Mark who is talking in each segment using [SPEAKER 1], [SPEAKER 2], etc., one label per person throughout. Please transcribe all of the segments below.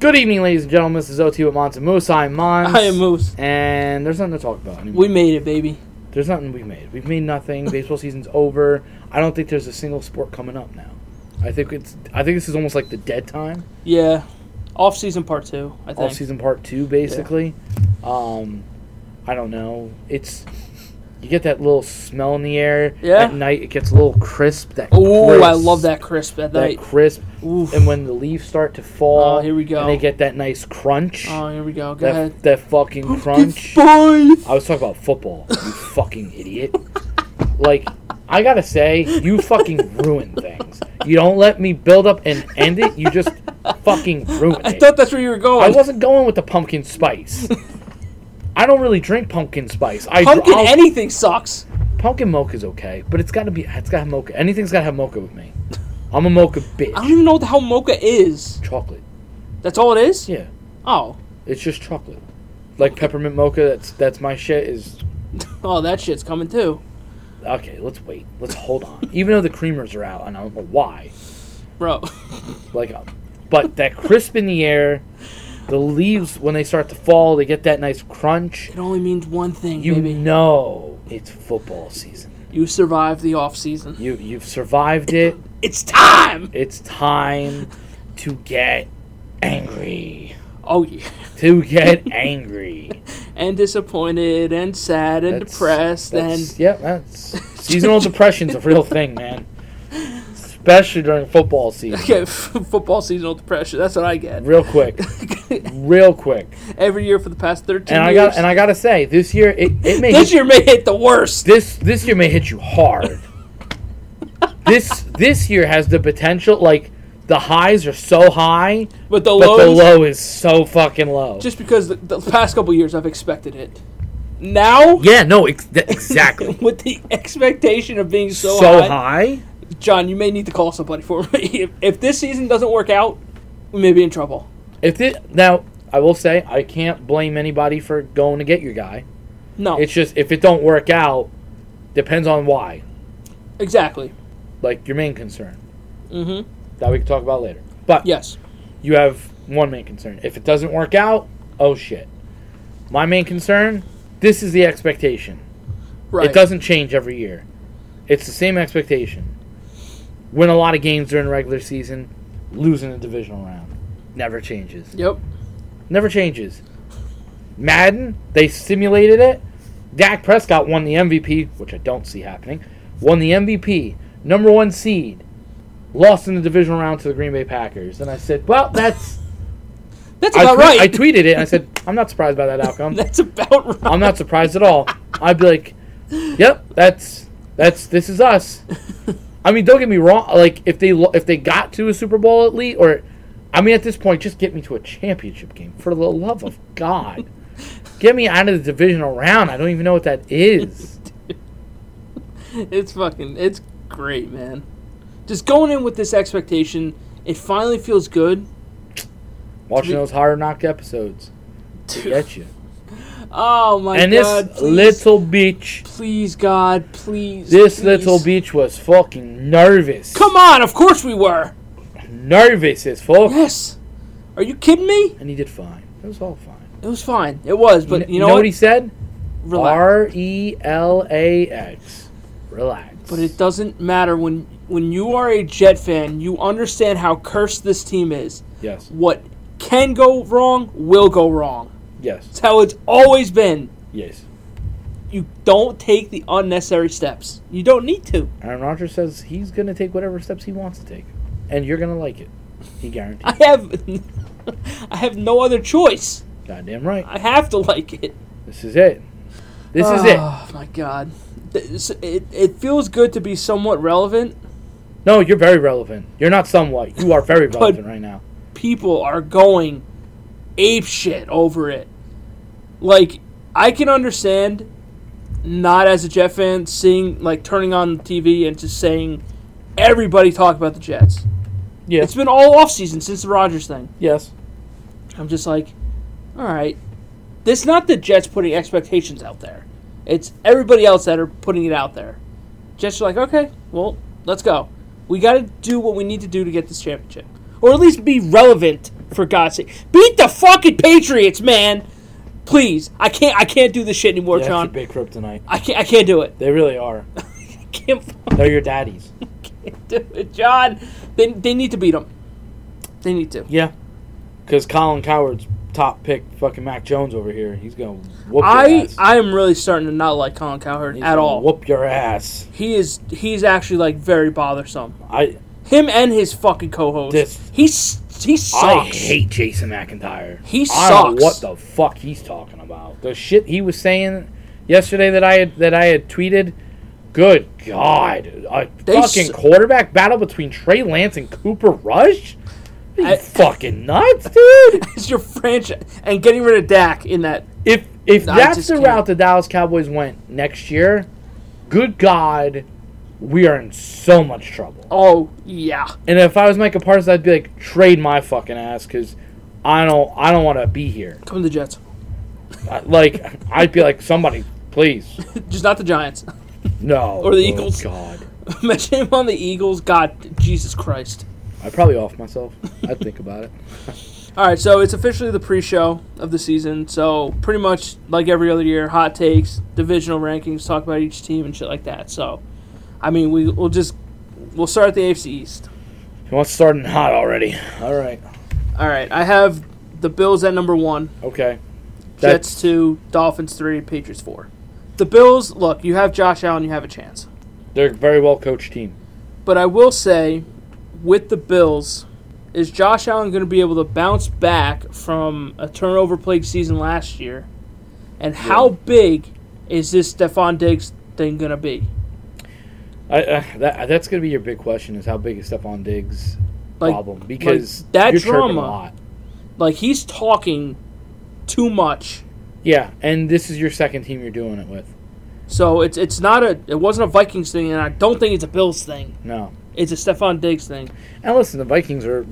[SPEAKER 1] Good evening, ladies and gentlemen. This is OT with Mons and Moose. I'm Mons.
[SPEAKER 2] I am Moose.
[SPEAKER 1] And there's nothing to talk about anymore.
[SPEAKER 2] We made it, baby.
[SPEAKER 1] there's nothing we made. We've made nothing. Baseball season's over. I don't think there's a single sport coming up now. I think it's. I think this is almost like the dead time.
[SPEAKER 2] Yeah. Off season part two, I
[SPEAKER 1] All
[SPEAKER 2] think.
[SPEAKER 1] season part two, basically. Um, I don't know. It's. You get that little smell in the air
[SPEAKER 2] Yeah.
[SPEAKER 1] at night. It gets a little crisp. That
[SPEAKER 2] Ooh, I
[SPEAKER 1] crisp-
[SPEAKER 2] love that crisp at
[SPEAKER 1] That
[SPEAKER 2] night.
[SPEAKER 1] crisp.
[SPEAKER 2] Oof.
[SPEAKER 1] And when the leaves start to fall,
[SPEAKER 2] Oh, here we go.
[SPEAKER 1] And they get that nice crunch.
[SPEAKER 2] oh, here we go. Go ahead.
[SPEAKER 1] that, that fucking crunch.
[SPEAKER 2] It's fine.
[SPEAKER 1] I was talking about football, you fucking idiot. Like, I gotta say, you fucking ruin things. You don't let me build up and end it, you just fucking ruin
[SPEAKER 2] I
[SPEAKER 1] it.
[SPEAKER 2] thought that's where you were
[SPEAKER 1] I
[SPEAKER 2] going.
[SPEAKER 1] wasn't going with the pumpkin spice. I don't really drink pumpkin spice. I
[SPEAKER 2] Pumpkin
[SPEAKER 1] I'll-
[SPEAKER 2] anything sucks.
[SPEAKER 1] pumpkin mocha's okay, but it's gotta be it's gotta have mocha. Anything's gotta have mocha with me. I'm a mocha
[SPEAKER 2] I
[SPEAKER 1] bitch.
[SPEAKER 2] don't even know what the hell mocha is.
[SPEAKER 1] Chocolate.
[SPEAKER 2] That's all it is?
[SPEAKER 1] Yeah.
[SPEAKER 2] Oh.
[SPEAKER 1] It's just chocolate. Like peppermint mocha, that's that's my shit is
[SPEAKER 2] Oh, that shit's coming too.
[SPEAKER 1] okay, let's wait. Let's hold on. Even though the creamers are out, and I don't know why.
[SPEAKER 2] Bro.
[SPEAKER 1] Like, uh, but that crisp in the air, the leaves when they start to fall, they get that nice crunch.
[SPEAKER 2] It only means one thing,
[SPEAKER 1] You
[SPEAKER 2] baby.
[SPEAKER 1] know it's football season.
[SPEAKER 2] You survived the off season.
[SPEAKER 1] You you've survived it.
[SPEAKER 2] It's time!
[SPEAKER 1] It's time to get angry.
[SPEAKER 2] Oh yeah.
[SPEAKER 1] To get angry.
[SPEAKER 2] And disappointed and sad and
[SPEAKER 1] That's-
[SPEAKER 2] depressed and
[SPEAKER 1] that's- yeah, that's seasonal depression's a real thing, man. Especially during football season.
[SPEAKER 2] Okay, football seasonal depression. That's what I get.
[SPEAKER 1] Real quick, real quick.
[SPEAKER 2] Every year for the past thirteen
[SPEAKER 1] And I
[SPEAKER 2] years.
[SPEAKER 1] got and I gotta say, this year it, it may
[SPEAKER 2] this
[SPEAKER 1] hit,
[SPEAKER 2] year may hit the worst.
[SPEAKER 1] this this year may hit you hard. this this year has the potential like the highs are so high,
[SPEAKER 2] But the
[SPEAKER 1] but the
[SPEAKER 2] lows,
[SPEAKER 1] low is so fucking low.
[SPEAKER 2] just because the, the past couple years I've expected it. Now,
[SPEAKER 1] yeah, no, ex- that- exactly.
[SPEAKER 2] with the expectation of being so,
[SPEAKER 1] so
[SPEAKER 2] high,
[SPEAKER 1] high.
[SPEAKER 2] John, you may need to call somebody for me. If, if this season doesn't work out, we may be in trouble.
[SPEAKER 1] If it now, I will say I can't blame anybody for going to get your guy.
[SPEAKER 2] No,
[SPEAKER 1] It's just if it don't work out, depends on why.
[SPEAKER 2] exactly.
[SPEAKER 1] Like your main concern
[SPEAKER 2] Mm-hmm.
[SPEAKER 1] that we can talk about later. But
[SPEAKER 2] Yes.
[SPEAKER 1] you have one main concern. If it doesn't work out, oh shit. My main concern, this is the expectation.
[SPEAKER 2] Right.
[SPEAKER 1] It doesn't change every year. It's the same expectation. Win a lot of games during the regular season, lose in a divisional round. Never changes.
[SPEAKER 2] Yep.
[SPEAKER 1] Never changes. Madden, they simulated it. Dak Prescott won the MVP, which I don't see happening. Won the MVP, number one seed, lost in the divisional round to the Green Bay Packers. And I said, well, that's
[SPEAKER 2] That's
[SPEAKER 1] I,
[SPEAKER 2] about
[SPEAKER 1] tweet-
[SPEAKER 2] right.
[SPEAKER 1] I tweeted it and I said, I'm not surprised by that outcome.
[SPEAKER 2] That's about right.
[SPEAKER 1] I'm not surprised at all. I'd be like, Yep, that's that's this is us. I mean, don't get me wrong. Like if they lo- if they got to a Super Bowl at least, or I mean, at this point, just get me to a championship game for the love of God. Get me out of the divisional round. I don't even know what that is.
[SPEAKER 2] It's fucking it's great, man. Just going in with this expectation, it finally feels good.
[SPEAKER 1] Watching those hard knock episodes to get you.
[SPEAKER 2] Oh my
[SPEAKER 1] And this
[SPEAKER 2] god. please,
[SPEAKER 1] little bitch,
[SPEAKER 2] please God, please.
[SPEAKER 1] this
[SPEAKER 2] please.
[SPEAKER 1] little bitch was fucking nervous.
[SPEAKER 2] Come on, of course we were.
[SPEAKER 1] nervous as fuck.
[SPEAKER 2] Yes. Are you kidding me?
[SPEAKER 1] And he did fine. It was all fine.
[SPEAKER 2] It was fine. It was, but
[SPEAKER 1] N-
[SPEAKER 2] you know, what?
[SPEAKER 1] he said?
[SPEAKER 2] Relax.
[SPEAKER 1] R E L A X. Relax.
[SPEAKER 2] But it doesn't matter when when you are a Jet fan, you understand how cursed this team is.
[SPEAKER 1] yes,
[SPEAKER 2] What can go wrong will go wrong.
[SPEAKER 1] yes,
[SPEAKER 2] It's how it's always been.
[SPEAKER 1] yes.
[SPEAKER 2] you don't take the unnecessary steps. You don't need to.
[SPEAKER 1] Aaron Rodgers says he's going to take whatever steps he wants to take, and you're going to like it. He guarantees.
[SPEAKER 2] I have I have no other choice.
[SPEAKER 1] Goddamn right.
[SPEAKER 2] I have to like it.
[SPEAKER 1] This is it. This is it.
[SPEAKER 2] Oh my god. This- It, it feels good to be somewhat relevant.
[SPEAKER 1] No, you're very relevant. You're not somewhat. You are very relevant right now.
[SPEAKER 2] People are going ape shit over it. Like I can understand not as a Jet fan seeing like turning on the TV and just saying everybody talk about the Jets. It's
[SPEAKER 1] Yes.
[SPEAKER 2] been all off season since the Rogers thing.
[SPEAKER 1] Yes.
[SPEAKER 2] I'm just like, all right, this not the Jets putting expectations out there. It's everybody else that are putting it out there. Jets are like, okay, well, let's go. We got to do what we need to do to get this championship, or at least be relevant for God's sake. Beat the fucking Patriots, man. Please, I can't. I can't do this shit anymore,
[SPEAKER 1] That's your
[SPEAKER 2] John.
[SPEAKER 1] big kryptonite.
[SPEAKER 2] I can't. I can't do it.
[SPEAKER 1] They really are.
[SPEAKER 2] I can't fucking
[SPEAKER 1] They're your daddies.
[SPEAKER 2] do it, John. They, they need to beat them. They need to.
[SPEAKER 1] Yeah. Because Colin Coward's top pick, fucking Mac Jones over here. He's gonna whoop your
[SPEAKER 2] I
[SPEAKER 1] ass.
[SPEAKER 2] I am really starting to not like Colin Cowherd
[SPEAKER 1] He's
[SPEAKER 2] at
[SPEAKER 1] gonna
[SPEAKER 2] all.
[SPEAKER 1] Whoop your ass.
[SPEAKER 2] He is he's actually like very bothersome.
[SPEAKER 1] I
[SPEAKER 2] Him and his fucking co-host.
[SPEAKER 1] This-
[SPEAKER 2] He's he sucks.
[SPEAKER 1] I hate Jason McIntyre.
[SPEAKER 2] He
[SPEAKER 1] I don't know
[SPEAKER 2] sucks.
[SPEAKER 1] what the fuck he's talking about. The shit he was saying yesterday that I had that I had tweeted. Good God, a
[SPEAKER 2] They
[SPEAKER 1] fucking
[SPEAKER 2] s-
[SPEAKER 1] quarterback battle between Trey Lance and Cooper Rush. Are you
[SPEAKER 2] I-
[SPEAKER 1] fucking nuts, dude.
[SPEAKER 2] It's your franchise and getting rid of Dak in that.
[SPEAKER 1] If if
[SPEAKER 2] I
[SPEAKER 1] that's
[SPEAKER 2] just
[SPEAKER 1] the
[SPEAKER 2] can't.
[SPEAKER 1] route the Dallas Cowboys went next year, good God, we are in so much trouble.
[SPEAKER 2] Oh yeah,
[SPEAKER 1] And if I was Micah Parsons, I'd be like, trade my fucking ass because I don't I don't want to be here.
[SPEAKER 2] come to the Jets.
[SPEAKER 1] I- like I'd be like somebody, please,
[SPEAKER 2] Just not the Giants.
[SPEAKER 1] no,
[SPEAKER 2] Or the
[SPEAKER 1] Oh,
[SPEAKER 2] Eagles.
[SPEAKER 1] God,
[SPEAKER 2] Imagine him on the Eagles. God, Jesus Christ.
[SPEAKER 1] I'd probably off myself. I'd think about it.
[SPEAKER 2] All right, so it's officially the pre-show of the season. So pretty much like every other year, hot takes, divisional rankings, talk about each team and shit like that. So, I mean, we we'll just we'll start at the AFC East.
[SPEAKER 1] You want starting hot already? All right,
[SPEAKER 2] All right, I have the Bills at number one,
[SPEAKER 1] okay. That's
[SPEAKER 2] Jets two, Dolphins three, Patriots four. The Bills, look, you have Josh Allen, you have a chance.
[SPEAKER 1] they're a very well coached team.
[SPEAKER 2] But I will say, with the Bills, is Josh Allen going to be able to bounce back from a turnover plagued season last year? And how big is this Stephon Diggs thing going to be?
[SPEAKER 1] I, uh, that, that's gonna be your big question: is how big is Stephon Diggs'
[SPEAKER 2] Like,
[SPEAKER 1] problem? Because
[SPEAKER 2] that
[SPEAKER 1] you're chirping
[SPEAKER 2] drama-
[SPEAKER 1] a lot.
[SPEAKER 2] like he's talking too much.
[SPEAKER 1] Yeah, and this is your second team you're doing it with.
[SPEAKER 2] So it's it's not a it wasn't a Vikings thing, and I don't think it's a Bills thing.
[SPEAKER 1] No,
[SPEAKER 2] It's a Stephon Diggs thing.
[SPEAKER 1] and listen, the Vikings are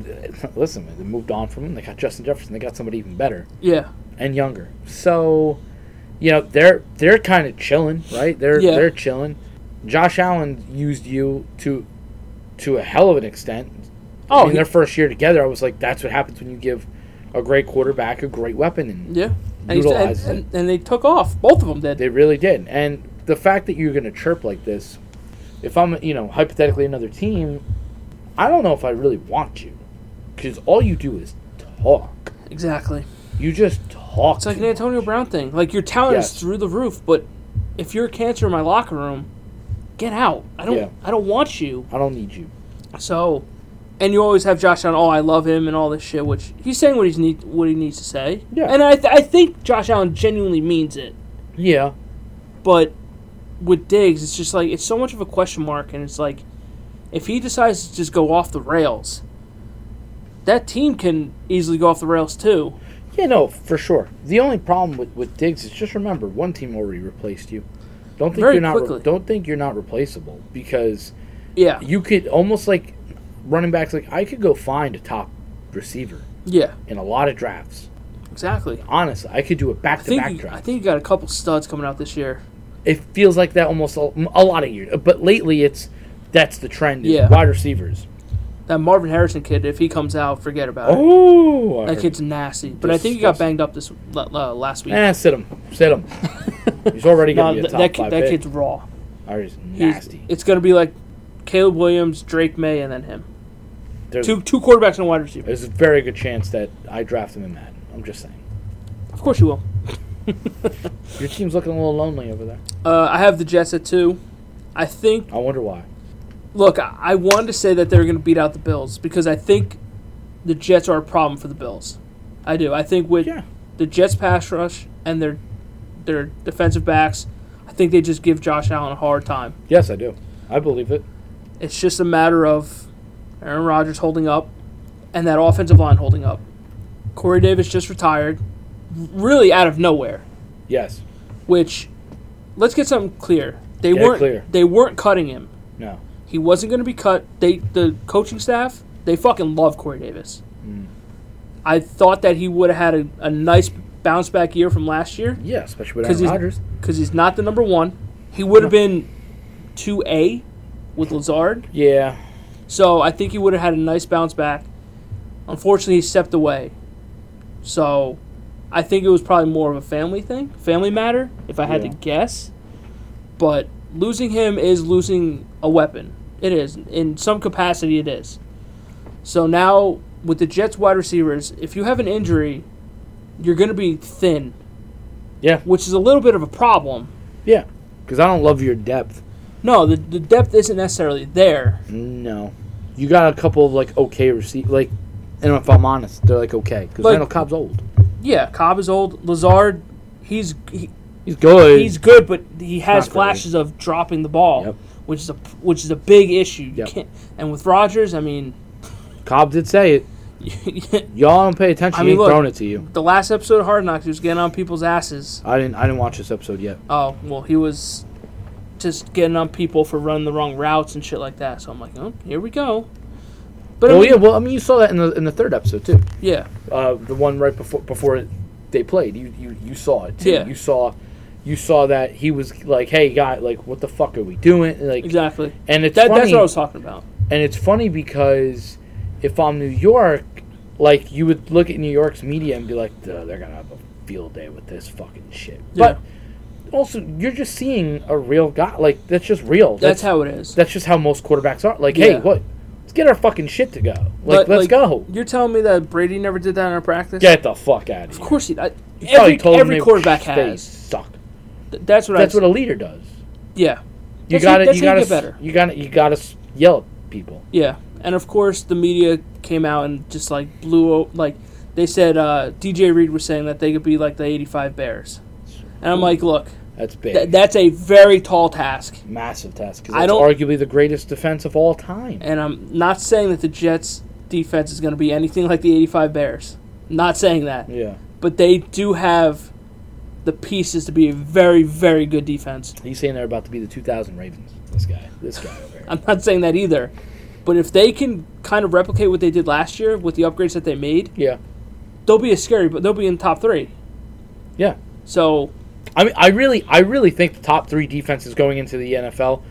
[SPEAKER 1] listen. They moved on from him. They got Justin Jefferson. They got somebody even better.
[SPEAKER 2] Yeah,
[SPEAKER 1] and younger. So, you know, they're they're kind of chilling, right? They're
[SPEAKER 2] Yeah.
[SPEAKER 1] they're chilling. Josh Allen used you to to a hell of an extent.
[SPEAKER 2] Oh,
[SPEAKER 1] in
[SPEAKER 2] he-
[SPEAKER 1] their first year together, I was like, that's what happens when you give a great quarterback a great weapon, and
[SPEAKER 2] yeah. And, he's, and,
[SPEAKER 1] Utilizes it.
[SPEAKER 2] and, and they took off. Both of them did.
[SPEAKER 1] they really did. And the fact that you're going to chirp like this, if I'm, you know, hypothetically another team, I don't know if I really want you, because all you do is talk.
[SPEAKER 2] Exactly.
[SPEAKER 1] You just talk.
[SPEAKER 2] It's like
[SPEAKER 1] too
[SPEAKER 2] an Antonio
[SPEAKER 1] much.
[SPEAKER 2] Brown thing. Like your talent is
[SPEAKER 1] Yes.
[SPEAKER 2] through the roof, but if you're a cancer in my locker room, get out. I don't.
[SPEAKER 1] Yeah.
[SPEAKER 2] I don't want you.
[SPEAKER 1] I don't need you.
[SPEAKER 2] So, and you always have Josh Allen. Oh, I love him and all this shit. Which he's saying what he's need what he needs to say.
[SPEAKER 1] Yeah.
[SPEAKER 2] And I th- I think Josh Allen genuinely means it.
[SPEAKER 1] Yeah.
[SPEAKER 2] But with Diggs, it's just like it's so much of a question mark, and it's like if he decides to just go off the rails, that team can easily go off the rails too.
[SPEAKER 1] Yeah, no, for sure. The only problem with, with Diggs is just remember one team already replaced you. Don't think
[SPEAKER 2] Very
[SPEAKER 1] you're not re-
[SPEAKER 2] quickly.
[SPEAKER 1] don't think you're not replaceable because
[SPEAKER 2] Yeah.
[SPEAKER 1] you could almost like running backs like I could go find a top receiver
[SPEAKER 2] Yeah.
[SPEAKER 1] in a lot of drafts.
[SPEAKER 2] Exactly.
[SPEAKER 1] Honestly, I could do a back
[SPEAKER 2] I
[SPEAKER 1] to
[SPEAKER 2] think
[SPEAKER 1] back
[SPEAKER 2] you- I
[SPEAKER 1] draft.
[SPEAKER 2] think you got a couple studs coming out this year.
[SPEAKER 1] It feels like that almost a, a lot of years, but lately it's that's the trend. Is
[SPEAKER 2] Yeah.
[SPEAKER 1] wide receivers.
[SPEAKER 2] That Marvin Harrison kid, if he comes out, forget about it.
[SPEAKER 1] Oh, I
[SPEAKER 2] That
[SPEAKER 1] heard-
[SPEAKER 2] kid's nasty. But I think he got
[SPEAKER 1] Disgusting.
[SPEAKER 2] banged up this la- la- last week.
[SPEAKER 1] eh, sit him, sit him. He's already
[SPEAKER 2] No,
[SPEAKER 1] gonna be
[SPEAKER 2] th-
[SPEAKER 1] a top
[SPEAKER 2] that
[SPEAKER 1] five
[SPEAKER 2] kid, that
[SPEAKER 1] pick.
[SPEAKER 2] kid's raw.
[SPEAKER 1] Or he's
[SPEAKER 2] He's-
[SPEAKER 1] nasty.
[SPEAKER 2] It's gonna be like Caleb Williams, Drake May, and then him.
[SPEAKER 1] There's-
[SPEAKER 2] Two two quarterbacks and a wide receiver.
[SPEAKER 1] There's a very good chance that I draft him in Madden. I'm just saying.
[SPEAKER 2] Of course you will.
[SPEAKER 1] Your team's looking a little lonely over there.
[SPEAKER 2] Uh, I have the Jets at two. I think.
[SPEAKER 1] I wonder why.
[SPEAKER 2] Look, I, I wanted to say that they were gonna beat out the Bills because I think the Jets are a problem for the Bills. I do. I think with
[SPEAKER 1] Yeah.
[SPEAKER 2] the Jets pass rush and their their defensive backs, I think they just give Josh Allen a hard time.
[SPEAKER 1] Yes, I do. I believe it.
[SPEAKER 2] It's just a matter of Aaron Rodgers holding up and that offensive line holding up. Corey Davis just retired, really out of nowhere.
[SPEAKER 1] Yes.
[SPEAKER 2] Which, let's get something clear. They
[SPEAKER 1] Get it
[SPEAKER 2] weren't
[SPEAKER 1] clear.
[SPEAKER 2] they weren't cutting him.
[SPEAKER 1] No.
[SPEAKER 2] He wasn't going to be cut. They the coaching staff they fucking love Corey Davis. I thought that he would have had a, a nice bounce back year from last year.
[SPEAKER 1] Yeah, especially with
[SPEAKER 2] 'Cause
[SPEAKER 1] Aaron
[SPEAKER 2] he's-
[SPEAKER 1] Rodgers.
[SPEAKER 2] because he's not the number one. He would have been two A with Lazard,
[SPEAKER 1] Yeah.
[SPEAKER 2] so I think he would have had a nice bounce back. Unfortunately, he stepped away. So I think it was probably more of a family thing, family matter, if I had
[SPEAKER 1] Yeah.
[SPEAKER 2] to guess. But losing him is losing a weapon. It is. In some capacity, it is. So now, with the Jets wide receivers, if you have an injury, you're going to be thin,
[SPEAKER 1] Yeah,
[SPEAKER 2] which is a little bit of a problem.
[SPEAKER 1] yeah. Because I don't love your depth.
[SPEAKER 2] No, the, the depth isn't necessarily there.
[SPEAKER 1] No, you got a couple of like okay receive like, and if I'm honest, they're like okay because
[SPEAKER 2] Like-
[SPEAKER 1] Randall Cobb's old.
[SPEAKER 2] Yeah, Cobb is old. Lazard, he's he,
[SPEAKER 1] He's good.
[SPEAKER 2] he's good, but he has
[SPEAKER 1] Not great.
[SPEAKER 2] flashes of dropping the ball,
[SPEAKER 1] Yep.
[SPEAKER 2] which is a which is a big issue. You
[SPEAKER 1] Yep.
[SPEAKER 2] can't, and with Rogers, I mean,
[SPEAKER 1] Cobb did say it.
[SPEAKER 2] the
[SPEAKER 1] Y'all don't pay attention. I
[SPEAKER 2] I mean,
[SPEAKER 1] he ain't
[SPEAKER 2] look-
[SPEAKER 1] throwing it to you.
[SPEAKER 2] last episode of Hard Knocks, he was getting on people's asses.
[SPEAKER 1] I didn't. I didn't watch this episode yet.
[SPEAKER 2] Oh well, he was just getting on people for running the wrong routes and shit like that. So I'm like, oh, here we go. But I
[SPEAKER 1] Well,
[SPEAKER 2] mean,
[SPEAKER 1] Oh, yeah. Well, I mean, you saw that in the in the third episode too.
[SPEAKER 2] yeah,
[SPEAKER 1] Uh, the one right before before they played. You you you saw it too.
[SPEAKER 2] Yeah.
[SPEAKER 1] You saw, you saw that he was like, "Hey, guy, like, what the fuck are we doing?" And, like,
[SPEAKER 2] exactly.
[SPEAKER 1] and it's
[SPEAKER 2] That,
[SPEAKER 1] funny.
[SPEAKER 2] that's what I was talking about.
[SPEAKER 1] And it's funny because if I'm New York, like you would look at New York's media and be like, "Duh, they're gonna have a field day with this fucking shit.
[SPEAKER 2] Yeah.
[SPEAKER 1] But also, you're just seeing a real guy. Like that's just real.
[SPEAKER 2] That's, how it is.
[SPEAKER 1] that's just how most quarterbacks are. Like,
[SPEAKER 2] Yeah.
[SPEAKER 1] hey, what? Let's get our fucking shit to go. Like,
[SPEAKER 2] But,
[SPEAKER 1] let's
[SPEAKER 2] like,
[SPEAKER 1] go.
[SPEAKER 2] You're telling me that Brady never did that in our practice?
[SPEAKER 1] Get the fuck out of
[SPEAKER 2] Of
[SPEAKER 1] here.
[SPEAKER 2] course he. I,
[SPEAKER 1] You probably
[SPEAKER 2] every
[SPEAKER 1] him
[SPEAKER 2] every
[SPEAKER 1] they-
[SPEAKER 2] quarterback
[SPEAKER 1] they
[SPEAKER 2] has.
[SPEAKER 1] suck.
[SPEAKER 2] Th- That's what
[SPEAKER 1] That's
[SPEAKER 2] I.
[SPEAKER 1] what a leader does.
[SPEAKER 2] yeah,
[SPEAKER 1] You
[SPEAKER 2] That's how-
[SPEAKER 1] got to
[SPEAKER 2] that's
[SPEAKER 1] you
[SPEAKER 2] how
[SPEAKER 1] got
[SPEAKER 2] you get better.
[SPEAKER 1] to you got to you got to yell at people.
[SPEAKER 2] yeah, and of course the media came out and just like blew o- like they said uh, DJ Reed was saying that they could be like the '85 Bears, and I'm like, look,
[SPEAKER 1] That's big.
[SPEAKER 2] th- that's a very tall task,
[SPEAKER 1] massive task. 'cause
[SPEAKER 2] I
[SPEAKER 1] that's
[SPEAKER 2] don't-
[SPEAKER 1] arguably the greatest defense of all time.
[SPEAKER 2] and I'm not saying that the Jets defense is going to be anything like the '85 Bears. Not saying that,
[SPEAKER 1] Yeah,
[SPEAKER 2] but they do have the pieces to be a very very good defense.
[SPEAKER 1] he's saying they're about to be the 2000 Ravens. This guy, this guy over here.
[SPEAKER 2] I'm not saying that either. But if they can kind of replicate what they did last year with the upgrades that they made,
[SPEAKER 1] Yeah,
[SPEAKER 2] they'll be a scary, but they'll be in top three.
[SPEAKER 1] yeah.
[SPEAKER 2] So
[SPEAKER 1] I mean, I really, I really think the top three defenses going into the NFL,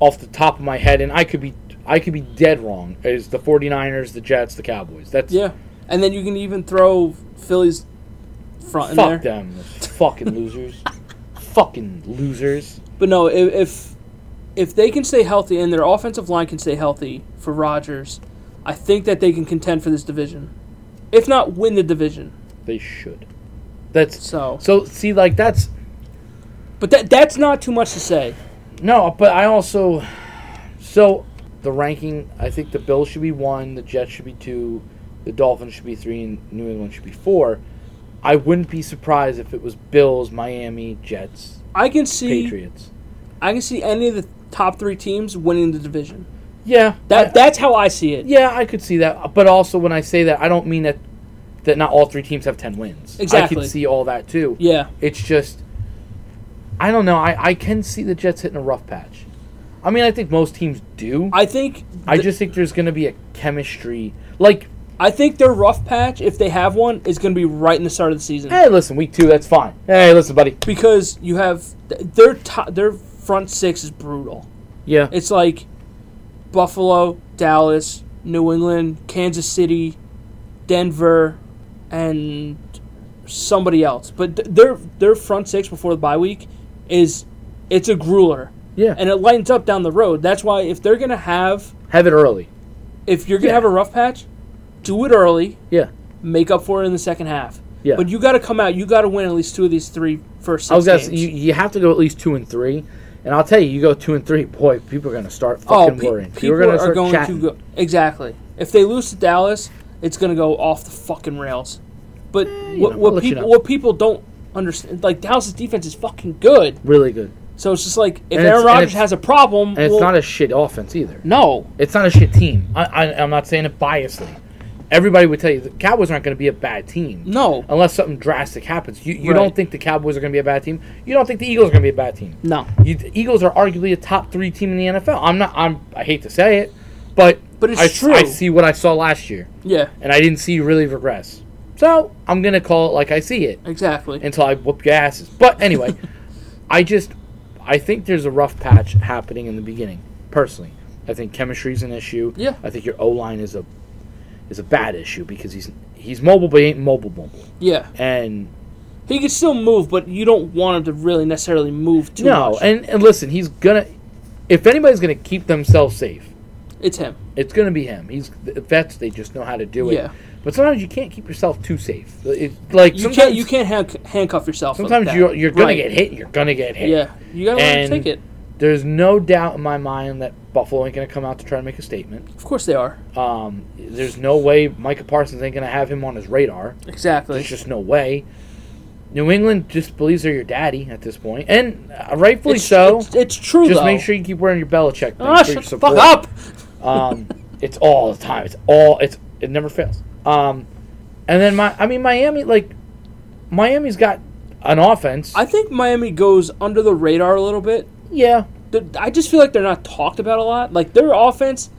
[SPEAKER 1] off the top of my head, and I could be, I could be dead wrong. Is the 49ers, the Jets, the Cowboys? That's
[SPEAKER 2] yeah, and then you can even throw Philly's front in there.
[SPEAKER 1] fuck them, those fucking losers, fucking losers.
[SPEAKER 2] But no, if, if if they can stay healthy and their offensive line can stay healthy for Rodgers, I think that they can contend for this division, if not win the division.
[SPEAKER 1] They should. That's
[SPEAKER 2] So,
[SPEAKER 1] so. See, like that's
[SPEAKER 2] but that that's not too much to say.
[SPEAKER 1] No, but I also so the ranking. I think the Bills should be one, the Jets should be two, the Dolphins should be three, and New England should be four. I wouldn't be surprised if it was Bills, Miami, Jets,
[SPEAKER 2] I can see
[SPEAKER 1] Patriots.
[SPEAKER 2] I can see any of the top three teams winning the division.
[SPEAKER 1] Yeah,
[SPEAKER 2] That
[SPEAKER 1] I-
[SPEAKER 2] that's how I see it.
[SPEAKER 1] yeah, I could see that. But also, when I say that, I don't mean that that not all three teams have ten wins. I
[SPEAKER 2] Exactly.
[SPEAKER 1] could see all that too.
[SPEAKER 2] Yeah,
[SPEAKER 1] It's just, I don't know. I I can see the Jets hitting a rough patch. I mean, I think most teams do.
[SPEAKER 2] I think
[SPEAKER 1] I
[SPEAKER 2] th-
[SPEAKER 1] just think there's going to be a chemistry. Like,
[SPEAKER 2] I think their rough patch, if they have one, is going to be right in the start of the season
[SPEAKER 1] hey, eh, listen, week two, that's fine. Hey, listen, buddy.
[SPEAKER 2] because you have th- their to, their front six is brutal.
[SPEAKER 1] Yeah.
[SPEAKER 2] It's like Buffalo, Dallas, New England, Kansas City, Denver, and somebody else. But th- their their front six before the bye week is it's a grueler.
[SPEAKER 1] yeah.
[SPEAKER 2] and it lines up down the road. That's why if they're gonna have,
[SPEAKER 1] Have it early.
[SPEAKER 2] if you're gonna
[SPEAKER 1] Yeah.
[SPEAKER 2] have a rough patch, do it early,
[SPEAKER 1] Yeah.
[SPEAKER 2] make up for it in the second half.
[SPEAKER 1] Yeah.
[SPEAKER 2] But you got to come out. You got to win at least two of these three first six
[SPEAKER 1] I was going to
[SPEAKER 2] games.
[SPEAKER 1] you, you have to go at least two and three. And I'll tell you, you go two and three, boy, people are going to start
[SPEAKER 2] oh,
[SPEAKER 1] fucking
[SPEAKER 2] pe-
[SPEAKER 1] worrying.
[SPEAKER 2] people
[SPEAKER 1] gonna
[SPEAKER 2] are
[SPEAKER 1] start
[SPEAKER 2] going
[SPEAKER 1] chatting.
[SPEAKER 2] to go exactly. If they lose to Dallas, it's gonna go off the fucking rails. But what,
[SPEAKER 1] know, I'll
[SPEAKER 2] what
[SPEAKER 1] let you
[SPEAKER 2] people
[SPEAKER 1] know.
[SPEAKER 2] what people don't understand, like Dallas' defense is fucking good.
[SPEAKER 1] Really good.
[SPEAKER 2] So it's just like if
[SPEAKER 1] And it's-
[SPEAKER 2] Aaron
[SPEAKER 1] and
[SPEAKER 2] Rodgers
[SPEAKER 1] it's-
[SPEAKER 2] has a problem,
[SPEAKER 1] And it's not a shit offense either.
[SPEAKER 2] no.
[SPEAKER 1] It's not a shit team. I, I, I'm not saying it biasly. Everybody would tell you the Cowboys aren't going to be a bad team.
[SPEAKER 2] No.
[SPEAKER 1] Unless something drastic happens. You, you
[SPEAKER 2] Right.
[SPEAKER 1] don't think the Cowboys are going to be a bad team. You don't think the Eagles are going to be a bad team.
[SPEAKER 2] No.
[SPEAKER 1] You, the Eagles are arguably a top three team in the NFL. I'm not. I'm. I hate to say it, but
[SPEAKER 2] But it's
[SPEAKER 1] I,
[SPEAKER 2] true.
[SPEAKER 1] I see what I saw last year,
[SPEAKER 2] Yeah.
[SPEAKER 1] and I didn't see really regress. So I'm gonna call it like I see it
[SPEAKER 2] Exactly.
[SPEAKER 1] until I whoop your asses. But anyway, I just I think there's a rough patch happening in the beginning. Personally, I think chemistry's an issue.
[SPEAKER 2] Yeah.
[SPEAKER 1] I think your O line is a is a bad issue because he's he's mobile, but he ain't mobile mobile.
[SPEAKER 2] Yeah,
[SPEAKER 1] And
[SPEAKER 2] he can still move, but you don't want him to really necessarily move too
[SPEAKER 1] no,
[SPEAKER 2] much.
[SPEAKER 1] and and listen, he's gonna. If anybody's gonna keep themselves safe,
[SPEAKER 2] it's him.
[SPEAKER 1] it's gonna be him. He's the vets; they just know how to do it.
[SPEAKER 2] Yeah.
[SPEAKER 1] But sometimes you can't keep yourself too safe. It, like
[SPEAKER 2] You
[SPEAKER 1] sometimes
[SPEAKER 2] can't you can't hand, handcuff yourself. like
[SPEAKER 1] sometimes
[SPEAKER 2] that.
[SPEAKER 1] you're you're gonna
[SPEAKER 2] Right.
[SPEAKER 1] get hit. You're gonna get hit.
[SPEAKER 2] Yeah, you gotta learn
[SPEAKER 1] And-
[SPEAKER 2] to take it.
[SPEAKER 1] There's no doubt in my mind that Buffalo ain't gonna come out to try to make a statement.
[SPEAKER 2] Of course they are.
[SPEAKER 1] Um, there's no way Micah Parsons ain't gonna have him on his radar.
[SPEAKER 2] Exactly.
[SPEAKER 1] There's just no way. New England just believes they're your daddy at this point, and uh, rightfully
[SPEAKER 2] it's,
[SPEAKER 1] so.
[SPEAKER 2] it's, it's true
[SPEAKER 1] just
[SPEAKER 2] though.
[SPEAKER 1] make sure you keep wearing your Belichick thing
[SPEAKER 2] Ah,
[SPEAKER 1] for your
[SPEAKER 2] shut the fuck
[SPEAKER 1] support.
[SPEAKER 2] up.
[SPEAKER 1] Um, it's all the time. It's all. It's it never fails. Um, and then my, I mean Miami, like Miami's got an offense.
[SPEAKER 2] I think Miami goes under the radar a little bit.
[SPEAKER 1] yeah,
[SPEAKER 2] They're- I just feel like they're not talked about a lot. Like their offense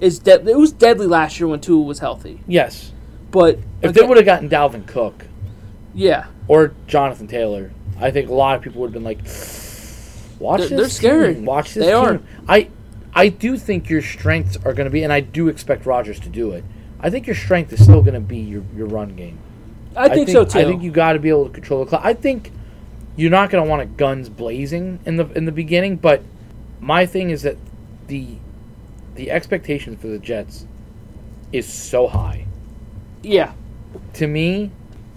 [SPEAKER 2] is dead. It was deadly last year when Tua was healthy,
[SPEAKER 1] yes.
[SPEAKER 2] but
[SPEAKER 1] If
[SPEAKER 2] again-
[SPEAKER 1] they would have gotten Dalvin Cook
[SPEAKER 2] yeah,
[SPEAKER 1] or Jonathan Taylor, I think a lot of people would have been like, "Watch
[SPEAKER 2] They're-
[SPEAKER 1] this.
[SPEAKER 2] they're scary.
[SPEAKER 1] team. Watch this.
[SPEAKER 2] They are.
[SPEAKER 1] team." I, I do think your strengths are going to be, and I do expect Rodgers to do it. I think your strength is still going to be your, your run game.
[SPEAKER 2] I think, so too.
[SPEAKER 1] I think you got to be able to control the clock. I think you're not going to want it guns blazing in the in the beginning, but my thing is that the the expectation for the Jets is so high.
[SPEAKER 2] yeah,
[SPEAKER 1] To me,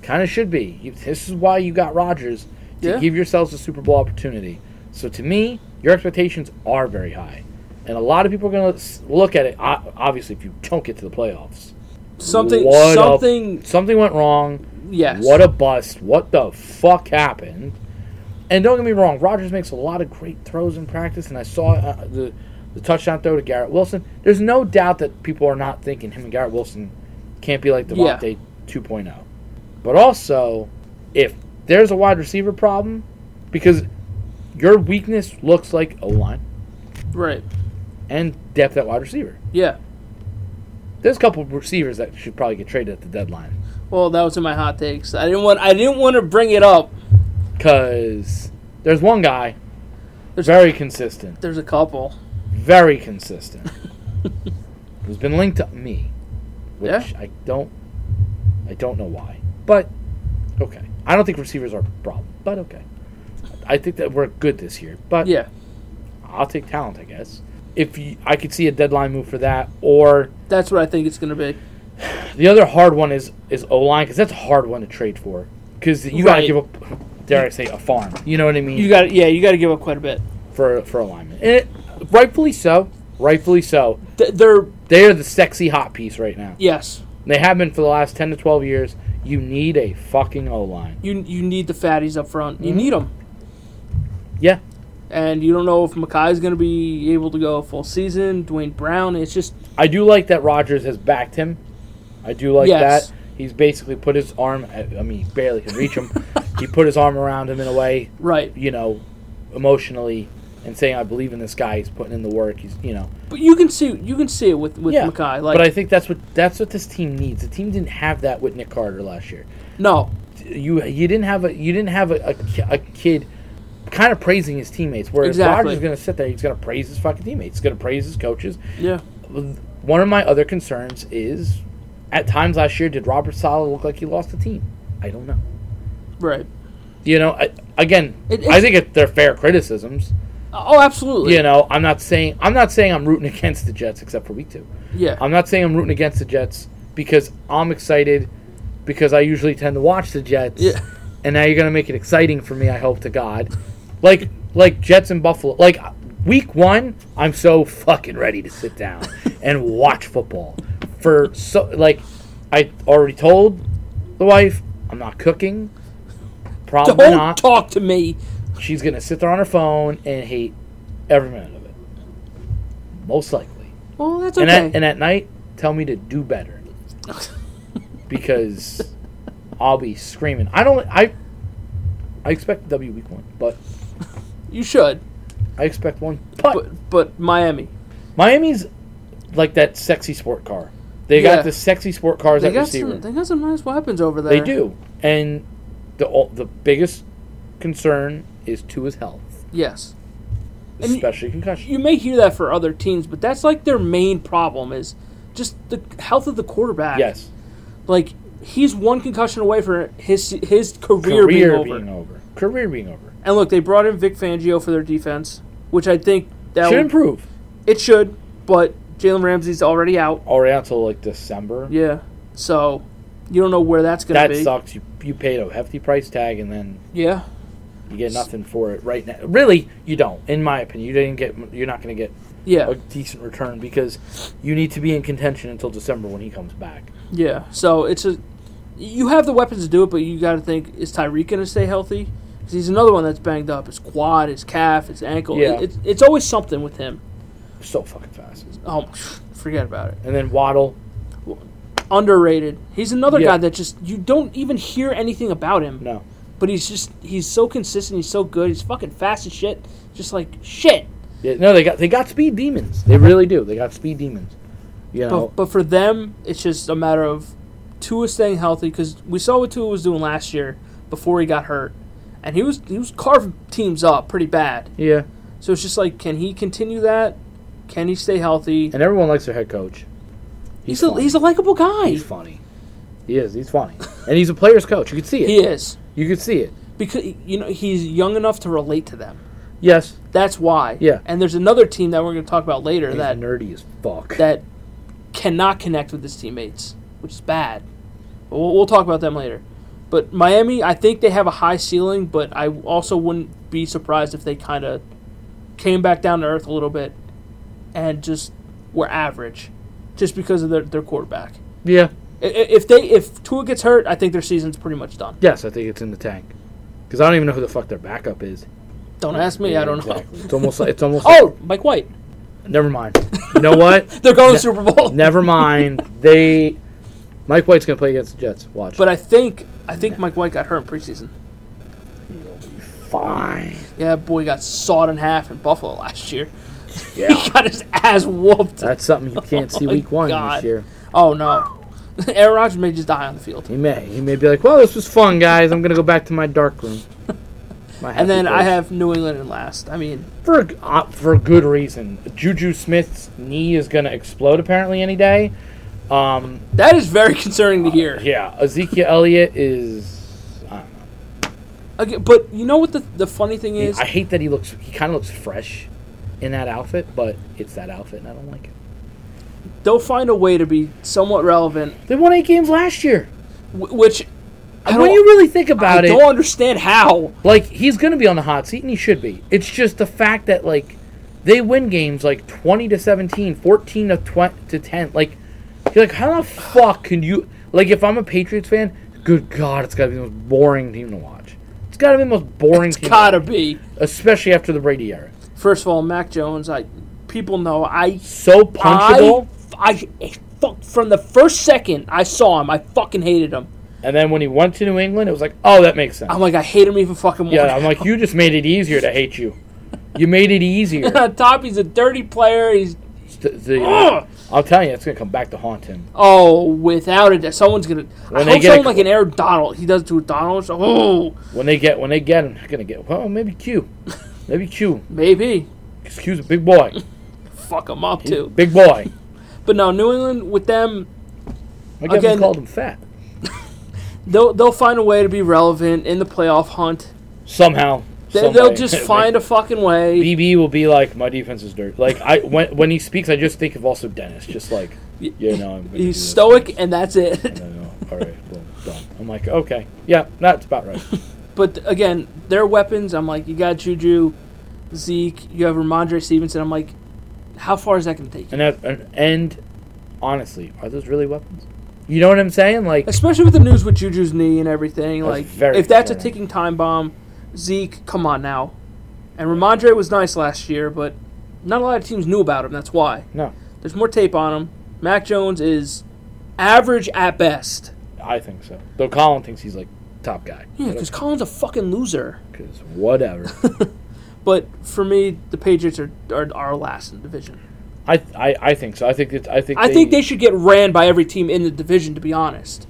[SPEAKER 1] kind of should be. You- This is why you got Rodgers to
[SPEAKER 2] Yeah.
[SPEAKER 1] give yourselves a Super Bowl opportunity. So to me, your expectations are very high. And a lot of people are going to look at it o- obviously if you don't get to the playoffs.
[SPEAKER 2] something,
[SPEAKER 1] What a-
[SPEAKER 2] something.
[SPEAKER 1] something went wrong.
[SPEAKER 2] Yes.
[SPEAKER 1] What a bust. What the fuck happened? And don't get me wrong, Rodgers makes a lot of great throws in practice, and I saw uh, the, the touchdown throw to Garrett Wilson. There's no doubt that people are not thinking him and Garrett Wilson can't be like
[SPEAKER 2] Yeah.
[SPEAKER 1] Devontae 2.0. But also, if there's a wide receiver problem, because your weakness looks like O line
[SPEAKER 2] right?
[SPEAKER 1] and depth at wide receiver.
[SPEAKER 2] Yeah.
[SPEAKER 1] There's a couple of receivers that should probably get traded at the deadline.
[SPEAKER 2] Well, that was in my hot takes. I didn't want. I didn't want to bring it up.
[SPEAKER 1] Because there's one guy,
[SPEAKER 2] There's-
[SPEAKER 1] very consistent,
[SPEAKER 2] There's a couple.
[SPEAKER 1] very consistent, who's been linked to me, which
[SPEAKER 2] Yeah.
[SPEAKER 1] I don't, I don't know why, but okay. I don't think receivers are a problem, but okay. I think that we're good this year, but
[SPEAKER 2] Yeah,
[SPEAKER 1] I'll take talent, I guess. If you, I could see a deadline move for that, or
[SPEAKER 2] that's what I think it's gonna be.
[SPEAKER 1] the other hard one is is O line because that's a hard one to trade for because you gotta
[SPEAKER 2] Right.
[SPEAKER 1] give up, dare I say, a farm. You know what I mean?
[SPEAKER 2] You got. Yeah, you got to give up quite a bit.
[SPEAKER 1] for for alignment. And it, rightfully so. Rightfully so.
[SPEAKER 2] Th- They're
[SPEAKER 1] They are the sexy hot piece right now.
[SPEAKER 2] yes.
[SPEAKER 1] They have been for the last ten to twelve years. You need a fucking O line.
[SPEAKER 2] You you need the fatties up front. You need 'em. need them.
[SPEAKER 1] Yeah.
[SPEAKER 2] and you don't know if Makai's going to be able to go full season. Dwayne Brown, it's just
[SPEAKER 1] I do like that Rogers has backed him. I do like
[SPEAKER 2] Yes.
[SPEAKER 1] that. He's basically put his arm. I I mean, he barely can reach him. he put his arm around him in a way,
[SPEAKER 2] right.
[SPEAKER 1] you know, emotionally, and saying, "I believe in this guy. He's putting in the work. He's, you know."
[SPEAKER 2] But you can see you can see it with with Makai. Like
[SPEAKER 1] but I think that's what that's what this team needs. The team didn't have that with Nick Carter last year.
[SPEAKER 2] no,
[SPEAKER 1] you you didn't have a you didn't have a, a, ki- a kid kind of praising his teammates. Whereas
[SPEAKER 2] Exactly.
[SPEAKER 1] Rodgers is going to sit there, he's going to praise his fucking teammates. He's going to praise his coaches.
[SPEAKER 2] yeah,
[SPEAKER 1] One of my other concerns is, at times last year, did Robert Sala look like he lost the team? I don't know.
[SPEAKER 2] right.
[SPEAKER 1] You know, I, again,
[SPEAKER 2] It-
[SPEAKER 1] I
[SPEAKER 2] it's-
[SPEAKER 1] think it, they're fair criticisms.
[SPEAKER 2] Oh, absolutely.
[SPEAKER 1] You know, I'm not saying I'm not saying I'm rooting against the Jets except for week two.
[SPEAKER 2] yeah,
[SPEAKER 1] I'm not saying I'm rooting against the Jets because I'm excited because I usually tend to watch the Jets.
[SPEAKER 2] Yeah.
[SPEAKER 1] And now you're gonna make it exciting for me. I hope to God, like like Jets and Buffalo. Like week one, I'm so fucking ready to sit down and watch football for so like I already told the wife I'm not cooking. Probably
[SPEAKER 2] don't
[SPEAKER 1] not.
[SPEAKER 2] talk to me.
[SPEAKER 1] She's gonna sit there on her phone and hate every minute of it. Most likely
[SPEAKER 2] Well, that's
[SPEAKER 1] and
[SPEAKER 2] okay.
[SPEAKER 1] at, and at night tell me to do better because i'll be screaming i don't i i expect w week one but
[SPEAKER 2] you should,
[SPEAKER 1] i expect one but,
[SPEAKER 2] but but Miami,
[SPEAKER 1] miami's like that sexy sport car they
[SPEAKER 2] Yeah.
[SPEAKER 1] got the sexy sport cars
[SPEAKER 2] they
[SPEAKER 1] at
[SPEAKER 2] got
[SPEAKER 1] receiver
[SPEAKER 2] some they got some nice weapons over there.
[SPEAKER 1] they do and the o- the biggest concern is to his health
[SPEAKER 2] Yes, and you,
[SPEAKER 1] especially concussion
[SPEAKER 2] you may hear that for other teams, but that's like their main problem is just the health of the quarterback.
[SPEAKER 1] Yes.
[SPEAKER 2] Like he's one concussion away from his his career,
[SPEAKER 1] Career
[SPEAKER 2] being over.
[SPEAKER 1] Career being over.
[SPEAKER 2] And look, they brought in Vic Fangio for their defense, which I think that
[SPEAKER 1] Should
[SPEAKER 2] would-
[SPEAKER 1] improve.
[SPEAKER 2] it should, but Jalen Ramsey's already out.
[SPEAKER 1] Already until like December.
[SPEAKER 2] Yeah. So you don't know where that's going
[SPEAKER 1] that
[SPEAKER 2] to be.
[SPEAKER 1] sucks. You you paid a hefty price tag and then
[SPEAKER 2] Yeah.
[SPEAKER 1] you get nothing for it right now. Really, you don't. In my opinion, you didn't get. You're not going to get
[SPEAKER 2] Yeah.
[SPEAKER 1] a decent return because you need to be in contention until December when he comes back.
[SPEAKER 2] Yeah. So it's a you have the weapons to do it, but you got to think is Tyreek going to stay healthy? 'Cause he's another one that's banged up. His quad, his calf, his ankle.
[SPEAKER 1] Yeah.
[SPEAKER 2] It, it's it's always something with him.
[SPEAKER 1] So fucking fast.
[SPEAKER 2] Oh, forget about it.
[SPEAKER 1] And then Waddle.
[SPEAKER 2] Underrated. He's another
[SPEAKER 1] Yeah.
[SPEAKER 2] guy that just you don't even hear anything about him.
[SPEAKER 1] No.
[SPEAKER 2] But he's just he's so consistent. He's so good. He's fucking fast as shit. Just like shit.
[SPEAKER 1] Yeah, no, they got they got speed demons. They really do. They got speed demons. You know.
[SPEAKER 2] But, but for them, it's just a matter of Tua staying healthy because we saw what Tua was doing last year before he got hurt, and he was he was carving teams up pretty bad.
[SPEAKER 1] yeah.
[SPEAKER 2] So it's just like, can he continue that? Can he stay healthy?
[SPEAKER 1] And everyone likes their head coach.
[SPEAKER 2] He's a,
[SPEAKER 1] funny.
[SPEAKER 2] he's a likable guy.
[SPEAKER 1] He's funny. He is. He's funny. and he's a player's coach. You could see it.
[SPEAKER 2] He is
[SPEAKER 1] You could see it.
[SPEAKER 2] because you know he's young enough to relate to them.
[SPEAKER 1] Yes.
[SPEAKER 2] That's why.
[SPEAKER 1] Yeah.
[SPEAKER 2] And there's another team that we're going to talk about later
[SPEAKER 1] He's
[SPEAKER 2] that
[SPEAKER 1] nerdy as fuck.
[SPEAKER 2] that cannot connect with his teammates, which is bad. But we'll, we'll talk about them later. But Miami, I think they have a high ceiling, but I also wouldn't be surprised if they kind of came back down to earth a little bit and just were average, just because of their, their quarterback.
[SPEAKER 1] yeah.
[SPEAKER 2] I- i- If they if Tua gets hurt, I think their season's pretty much done.
[SPEAKER 1] Yes, I think it's in the tank. Because I don't even know who the fuck their backup is.
[SPEAKER 2] Don't ask me, I don't
[SPEAKER 1] Exactly.
[SPEAKER 2] know.
[SPEAKER 1] It's almost like it's almost. like-
[SPEAKER 2] Oh, Mike White,
[SPEAKER 1] never mind. You know what?
[SPEAKER 2] they're going to the Super Bowl.
[SPEAKER 1] never mind. They, Mike White's gonna play against the Jets. Watch.
[SPEAKER 2] But I think I think Mike White got hurt in preseason.
[SPEAKER 1] fine.
[SPEAKER 2] Yeah, that boy got sawed in half in Buffalo last year.
[SPEAKER 1] Yeah.
[SPEAKER 2] He got his ass whooped.
[SPEAKER 1] That's something you can't see
[SPEAKER 2] my
[SPEAKER 1] week one
[SPEAKER 2] God.
[SPEAKER 1] this year.
[SPEAKER 2] Oh no, Aaron Rodgers may just die on the field.
[SPEAKER 1] He may. He may be like, well, this was fun, guys. I'm gonna go back to my dark room. My happy
[SPEAKER 2] And then I
[SPEAKER 1] place.
[SPEAKER 2] have New England in last. I mean,
[SPEAKER 1] for a g- uh, for a good reason. Juju Smith's knee is gonna explode apparently any day. Um,
[SPEAKER 2] that is very concerning to hear.
[SPEAKER 1] yeah, Ezekiel Elliott is. I don't know.
[SPEAKER 2] Okay, but you know what the the funny thing is?
[SPEAKER 1] I hate that he looks. He kind of looks fresh in that outfit, but it's that outfit, and I don't like it.
[SPEAKER 2] They'll find a way to be somewhat relevant,
[SPEAKER 1] They won eight games last year.
[SPEAKER 2] wh- which I
[SPEAKER 1] when
[SPEAKER 2] don't,
[SPEAKER 1] you really think about
[SPEAKER 2] I
[SPEAKER 1] it,
[SPEAKER 2] don't understand how.
[SPEAKER 1] like he's going to be on the hot seat, and he should be. It's just the fact that like they win games like twenty to 17, 14 to twenty to ten. Like you're like, how the fuck can you? Like if I'm a Patriots fan, good God, it's got to be the most boring team to watch. It's got to be the most boring
[SPEAKER 2] It's
[SPEAKER 1] team,
[SPEAKER 2] gotta be.
[SPEAKER 1] especially after the Brady era.
[SPEAKER 2] First of all, Mac Jones. I people know I
[SPEAKER 1] So punchable.
[SPEAKER 2] I, I fuck from the first second I saw him, I fucking hated him.
[SPEAKER 1] And then when he went to New England, it was like, oh, that makes sense.
[SPEAKER 2] I'm like, I hate him even fucking more.
[SPEAKER 1] Yeah, I'm like, you just made it easier to hate you. You made it easier.
[SPEAKER 2] on top, he's a dirty player. He's
[SPEAKER 1] The- the-
[SPEAKER 2] Ugh.
[SPEAKER 1] I'll tell you, it's gonna come back to haunt him.
[SPEAKER 2] oh, without it, someone's gonna. I
[SPEAKER 1] When they
[SPEAKER 2] hope
[SPEAKER 1] get a
[SPEAKER 2] someone like an Aaron Donald. He does to a Donald. So, oh,
[SPEAKER 1] When they get, when they get him, they're gonna get. Well, maybe Q, maybe Q.
[SPEAKER 2] maybe
[SPEAKER 1] Cause Q's a big boy,
[SPEAKER 2] fuck him up too.
[SPEAKER 1] big boy.
[SPEAKER 2] But no, New England with them,
[SPEAKER 1] I guess
[SPEAKER 2] Again-
[SPEAKER 1] we called him fat
[SPEAKER 2] they'll they'll find a way to be relevant in the playoff hunt.
[SPEAKER 1] somehow.
[SPEAKER 2] They,
[SPEAKER 1] some
[SPEAKER 2] they'll
[SPEAKER 1] way.
[SPEAKER 2] just
[SPEAKER 1] Like,
[SPEAKER 2] find a fucking way.
[SPEAKER 1] BB will be like, my defense is dirt. Like I when when he speaks, I just think of also Dennis, just like yeah, no, I'm. gonna do
[SPEAKER 2] he's
[SPEAKER 1] this.
[SPEAKER 2] stoic, and that's it.
[SPEAKER 1] I know. All right, boom, done. I'm like, okay, yeah, that's about right.
[SPEAKER 2] But again, their weapons. I'm like, you got Juju, Zeke. You have Ramondre Stevenson. I'm like, how far is that gonna take? you?
[SPEAKER 1] And that, and, and honestly, are those really weapons? You know what I'm saying? Like,
[SPEAKER 2] especially with the news with Juju's knee and everything.
[SPEAKER 1] That's
[SPEAKER 2] like,
[SPEAKER 1] very
[SPEAKER 2] if that's a
[SPEAKER 1] concerning.
[SPEAKER 2] ticking time bomb, Zeke, come on now. And Ramondre was nice last year, but not a lot of teams knew about him. That's why
[SPEAKER 1] no,
[SPEAKER 2] there's more tape on him. Mac Jones is average at best.
[SPEAKER 1] I think so. Though Colin thinks he's like top guy.
[SPEAKER 2] Yeah, because Colin's a fucking loser.
[SPEAKER 1] Because whatever.
[SPEAKER 2] But for me, the Patriots are are, are last in the division.
[SPEAKER 1] I, I I think so. I think it's I think
[SPEAKER 2] I think they should get ran by every team in the division, to be honest.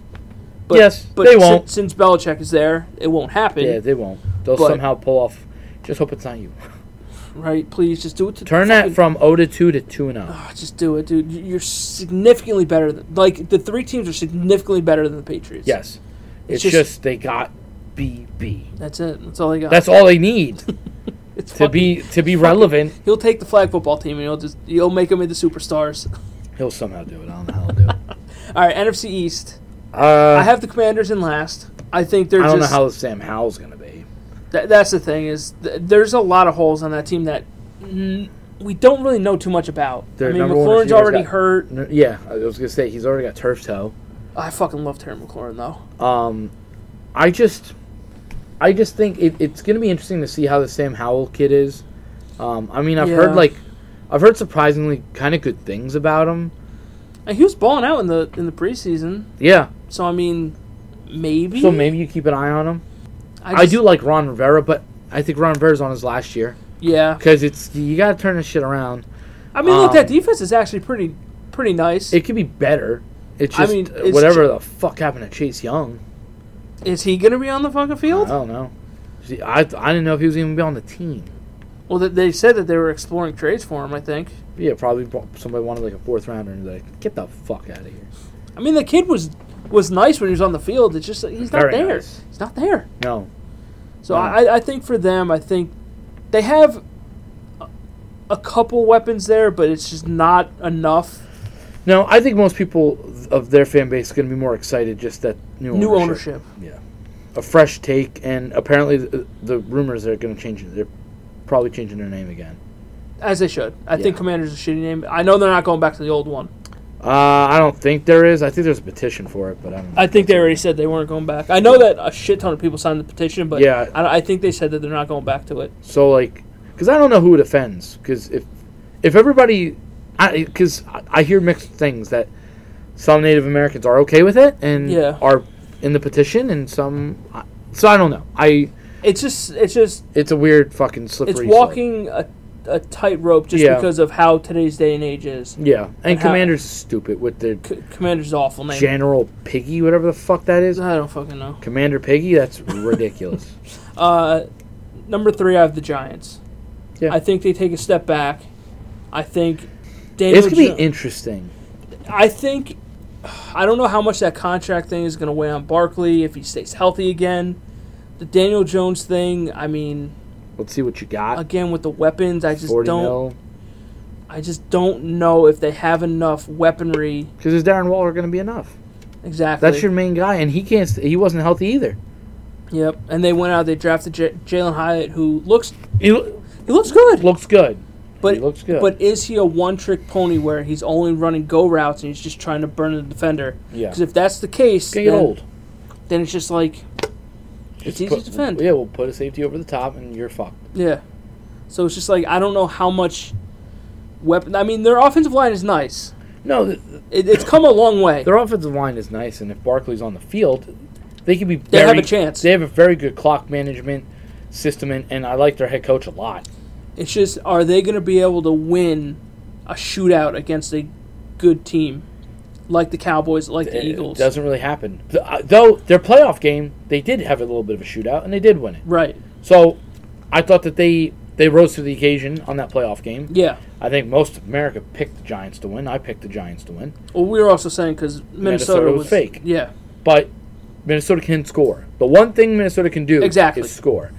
[SPEAKER 2] But,
[SPEAKER 1] Yes,
[SPEAKER 2] but
[SPEAKER 1] they
[SPEAKER 2] sin-
[SPEAKER 1] won't.
[SPEAKER 2] Since, Belichick is there, it won't happen.
[SPEAKER 1] yeah they won't. They'll
[SPEAKER 2] But-
[SPEAKER 1] somehow pull off. Just hope it's not you.
[SPEAKER 2] right? Please just do it. To
[SPEAKER 1] Turn that
[SPEAKER 2] fucking-
[SPEAKER 1] from 0 to 2 to 2 and 0.
[SPEAKER 2] Ah, just do it, dude. You- You're significantly better. Than, like the three teams are significantly better than the Patriots.
[SPEAKER 1] Yes. It's,
[SPEAKER 2] just-
[SPEAKER 1] just, they got BB.
[SPEAKER 2] that's it. That's all they got.
[SPEAKER 1] That's all they need
[SPEAKER 2] it's
[SPEAKER 1] to
[SPEAKER 2] fucking-
[SPEAKER 1] be to be relevant.
[SPEAKER 2] He'll take the flag football team and he'll just he'll make them into superstars.
[SPEAKER 1] He'll somehow do it. I don't know how he'll do it.
[SPEAKER 2] All right, NFC East.
[SPEAKER 1] Uh,
[SPEAKER 2] I have the Commanders in last. I think they're
[SPEAKER 1] I don't
[SPEAKER 2] just
[SPEAKER 1] know how Sam Howell's going to be.
[SPEAKER 2] tha- that's the thing is th- there's a lot of holes on that team that mm, we don't really know too much about.
[SPEAKER 1] Their
[SPEAKER 2] I mean,
[SPEAKER 1] number one
[SPEAKER 2] McLaurin's
[SPEAKER 1] receiver's
[SPEAKER 2] already
[SPEAKER 1] got-
[SPEAKER 2] hurt.
[SPEAKER 1] N- Yeah, I was going to say he's already got turf toe.
[SPEAKER 2] I fucking love Terry McLaurin though.
[SPEAKER 1] Um, I just, I just think it, it's going to be interesting to see how the Sam Howell kid is. Um, I mean, I've
[SPEAKER 2] Yeah.
[SPEAKER 1] heard like, I've heard surprisingly kind of good things about him.
[SPEAKER 2] And he was balling out in the in the preseason,
[SPEAKER 1] Yeah,
[SPEAKER 2] so I mean, maybe.
[SPEAKER 1] so maybe you keep an eye on him. I,
[SPEAKER 2] just-
[SPEAKER 1] do like Ron Rivera, but I think Ron Rivera's on his last year
[SPEAKER 2] Yeah,
[SPEAKER 1] because it's you got to turn this shit around.
[SPEAKER 2] I mean, look,
[SPEAKER 1] Um,
[SPEAKER 2] that defense is actually pretty pretty nice.
[SPEAKER 1] It could be better. It's
[SPEAKER 2] I
[SPEAKER 1] just
[SPEAKER 2] mean, it's
[SPEAKER 1] whatever the fuck happened to Chase Young.
[SPEAKER 2] Is he gonna be on the fucking
[SPEAKER 1] I
[SPEAKER 2] field?
[SPEAKER 1] don't know. See, I I didn't know if he was even gonna be on the team.
[SPEAKER 2] Well, th- they said that they were exploring trades for him. I think.
[SPEAKER 1] Yeah, probably bo- somebody wanted like a fourth rounder and they're like, get the fuck out of here.
[SPEAKER 2] I mean, the kid was was nice when he was on the field. It's just that he's not
[SPEAKER 1] Very
[SPEAKER 2] there.
[SPEAKER 1] nice.
[SPEAKER 2] He's not there.
[SPEAKER 1] No,
[SPEAKER 2] So
[SPEAKER 1] No.
[SPEAKER 2] I, I think for them, I think they have a- a couple weapons there, but it's just not enough.
[SPEAKER 1] No, I think most people of their fan base are going to be more excited just that new ownership.
[SPEAKER 2] New ownership.
[SPEAKER 1] a fresh take, and apparently the, the rumors they're going to change. it. They're probably changing their name again.
[SPEAKER 2] As they should. I think
[SPEAKER 1] Yeah.
[SPEAKER 2] Commander's a shitty name. I know they're not going back to the old one.
[SPEAKER 1] Uh, I don't think there is. I think there's a petition for it, but I don't.
[SPEAKER 2] I think they already said they weren't going back. I know that a shit ton of people signed the petition, but
[SPEAKER 1] Yeah.
[SPEAKER 2] I, don't- I think they said that they're not going back to it.
[SPEAKER 1] so like, because I don't know who it offends. Because if if everybody, I because I, I hear mixed things that some Native Americans are okay with it and
[SPEAKER 2] Yeah.
[SPEAKER 1] are in the petition, and some. I- So I don't know. I
[SPEAKER 2] It's just it's just
[SPEAKER 1] it's a weird fucking slippery.
[SPEAKER 2] it's
[SPEAKER 1] slope.
[SPEAKER 2] walking a, a tightrope just
[SPEAKER 1] Yeah.
[SPEAKER 2] because of how today's day and age is.
[SPEAKER 1] Yeah, and,
[SPEAKER 2] And how-
[SPEAKER 1] Commander's is stupid with the
[SPEAKER 2] C- Commander's an awful name.
[SPEAKER 1] General Piggy, whatever the fuck that is.
[SPEAKER 2] I don't fucking know.
[SPEAKER 1] Commander Piggy, that's ridiculous.
[SPEAKER 2] Uh, number three, I have the Giants.
[SPEAKER 1] Yeah.
[SPEAKER 2] I think they take a step back. I think Daniel.
[SPEAKER 1] it's gonna
[SPEAKER 2] Jo-
[SPEAKER 1] be interesting.
[SPEAKER 2] I think I don't know how much that contract thing is going to weigh on Barkley if he stays healthy again. The Daniel Jones thing. I mean,
[SPEAKER 1] Let's see what you got.
[SPEAKER 2] again with the weapons, I just
[SPEAKER 1] Forty
[SPEAKER 2] don't.
[SPEAKER 1] mil.
[SPEAKER 2] I just don't know if they have enough weaponry.
[SPEAKER 1] Because is Darren Waller gonna be enough?
[SPEAKER 2] Exactly.
[SPEAKER 1] That's your main guy, and he can't. st- He wasn't healthy either.
[SPEAKER 2] Yep. And they went out. They drafted J- Jalen Hyatt, who looks
[SPEAKER 1] He lo-
[SPEAKER 2] he looks good.
[SPEAKER 1] looks good.
[SPEAKER 2] But
[SPEAKER 1] he looks good.
[SPEAKER 2] But is he a one-trick pony where he's only running go routes and he's just trying to burn the defender?
[SPEAKER 1] Yeah.
[SPEAKER 2] Because if that's the case,
[SPEAKER 1] gonna get
[SPEAKER 2] then,
[SPEAKER 1] old.
[SPEAKER 2] then it's just like it's easy
[SPEAKER 1] Put-
[SPEAKER 2] to defend.
[SPEAKER 1] Yeah, we'll put a safety over the top, and you're fucked.
[SPEAKER 2] Yeah. So it's just like I don't know how much weapon. I mean, their offensive line is nice.
[SPEAKER 1] No, th-
[SPEAKER 2] It, it's come a long way.
[SPEAKER 1] their offensive line is nice, and if Barkley's on the field, they could be.
[SPEAKER 2] They have
[SPEAKER 1] very-
[SPEAKER 2] a chance.
[SPEAKER 1] They have a very good clock management system, and, and I like their head coach a lot.
[SPEAKER 2] It's just are they going to be able to win a shootout against a good team like the Cowboys, like the
[SPEAKER 1] it
[SPEAKER 2] Eagles?
[SPEAKER 1] doesn't really happen. Th- uh, Though their playoff game, they did have a little bit of a shootout and they did win it.
[SPEAKER 2] Right.
[SPEAKER 1] So I thought that they they rose to the occasion on that playoff game.
[SPEAKER 2] Yeah.
[SPEAKER 1] I think most of America picked the Giants to win. I picked the Giants to win,
[SPEAKER 2] Well, we were also saying because Minnesota,
[SPEAKER 1] Minnesota was fake.
[SPEAKER 2] Yeah.
[SPEAKER 1] but Minnesota can score. The one thing Minnesota can do
[SPEAKER 2] Exactly.
[SPEAKER 1] is score.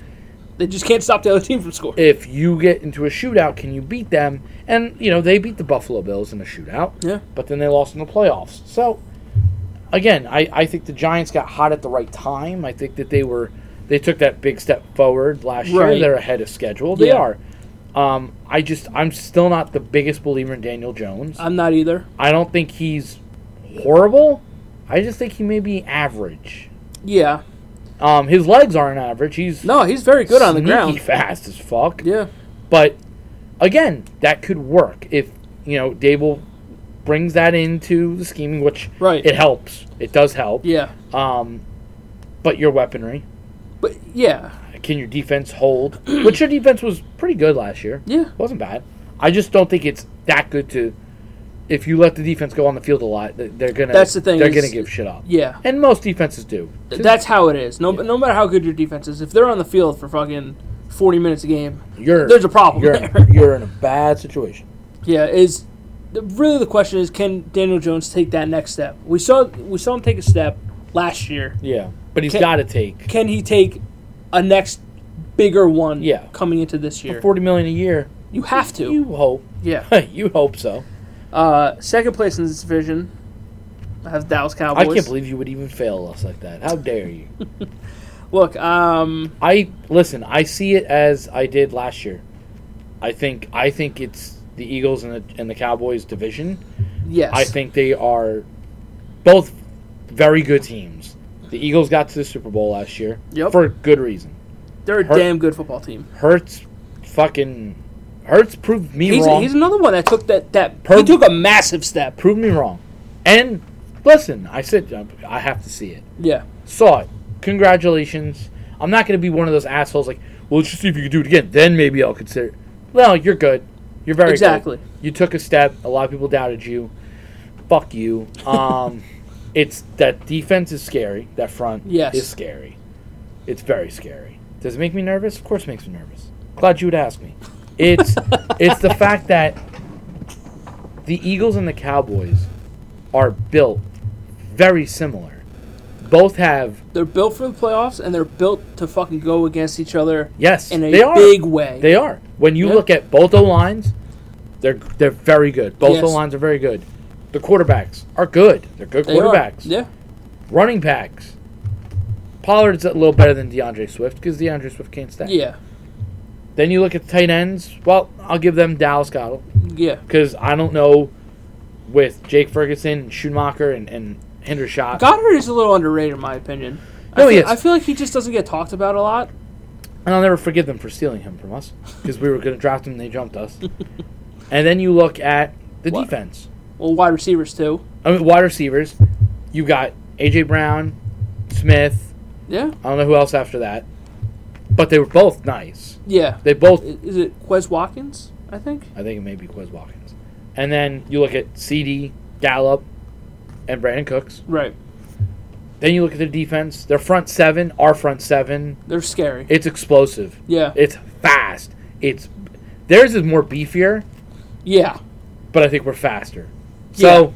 [SPEAKER 2] They just can't stop the other team from scoring.
[SPEAKER 1] If you get into a shootout, can you beat them? And you know they beat the Buffalo Bills in a shootout.
[SPEAKER 2] Yeah.
[SPEAKER 1] but then they lost in the playoffs. So again, I, I think the Giants got hot at the right time. I think that they were they took that big step forward last
[SPEAKER 2] Right.
[SPEAKER 1] year. They're ahead of schedule. They
[SPEAKER 2] Yeah.
[SPEAKER 1] are. Um, I just I'm still not the biggest believer in Daniel Jones.
[SPEAKER 2] I'm not either.
[SPEAKER 1] I don't think he's horrible. I just think he may be average.
[SPEAKER 2] Yeah.
[SPEAKER 1] Um, his legs aren't average. He's
[SPEAKER 2] No, he's very good on the
[SPEAKER 1] sneaky
[SPEAKER 2] ground.
[SPEAKER 1] fast as fuck.
[SPEAKER 2] Yeah.
[SPEAKER 1] But again, that could work if you know Dable brings that into the scheming, which
[SPEAKER 2] Right.
[SPEAKER 1] it helps. It does help.
[SPEAKER 2] Yeah.
[SPEAKER 1] Um, but your weaponry,
[SPEAKER 2] But yeah.
[SPEAKER 1] can your defense hold? which your defense was pretty good last year.
[SPEAKER 2] Yeah.
[SPEAKER 1] wasn't bad. I just don't think it's that good to. If you let the defense go on the field a lot, th- they're gonna.
[SPEAKER 2] That's the thing
[SPEAKER 1] They're
[SPEAKER 2] is-
[SPEAKER 1] gonna give shit up.
[SPEAKER 2] Yeah.
[SPEAKER 1] And most defenses do.
[SPEAKER 2] That's how it is. No, no matter how good your defense is, if they're on the field for fucking 40 minutes a game.
[SPEAKER 3] You're
[SPEAKER 2] There's a problem
[SPEAKER 3] You're,
[SPEAKER 2] there.
[SPEAKER 3] you're in a bad situation.
[SPEAKER 2] Yeah, is the, really the question is can Daniel Jones take that next step? We saw we saw him take a step last year.
[SPEAKER 3] Yeah,
[SPEAKER 1] But he's
[SPEAKER 2] Can-
[SPEAKER 1] got to take
[SPEAKER 2] Can he take a next bigger one
[SPEAKER 3] Yeah.
[SPEAKER 2] coming into this year?
[SPEAKER 1] forty million a year.
[SPEAKER 2] you have
[SPEAKER 1] You
[SPEAKER 2] to.
[SPEAKER 1] hope.
[SPEAKER 2] Yeah.
[SPEAKER 3] you hope so.
[SPEAKER 2] Uh, second place in this division. I have Dallas
[SPEAKER 1] I
[SPEAKER 2] Cowboys.
[SPEAKER 1] can't believe you would even fail us like that. How dare you?
[SPEAKER 2] Look, um,
[SPEAKER 1] I listen. I see it as I did last year. I think. I think it's the Eagles and the and the Cowboys division.
[SPEAKER 2] yes.
[SPEAKER 1] I think they are both very good teams. The Eagles got to the Super Bowl last year
[SPEAKER 2] Yep.
[SPEAKER 1] for good reason.
[SPEAKER 2] they're a
[SPEAKER 1] Hurt-
[SPEAKER 2] damn good football team.
[SPEAKER 1] Hurts, fucking Hurts proved me
[SPEAKER 2] He's,
[SPEAKER 1] wrong.
[SPEAKER 2] he's another one that took that that he
[SPEAKER 1] Per-
[SPEAKER 2] took a massive step.
[SPEAKER 1] proved me wrong. And listen, I said I have to see it.
[SPEAKER 2] Yeah.
[SPEAKER 1] Saw it. Congratulations. I'm not going to be one of those assholes like, well, let's just see if you can do it again. Then maybe I'll consider. No, you're good. You're very good.
[SPEAKER 2] Exactly.
[SPEAKER 1] You took a step. A lot of people doubted you. Fuck you. Um, it's that defense is scary. That front
[SPEAKER 2] Yes.
[SPEAKER 1] is scary. It's very scary. Does it make me nervous? Of course, it makes me nervous. Glad you would ask me. It's it's the fact that the Eagles and the Cowboys are built very similar. Both have
[SPEAKER 2] They're built for the playoffs and they're built to fucking go against each other
[SPEAKER 1] yes,
[SPEAKER 2] in a
[SPEAKER 1] they are
[SPEAKER 2] big way.
[SPEAKER 1] They are. When you
[SPEAKER 2] Yep.
[SPEAKER 1] look at both O lines, they're they're very good. Both
[SPEAKER 2] Yes.
[SPEAKER 1] O lines are very good. The quarterbacks are good. They're good
[SPEAKER 2] They are.
[SPEAKER 1] quarterbacks.
[SPEAKER 2] Yeah.
[SPEAKER 1] Running backs. Pollard's a little better than DeAndre Swift because DeAndre Swift can't stand.
[SPEAKER 2] Yeah.
[SPEAKER 1] Then you look at the tight ends. Well, I'll give them Dallas Goddard
[SPEAKER 2] Yeah.
[SPEAKER 1] because I don't know with Jake Ferguson and Schumacher and, and Hendershot.
[SPEAKER 2] Goddard is a little underrated, in my opinion. I
[SPEAKER 1] No,
[SPEAKER 2] feel,
[SPEAKER 1] he is.
[SPEAKER 2] I feel like he just doesn't get talked about a lot.
[SPEAKER 1] And I'll never forgive them for stealing him from us because we were going to draft him and they jumped us. and then you look at the
[SPEAKER 2] What?
[SPEAKER 1] defense.
[SPEAKER 2] Well, wide receivers too.
[SPEAKER 1] I mean, wide receivers. You got AJ Brown, Smith.
[SPEAKER 2] Yeah.
[SPEAKER 1] I don't know who else after that, but they were both nice.
[SPEAKER 2] Yeah.
[SPEAKER 1] They both.
[SPEAKER 2] I- Is it Quez Watkins? I think.
[SPEAKER 1] I think it may be Quiz Watkins, and then you look at CD Gallup and Brandon Cooks.
[SPEAKER 2] Right.
[SPEAKER 1] Then you look at their defense. Their front seven, our front seven,
[SPEAKER 2] They're scary.
[SPEAKER 1] it's explosive.
[SPEAKER 2] yeah.
[SPEAKER 1] It's fast. It's theirs is more beefier,
[SPEAKER 2] yeah.
[SPEAKER 1] but I think we're faster. So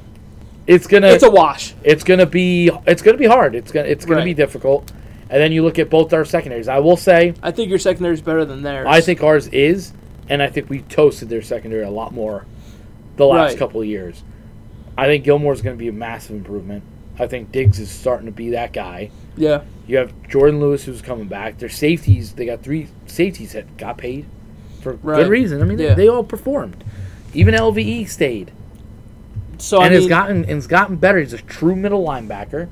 [SPEAKER 1] it's gonna
[SPEAKER 2] It's a wash.
[SPEAKER 1] it's gonna be it's gonna be hard. It's gonna it's gonna be
[SPEAKER 2] Right.
[SPEAKER 1] difficult. And then you look at both our secondaries. I will say,
[SPEAKER 2] I think your secondary is better than theirs.
[SPEAKER 1] I think ours is, and I think we toasted their secondary a lot more the last
[SPEAKER 2] Right.
[SPEAKER 1] couple of years. I think Gilmore's going to be a massive improvement. I think Diggs is starting to be that guy.
[SPEAKER 2] Yeah.
[SPEAKER 1] You have Jordan Lewis who's coming back. Their safeties, they got three safeties that got paid for
[SPEAKER 2] Right.
[SPEAKER 1] good reason. I mean, they-
[SPEAKER 2] Yeah.
[SPEAKER 1] they, all performed. Even LVE stayed,
[SPEAKER 2] So
[SPEAKER 1] and
[SPEAKER 2] I
[SPEAKER 1] it's
[SPEAKER 2] mean,
[SPEAKER 1] gotten and it's gotten better. He's a true middle linebacker.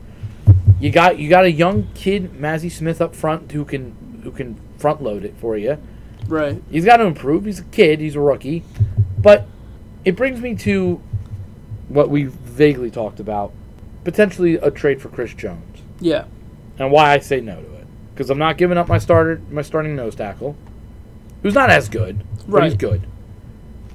[SPEAKER 1] You got you got a young kid, Mazzy Smith, up front who can who can front load it for you.
[SPEAKER 2] right.
[SPEAKER 1] He's got to improve. He's a kid. He's a rookie. But it brings me to what we vaguely talked about potentially a trade for Chris Jones
[SPEAKER 2] Yeah.
[SPEAKER 1] and why I say no to it. Because I'm not giving up my starter, my starting nose tackle, who's not as good, but he's
[SPEAKER 2] Right.
[SPEAKER 1] good.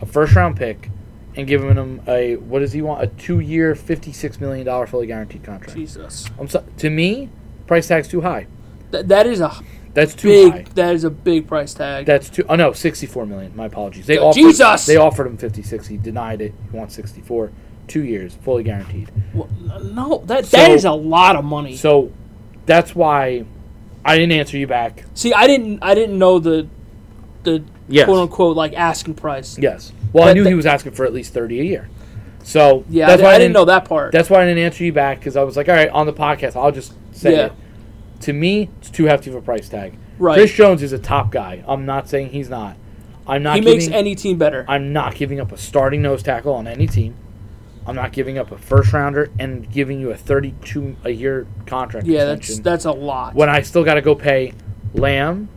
[SPEAKER 1] A first round pick and giving him a what does he want? A two year, fifty six million dollar fully guaranteed contract.
[SPEAKER 2] Jesus.
[SPEAKER 1] I'm so, to me, price tag's too high.
[SPEAKER 2] Th- that is a
[SPEAKER 1] That's too
[SPEAKER 2] big.
[SPEAKER 1] high.
[SPEAKER 2] That is a big price tag.
[SPEAKER 1] That's two. Oh no, sixty-four million. My apologies. They
[SPEAKER 2] Oh,
[SPEAKER 1] offered,
[SPEAKER 2] Jesus!
[SPEAKER 1] They offered him fifty-six. He denied it. He wants sixty-four. Two years, fully guaranteed.
[SPEAKER 2] Well, no. That that
[SPEAKER 1] So-
[SPEAKER 2] is a lot of money.
[SPEAKER 1] So that's why I didn't answer you back.
[SPEAKER 2] See, I didn't. I didn't know the the
[SPEAKER 1] Yes.
[SPEAKER 2] quote unquote like asking price.
[SPEAKER 1] Yes. Well, I
[SPEAKER 2] But
[SPEAKER 1] knew
[SPEAKER 2] the-
[SPEAKER 1] he was asking for at least thirty a year. So
[SPEAKER 2] Yeah,
[SPEAKER 1] that's
[SPEAKER 2] I,
[SPEAKER 1] why
[SPEAKER 2] I didn't know that part.
[SPEAKER 1] That's why I didn't answer you back because I was like, all right, on the podcast, I'll just say
[SPEAKER 2] Yeah.
[SPEAKER 1] it. To me, it's too hefty of a price tag.
[SPEAKER 2] Right.
[SPEAKER 1] Chris Jones is a top guy. I'm not saying he's not. I'm not.
[SPEAKER 2] he
[SPEAKER 1] giving,
[SPEAKER 2] makes any team better.
[SPEAKER 1] I'm not giving up a starting nose tackle on any team. I'm not giving up a first rounder and giving you a 32 a year contract.
[SPEAKER 2] yeah, that's
[SPEAKER 1] extension
[SPEAKER 2] that's a lot.
[SPEAKER 1] when I still got to go pay Lamb.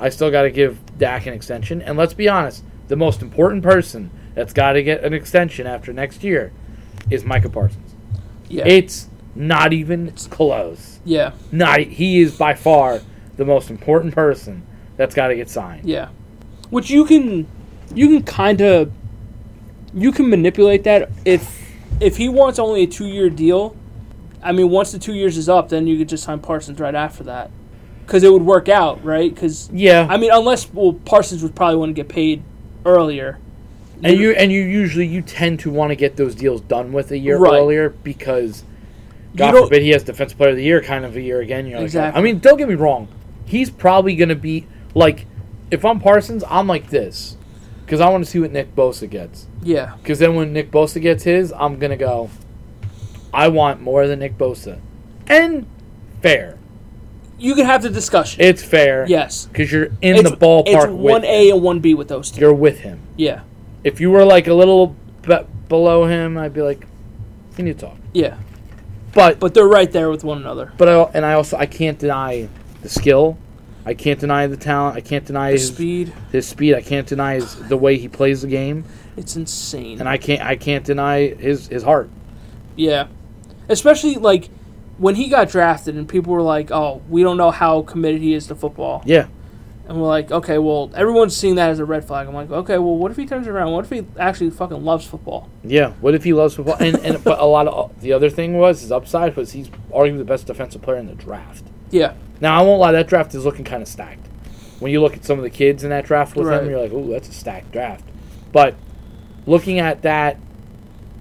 [SPEAKER 1] I still got to give Dak an extension. And let's be honest, the most important person that's got to get an extension after next year is Micah Parsons.
[SPEAKER 2] yeah,
[SPEAKER 1] It's not even close.
[SPEAKER 2] yeah,
[SPEAKER 1] Not e, he is by far the most important person that's got to get signed.
[SPEAKER 2] yeah. Which you can you can kind of you can manipulate that if if he wants only a two year deal. I mean, once the two years is up, then you could just sign Parsons right after that. because it would work out, right? Because
[SPEAKER 1] Yeah,
[SPEAKER 2] I mean, unless well, Parsons would probably want to get paid earlier.
[SPEAKER 1] and you and you usually you tend to want to get those deals done with a year
[SPEAKER 2] Right.
[SPEAKER 1] earlier because God
[SPEAKER 2] don't-
[SPEAKER 1] forbid he has Defensive Player of the Year kind of a year again. You're like, "Oh,"
[SPEAKER 2] Exactly.
[SPEAKER 1] I mean, don't get me wrong, he's probably going to be like, if I'm Parsons, I'm like this because I want to see what Nick Bosa gets.
[SPEAKER 2] Yeah,
[SPEAKER 1] Because then when Nick Bosa gets his, I'm gonna go. I want more than Nick Bosa, and fair.
[SPEAKER 2] you could have the discussion.
[SPEAKER 1] It's fair.
[SPEAKER 2] yes,
[SPEAKER 1] Because you're in
[SPEAKER 2] it's,
[SPEAKER 1] the ballpark.
[SPEAKER 2] It's
[SPEAKER 1] with
[SPEAKER 2] one A
[SPEAKER 1] him.
[SPEAKER 2] and one B with those two.
[SPEAKER 1] You're with him.
[SPEAKER 2] Yeah,
[SPEAKER 1] If you were like a little be- below him, I'd be like, you need to talk.
[SPEAKER 2] yeah,
[SPEAKER 1] But
[SPEAKER 2] but they're right there with one another.
[SPEAKER 1] but I and I also I can't deny the skill. I can't deny the talent. I can't deny
[SPEAKER 2] The
[SPEAKER 1] his speed.
[SPEAKER 2] speed,
[SPEAKER 1] his speed. I can't deny his the way he plays the game,
[SPEAKER 2] it's insane.
[SPEAKER 1] and I can't I can't deny his his heart.
[SPEAKER 2] Yeah. Especially like when he got drafted and people were like, "Oh, we don't know how committed he is to football."
[SPEAKER 1] Yeah.
[SPEAKER 2] And we're like, "Okay, well, everyone's seeing that as a red flag." I'm like, "Okay, well, what if he turns around? What if he actually fucking loves football?"
[SPEAKER 1] Yeah. What if he loves football? And, and but a lot of the other thing was his upside was he's arguably the best defensive player in the draft.
[SPEAKER 2] Yeah.
[SPEAKER 1] Now I won't lie, that draft is looking kind of stacked. When you look at some of the kids in that draft with
[SPEAKER 2] Right.
[SPEAKER 1] him, you're like, "Ooh, that's a stacked draft." But looking at that,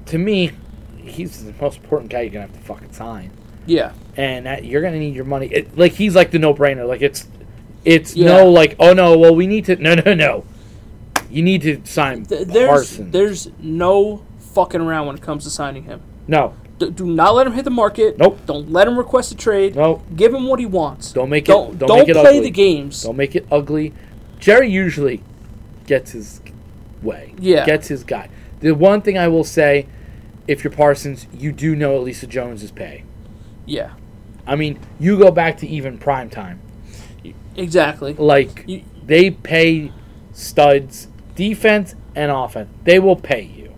[SPEAKER 1] to me, he's the most important guy you're gonna have to fucking sign,
[SPEAKER 2] Yeah.
[SPEAKER 1] and that, you're gonna need your money. It, like he's like the no-brainer. Like it's, it's
[SPEAKER 2] Yeah.
[SPEAKER 1] no like, oh no, well we need to no no no, you need to sign
[SPEAKER 2] Th- there's
[SPEAKER 1] Parsons.
[SPEAKER 2] there's no fucking around when it comes to signing him.
[SPEAKER 1] no,
[SPEAKER 2] D- do not let him hit the market.
[SPEAKER 1] Nope.
[SPEAKER 2] Don't let him request a trade.
[SPEAKER 1] no,
[SPEAKER 2] Give him what he wants.
[SPEAKER 1] Don't make it-
[SPEAKER 2] Don't,
[SPEAKER 1] don't
[SPEAKER 2] don't
[SPEAKER 1] make it
[SPEAKER 2] play
[SPEAKER 1] ugly.
[SPEAKER 2] the games.
[SPEAKER 1] Don't make it ugly. Jerry usually gets his way.
[SPEAKER 2] Yeah.
[SPEAKER 1] Gets his guy. The one thing I will say, if you're Parsons, you do know Elisa Jones is pay.
[SPEAKER 2] Yeah.
[SPEAKER 1] I mean, you go back to even prime time.
[SPEAKER 2] Exactly.
[SPEAKER 1] Like
[SPEAKER 2] You-
[SPEAKER 1] they pay studs, defense and offense. They will pay you.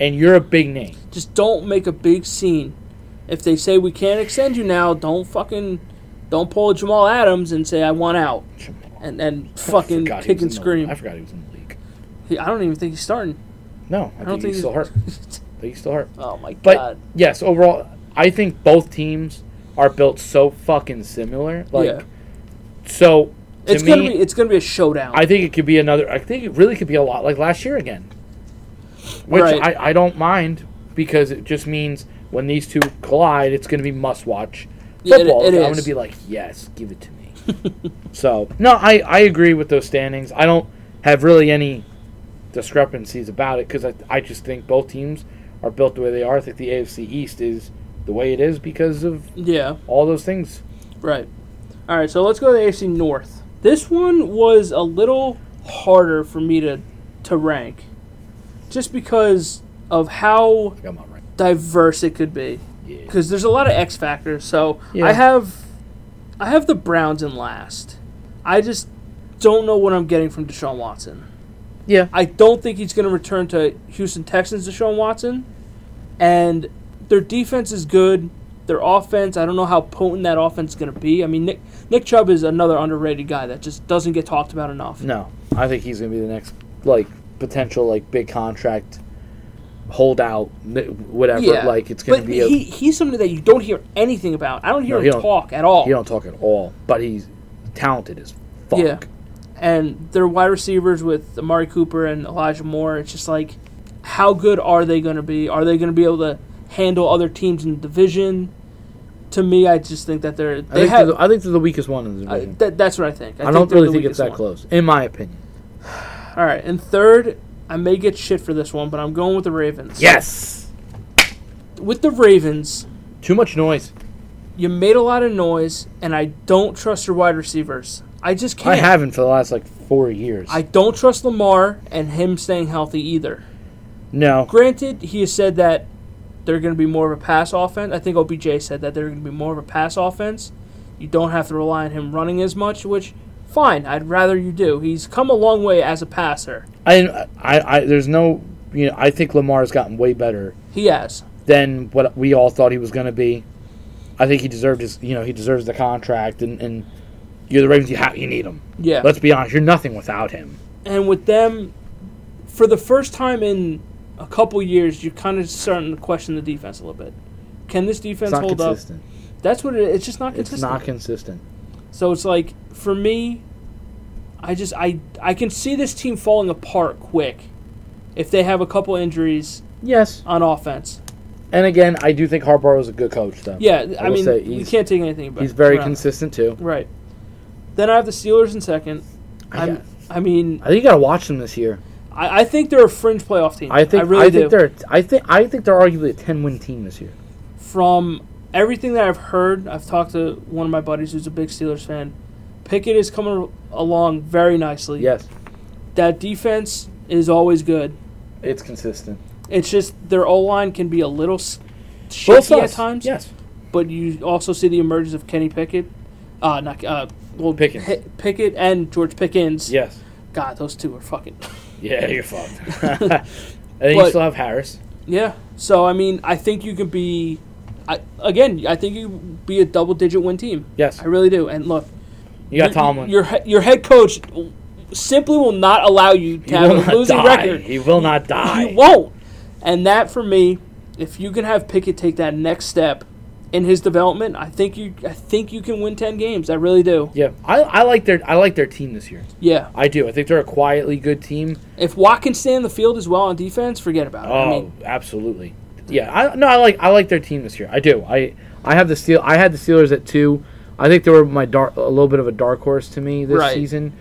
[SPEAKER 1] And you're a big name.
[SPEAKER 2] just don't make a big scene. If they say we can't extend you now, don't fucking don't pull a Jamal Adams and say I want out and and fucking
[SPEAKER 1] I forgot he
[SPEAKER 2] kick
[SPEAKER 1] was
[SPEAKER 2] and
[SPEAKER 1] in the-
[SPEAKER 2] scream.
[SPEAKER 1] I
[SPEAKER 2] I,
[SPEAKER 1] forgot he was in the league.
[SPEAKER 2] I don't even think he's starting.
[SPEAKER 1] No, I, think,
[SPEAKER 2] don't think
[SPEAKER 1] he's still
[SPEAKER 2] he's-
[SPEAKER 1] hurt. I think he's still hurt.
[SPEAKER 2] Oh my
[SPEAKER 1] But
[SPEAKER 2] god.
[SPEAKER 1] yes, overall, I think both teams are built so fucking similar. Like,
[SPEAKER 2] Yeah.
[SPEAKER 1] so to
[SPEAKER 2] It's
[SPEAKER 1] me,
[SPEAKER 2] gonna be it's gonna be a showdown.
[SPEAKER 1] I think it could be another. I think it really could be a lot like last year again, which
[SPEAKER 2] Right.
[SPEAKER 1] I, I don't mind because it just means when these two collide, it's gonna be must watch
[SPEAKER 2] Yeah, it-
[SPEAKER 1] football.
[SPEAKER 2] it
[SPEAKER 1] I'm
[SPEAKER 2] is.
[SPEAKER 1] gonna be like, yes, give it to me. so no, I I agree with those standings. I don't have really any discrepancies about it because I I just think both teams are built the way they are. I think the AFC East is the way it is because of
[SPEAKER 2] yeah.
[SPEAKER 1] all those things.
[SPEAKER 2] Right. All right. So let's go to the AFC North. This one was a little harder for me to to rank, just because of how
[SPEAKER 1] I got my right.
[SPEAKER 2] diverse it could be.
[SPEAKER 1] Yeah.
[SPEAKER 2] because there's a lot of X factors. So
[SPEAKER 1] Yeah.
[SPEAKER 2] I have, I have the Browns in last. I just don't know what I'm getting from Deshaun Watson.
[SPEAKER 1] Yeah.
[SPEAKER 2] I don't think he's going to return to Houston Texans Deshaun Watson, and their defense is good. Their offense, I don't know how potent that offense is going to be. I mean, Nick Nick Chubb is another underrated guy that just doesn't get talked about enough.
[SPEAKER 1] No, I think he's gonna be the next like potential like big contract holdout, n- whatever. Like it's gonna
[SPEAKER 2] but
[SPEAKER 1] be. A,
[SPEAKER 2] he, he's somebody that you don't hear anything about. I don't hear
[SPEAKER 1] No, he
[SPEAKER 2] him
[SPEAKER 1] don't-
[SPEAKER 2] talk at all.
[SPEAKER 1] he don't talk at all, but he's talented as fuck.
[SPEAKER 2] Yeah. and their wide receivers with Amari Cooper and Elijah Moore. It's just like, how good are they going to be? Are they going to be able to handle other teams in the division? To me, I just think that they're
[SPEAKER 1] I
[SPEAKER 2] they
[SPEAKER 1] think,
[SPEAKER 2] have.
[SPEAKER 1] they're the- I think they're the weakest one in the
[SPEAKER 2] I-
[SPEAKER 1] division.
[SPEAKER 2] that, that's what I think.
[SPEAKER 1] I, don't
[SPEAKER 2] they're
[SPEAKER 1] really
[SPEAKER 2] the
[SPEAKER 1] think it's that
[SPEAKER 2] weakest one.
[SPEAKER 1] close, in my opinion.
[SPEAKER 2] All right, and third, I may get shit for this one, but I'm going with the Ravens.
[SPEAKER 1] Yes.
[SPEAKER 2] with the Ravens,
[SPEAKER 1] Too much noise.
[SPEAKER 2] you made a lot of noise, and I don't trust your wide receivers. I just can't.
[SPEAKER 1] I haven't for the last like four years.
[SPEAKER 2] I don't trust Lamar and him staying healthy either.
[SPEAKER 1] no.
[SPEAKER 2] Granted, he has said that they're going to be more of a pass offense. I think OBJ said that they're going to be more of a pass offense. You don't have to rely on him running as much, which fine. I'd rather you do. He's come a long way as a passer.
[SPEAKER 1] I, I, I. There's no. You know. I think Lamar's gotten way better
[SPEAKER 2] He has.
[SPEAKER 1] than what we all thought he was going to be. I think he deserved his, you know, he deserves the contract, and, and you're the Ravens. You ha- you need him.
[SPEAKER 2] Yeah.
[SPEAKER 1] Let's be honest, you're nothing without him.
[SPEAKER 2] and with them, for the first time in a couple years, you're kind of starting to question the defense a little bit. Can this
[SPEAKER 1] It's
[SPEAKER 2] defense
[SPEAKER 1] not
[SPEAKER 2] hold
[SPEAKER 1] consistent.
[SPEAKER 2] up? That's what it is. It's just not
[SPEAKER 1] It's
[SPEAKER 2] consistent.
[SPEAKER 1] not consistent.
[SPEAKER 2] So it's like for me, I just I I can see this team falling apart quick if they have a couple injuries
[SPEAKER 1] Yes.
[SPEAKER 2] on offense.
[SPEAKER 1] And again, I do think Harbaugh is a good coach, though.
[SPEAKER 2] Yeah, I,
[SPEAKER 1] will
[SPEAKER 2] mean
[SPEAKER 1] say
[SPEAKER 2] you
[SPEAKER 1] he's-
[SPEAKER 2] can't take anything. Back
[SPEAKER 1] He's very
[SPEAKER 2] around.
[SPEAKER 1] consistent, too.
[SPEAKER 2] Right. Then I have the Steelers in second.
[SPEAKER 1] I,
[SPEAKER 2] I'm, I mean,
[SPEAKER 1] I think you got to watch them this year.
[SPEAKER 2] I, I think they're a fringe playoff team.
[SPEAKER 1] I think I,
[SPEAKER 2] really do.
[SPEAKER 1] think they're I think I think they're arguably a 10-win team this year.
[SPEAKER 2] From everything that I've heard, I've talked to one of my buddies who's a big Steelers fan. Pickett is coming along very nicely.
[SPEAKER 1] Yes.
[SPEAKER 2] That defense is always good.
[SPEAKER 1] It's consistent.
[SPEAKER 2] It's just their O line can be a little s-
[SPEAKER 1] Both
[SPEAKER 2] shaky at times.
[SPEAKER 1] Yes.
[SPEAKER 2] But you also see the emergence of Kenny Pickett, uh, not uh, well,
[SPEAKER 1] Pickens.
[SPEAKER 2] Pi- Pickett and George Pickens.
[SPEAKER 1] Yes.
[SPEAKER 2] God, those two are fucking.
[SPEAKER 1] Yeah, you're fucked. and then
[SPEAKER 2] But-
[SPEAKER 1] you still have Harris.
[SPEAKER 2] Yeah. So I mean, I think you can be, I, again, I think you can be a double-digit win team.
[SPEAKER 1] Yes.
[SPEAKER 2] I really do. And look,
[SPEAKER 1] You got
[SPEAKER 2] your-
[SPEAKER 1] Tomlin.
[SPEAKER 2] Your he- your head coach simply will not allow you to
[SPEAKER 1] he
[SPEAKER 2] have
[SPEAKER 1] will
[SPEAKER 2] a
[SPEAKER 1] not
[SPEAKER 2] losing
[SPEAKER 1] die.
[SPEAKER 2] record.
[SPEAKER 1] He will not die.
[SPEAKER 2] You won't. And that for me, if you can have Pickett take that next step in his development, I think you I think you can win ten games. I really do.
[SPEAKER 1] yeah, I, I like their I like their team this year.
[SPEAKER 2] Yeah.
[SPEAKER 1] I do. I think they're a quietly good team.
[SPEAKER 2] If Watt can stay on the field as well on defense, forget about it.
[SPEAKER 1] Oh,
[SPEAKER 2] I mean,
[SPEAKER 1] absolutely. Yeah, I no, I like I like their team this year. I do. I I have the steel. I had the Steelers at two. I think they were my dark, a little bit of a dark horse to me this
[SPEAKER 2] Right.
[SPEAKER 1] season.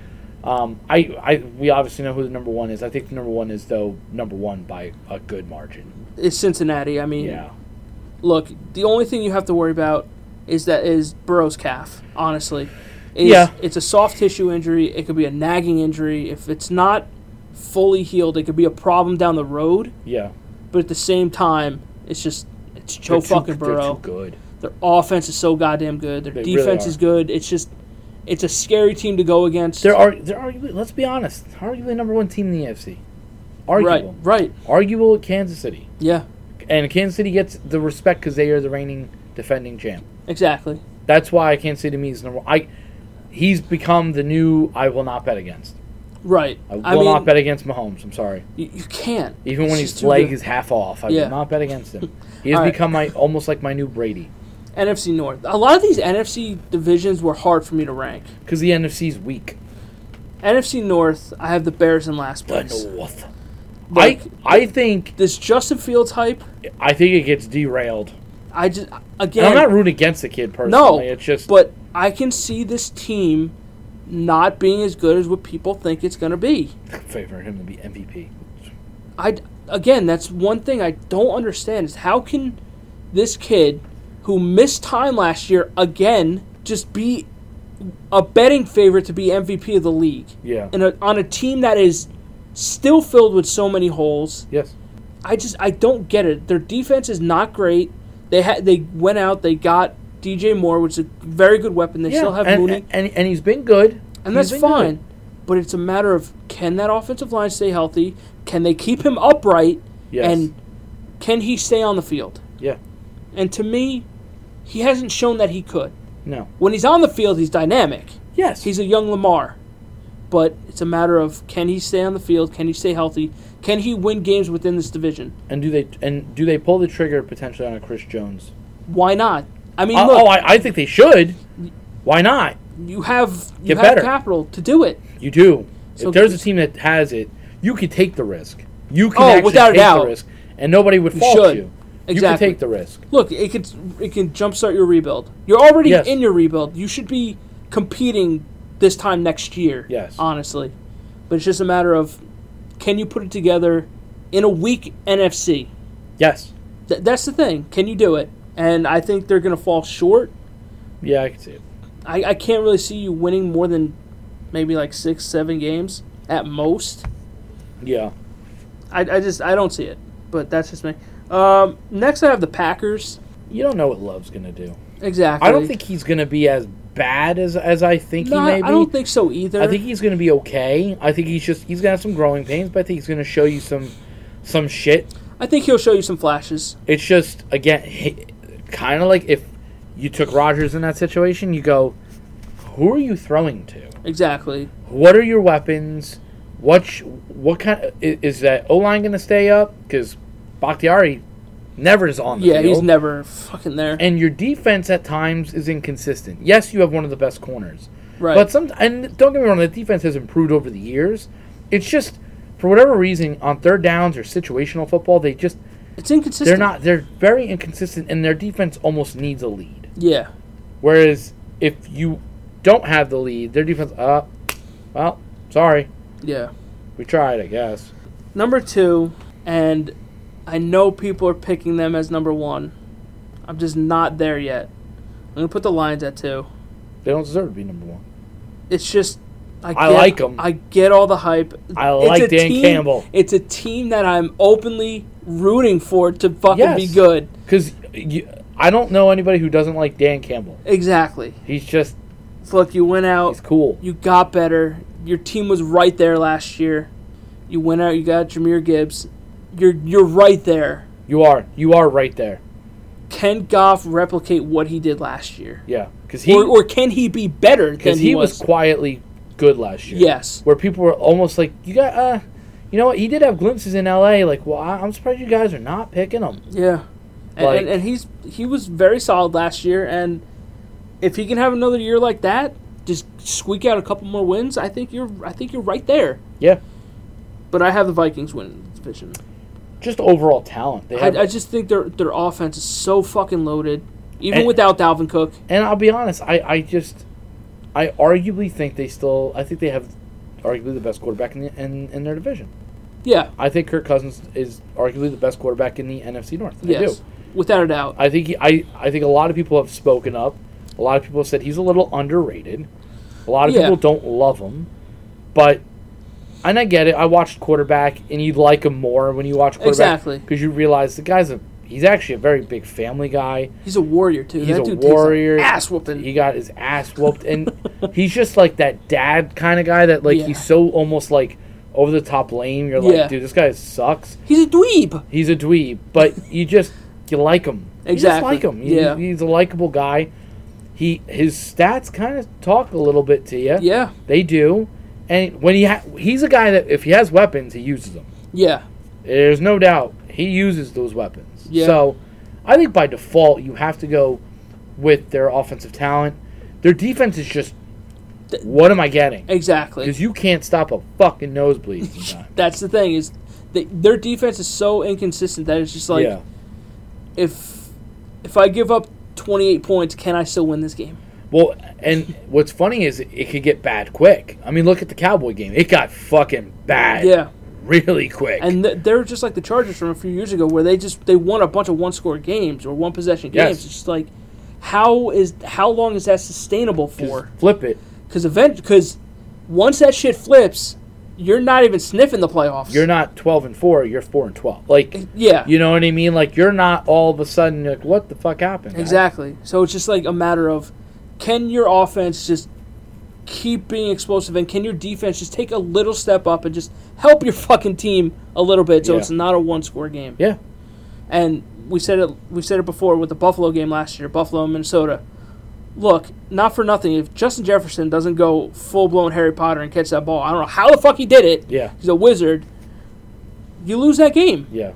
[SPEAKER 1] Um, I, I we obviously know who the number one is. I think the number one is though number one by a good margin.
[SPEAKER 2] it's Cincinnati. I mean,
[SPEAKER 1] Yeah,
[SPEAKER 2] look, the only thing you have to worry about is that is Burrow's calf. Honestly, It's-
[SPEAKER 1] Yeah.
[SPEAKER 2] it's a soft tissue injury. It could be a nagging injury. If it's not fully healed, it could be a problem down the road.
[SPEAKER 1] yeah.
[SPEAKER 2] But at the same time, it's just it's Joe
[SPEAKER 1] They're too-
[SPEAKER 2] fucking
[SPEAKER 1] They're
[SPEAKER 2] Burrow.
[SPEAKER 1] too good.
[SPEAKER 2] Their offense is so goddamn good. Their
[SPEAKER 1] They really
[SPEAKER 2] defense
[SPEAKER 1] are.
[SPEAKER 2] is good. It's just it's a scary team to go against.
[SPEAKER 1] They're are they're arguably. Let's be honest. Arguably number one team in the AFC.
[SPEAKER 2] right,
[SPEAKER 1] Arguable.
[SPEAKER 2] right,
[SPEAKER 1] Arguable at Kansas City,
[SPEAKER 2] yeah,
[SPEAKER 1] and Kansas City gets the respect because they are the reigning defending champ.
[SPEAKER 2] exactly.
[SPEAKER 1] That's why I can't say to me he's number. I he's become the new. I will not bet against.
[SPEAKER 2] Right.
[SPEAKER 1] I will
[SPEAKER 2] I mean,
[SPEAKER 1] not bet against Mahomes. I'm sorry.
[SPEAKER 2] you, you can't.
[SPEAKER 1] Even
[SPEAKER 2] It's
[SPEAKER 1] when
[SPEAKER 2] just
[SPEAKER 1] his
[SPEAKER 2] too
[SPEAKER 1] leg
[SPEAKER 2] good.
[SPEAKER 1] is half off, I
[SPEAKER 2] Yeah.
[SPEAKER 1] will not bet against him. He has
[SPEAKER 2] All right.
[SPEAKER 1] become my almost like my new Brady
[SPEAKER 2] NFC North. A lot of these NFC divisions were hard for me to rank.
[SPEAKER 1] because the NFC's weak.
[SPEAKER 2] NFC North, I have the Bears in last
[SPEAKER 1] The
[SPEAKER 2] place.
[SPEAKER 1] North. I
[SPEAKER 2] Like,
[SPEAKER 1] I think
[SPEAKER 2] this Justin Fields hype,
[SPEAKER 1] I think it gets derailed.
[SPEAKER 2] I just
[SPEAKER 1] And
[SPEAKER 2] again
[SPEAKER 1] I'm not rooting against the kid personally.
[SPEAKER 2] No,
[SPEAKER 1] it's just
[SPEAKER 2] but I can see this team not being as good as what people think it's going to be.
[SPEAKER 1] favoring him to be MVP.
[SPEAKER 2] I again, that's one thing I don't understand is how can this kid who missed time last year again just be a betting favorite to be MVP of the league
[SPEAKER 1] Yeah.
[SPEAKER 2] and a, on a team that is still filled with so many holes.
[SPEAKER 1] yes.
[SPEAKER 2] I just I don't get it. Their defense is not great. They had they went out. They got DJ Moore, which is a very good weapon. They
[SPEAKER 1] Yeah.
[SPEAKER 2] still have
[SPEAKER 1] and,
[SPEAKER 2] Mooney,
[SPEAKER 1] and, and and he's been good.
[SPEAKER 2] and
[SPEAKER 1] He's
[SPEAKER 2] that's
[SPEAKER 1] been
[SPEAKER 2] fine.
[SPEAKER 1] good.
[SPEAKER 2] But it's a matter of can that offensive line stay healthy? Can they keep him upright?
[SPEAKER 1] Yes.
[SPEAKER 2] And can he stay on the field?
[SPEAKER 1] yeah.
[SPEAKER 2] And to me, he hasn't shown that he could.
[SPEAKER 1] No.
[SPEAKER 2] When he's on the field, he's dynamic.
[SPEAKER 1] Yes.
[SPEAKER 2] He's a young Lamar. But it's a matter of can he stay on the field? Can he stay healthy? Can he win games within this division?
[SPEAKER 1] and do they and do they pull the trigger potentially on a Chris Jones?
[SPEAKER 2] Why not? I mean,
[SPEAKER 1] Uh,
[SPEAKER 2] look,
[SPEAKER 1] oh, I, I think they should. Why not?
[SPEAKER 2] you have you
[SPEAKER 1] Get
[SPEAKER 2] have
[SPEAKER 1] better.
[SPEAKER 2] capital to do it.
[SPEAKER 1] You do.
[SPEAKER 2] So-
[SPEAKER 1] if there's a team that has it, you could take the risk. You can
[SPEAKER 2] Oh,
[SPEAKER 1] actually
[SPEAKER 2] without a
[SPEAKER 1] take
[SPEAKER 2] doubt.
[SPEAKER 1] the risk, and nobody would fault
[SPEAKER 2] should.
[SPEAKER 1] you. You can
[SPEAKER 2] Exactly.
[SPEAKER 1] take the risk.
[SPEAKER 2] Look, it could it can jumpstart your rebuild. You're already
[SPEAKER 1] Yes.
[SPEAKER 2] in your rebuild. You should be competing this time next year.
[SPEAKER 1] Yes.
[SPEAKER 2] honestly, but it's just a matter of can you put it together in a weak NFC.
[SPEAKER 1] Yes.
[SPEAKER 2] Th- that's the thing. Can you do it? And I think they're going to fall short.
[SPEAKER 1] Yeah, I can see it.
[SPEAKER 2] I, I can't really see you winning more than maybe like six, seven games at most.
[SPEAKER 1] Yeah.
[SPEAKER 2] I, I just I don't see it. But that's just me. Um, next, I have the Packers.
[SPEAKER 1] You don't know what Love's gonna do.
[SPEAKER 2] Exactly.
[SPEAKER 1] I don't think he's gonna be as bad as as I think
[SPEAKER 2] No,
[SPEAKER 1] he may be.
[SPEAKER 2] I don't think so either.
[SPEAKER 1] I think he's gonna be okay. I think he's just he's gonna have some growing pains, but I think he's gonna show you some some shit
[SPEAKER 2] I think he'll show you some flashes.
[SPEAKER 1] it's just again kind of like if you took Rogers in that situation, you go, who are you throwing to?
[SPEAKER 2] Exactly.
[SPEAKER 1] What are your weapons? What sh- what kind i- is that O line going to stay up? Because Bakhtiari never is on the
[SPEAKER 2] yeah,
[SPEAKER 1] field.
[SPEAKER 2] he's never fucking there.
[SPEAKER 1] and your defense at times is inconsistent. Yes, you have one of the best corners.
[SPEAKER 2] right.
[SPEAKER 1] But some and don't get me wrong, the defense has improved over the years. It's just for whatever reason on third downs or situational football, they just
[SPEAKER 2] it's inconsistent.
[SPEAKER 1] they're not they're very inconsistent and their defense almost needs a lead.
[SPEAKER 2] Yeah.
[SPEAKER 1] Whereas if you don't have the lead, their defense uh well, sorry.
[SPEAKER 2] Yeah.
[SPEAKER 1] We tried, I guess.
[SPEAKER 2] Number two, and I know people are picking them as number one. I'm just not there yet. I'm gonna put the Lions at two.
[SPEAKER 1] They don't deserve to be number one.
[SPEAKER 2] It's just I,
[SPEAKER 1] I like 'em.
[SPEAKER 2] I get all the hype.
[SPEAKER 1] I
[SPEAKER 2] It's
[SPEAKER 1] like
[SPEAKER 2] a
[SPEAKER 1] Dan
[SPEAKER 2] team-
[SPEAKER 1] Campbell.
[SPEAKER 2] It's a team that I'm openly rooting for to fucking be
[SPEAKER 1] Yes.
[SPEAKER 2] good.
[SPEAKER 1] Because I don't know anybody who doesn't like Dan Campbell.
[SPEAKER 2] Exactly.
[SPEAKER 1] He's just
[SPEAKER 2] So look, you went out.
[SPEAKER 1] he's cool.
[SPEAKER 2] You got better. Your team was right there last year. You went out. You got Jameer Gibbs. You're you're right there.
[SPEAKER 1] You are you are right there.
[SPEAKER 2] Can Goff replicate what he did last year,
[SPEAKER 1] Yeah, because he
[SPEAKER 2] or, or can he be better than
[SPEAKER 1] because
[SPEAKER 2] he,
[SPEAKER 1] he
[SPEAKER 2] was?
[SPEAKER 1] was quietly good last year.
[SPEAKER 2] yes,
[SPEAKER 1] where people were almost like, you got, uh, you know what? He did have glimpses in L.A. Like, well, I- I'm surprised you guys are not picking him.
[SPEAKER 2] yeah, and,
[SPEAKER 1] Like-
[SPEAKER 2] and, and he's he was very solid last year. And if he can have another year like that, just squeak out a couple more wins, I think you're I think you're right there.
[SPEAKER 1] Yeah,
[SPEAKER 2] But I have the Vikings winning the division.
[SPEAKER 1] just overall talent. They
[SPEAKER 2] I,
[SPEAKER 1] have,
[SPEAKER 2] I just think their their offense is so fucking loaded, even
[SPEAKER 1] And-
[SPEAKER 2] without Dalvin Cook.
[SPEAKER 1] and I'll be honest, I, I just, I arguably think they still, I think they have, arguably the best quarterback in, the, in in their division.
[SPEAKER 2] Yeah.
[SPEAKER 1] I think Kirk Cousins is arguably the best quarterback in the NFC North. I do.
[SPEAKER 2] Yes. Without a doubt.
[SPEAKER 1] I think he, I I think a lot of people have spoken up. A lot of people have said he's a little underrated. A lot of
[SPEAKER 2] Yeah.
[SPEAKER 1] people don't love him, but and I get it. I watched quarterback, and you like him more when you watch quarterback
[SPEAKER 2] Exactly.
[SPEAKER 1] because you realize the guy's a he's actually a very big family guy.
[SPEAKER 2] He's a warrior too.
[SPEAKER 1] He's
[SPEAKER 2] that
[SPEAKER 1] a
[SPEAKER 2] dude
[SPEAKER 1] warrior.
[SPEAKER 2] Ass whooping.
[SPEAKER 1] He got his ass whooped, and he's just like that dad kind of guy that like
[SPEAKER 2] Yeah.
[SPEAKER 1] he's so almost like over the top lame. You're like,
[SPEAKER 2] Yeah.
[SPEAKER 1] dude, this guy sucks.
[SPEAKER 2] He's a dweeb.
[SPEAKER 1] He's a dweeb, but you just you like him.
[SPEAKER 2] Exactly.
[SPEAKER 1] You just like him. You-
[SPEAKER 2] Yeah.
[SPEAKER 1] He's a likable guy. He his stats kind of talk a little bit to you.
[SPEAKER 2] Yeah.
[SPEAKER 1] They do. And when he ha- he's a guy that if he has weapons, he uses them.
[SPEAKER 2] Yeah.
[SPEAKER 1] There's no doubt he uses those weapons.
[SPEAKER 2] Yeah.
[SPEAKER 1] So, I think by default you have to go with their offensive talent. Their defense is just
[SPEAKER 2] Th-
[SPEAKER 1] what am I getting?
[SPEAKER 2] Exactly.
[SPEAKER 1] Because you can't stop a fucking nosebleed. sometimes.
[SPEAKER 2] That's the thing is, they, their defense is so inconsistent that it's just like
[SPEAKER 1] yeah.
[SPEAKER 2] if if I give up 28 points, can I still win this game?
[SPEAKER 1] Well, and what's funny is it, could get bad quick. I mean, look at the Cowboy game; it got fucking bad,
[SPEAKER 2] Yeah.
[SPEAKER 1] really quick.
[SPEAKER 2] And th- they're just like the Chargers from a few years ago, where they just they won a bunch of one score games or one possession
[SPEAKER 1] Yes.
[SPEAKER 2] games. It's just like how is how long is that sustainable
[SPEAKER 1] Just
[SPEAKER 2] for?
[SPEAKER 1] flip it.
[SPEAKER 2] Because event because once that shit flips, you're not even sniffing the playoffs.
[SPEAKER 1] You're not twelve and four; you're four and twelve. Like,
[SPEAKER 2] Yeah.
[SPEAKER 1] you know what I mean? Like, you're not all of a sudden like, what the fuck happened?
[SPEAKER 2] Exactly. So it's just like a matter of can your offense just keep being explosive and can your defense just take a little step up and just help your fucking team a little bit so
[SPEAKER 1] Yeah.
[SPEAKER 2] it's not a one score game.
[SPEAKER 1] Yeah,
[SPEAKER 2] And we said it we said it before with the Buffalo game last year, Buffalo and Minnesota. Look, not for nothing, if Justin Jefferson doesn't go full blown Harry Potter and catch that ball, I don't know how the fuck he did it.
[SPEAKER 1] yeah,
[SPEAKER 2] He's a wizard. You lose that game.
[SPEAKER 1] yeah.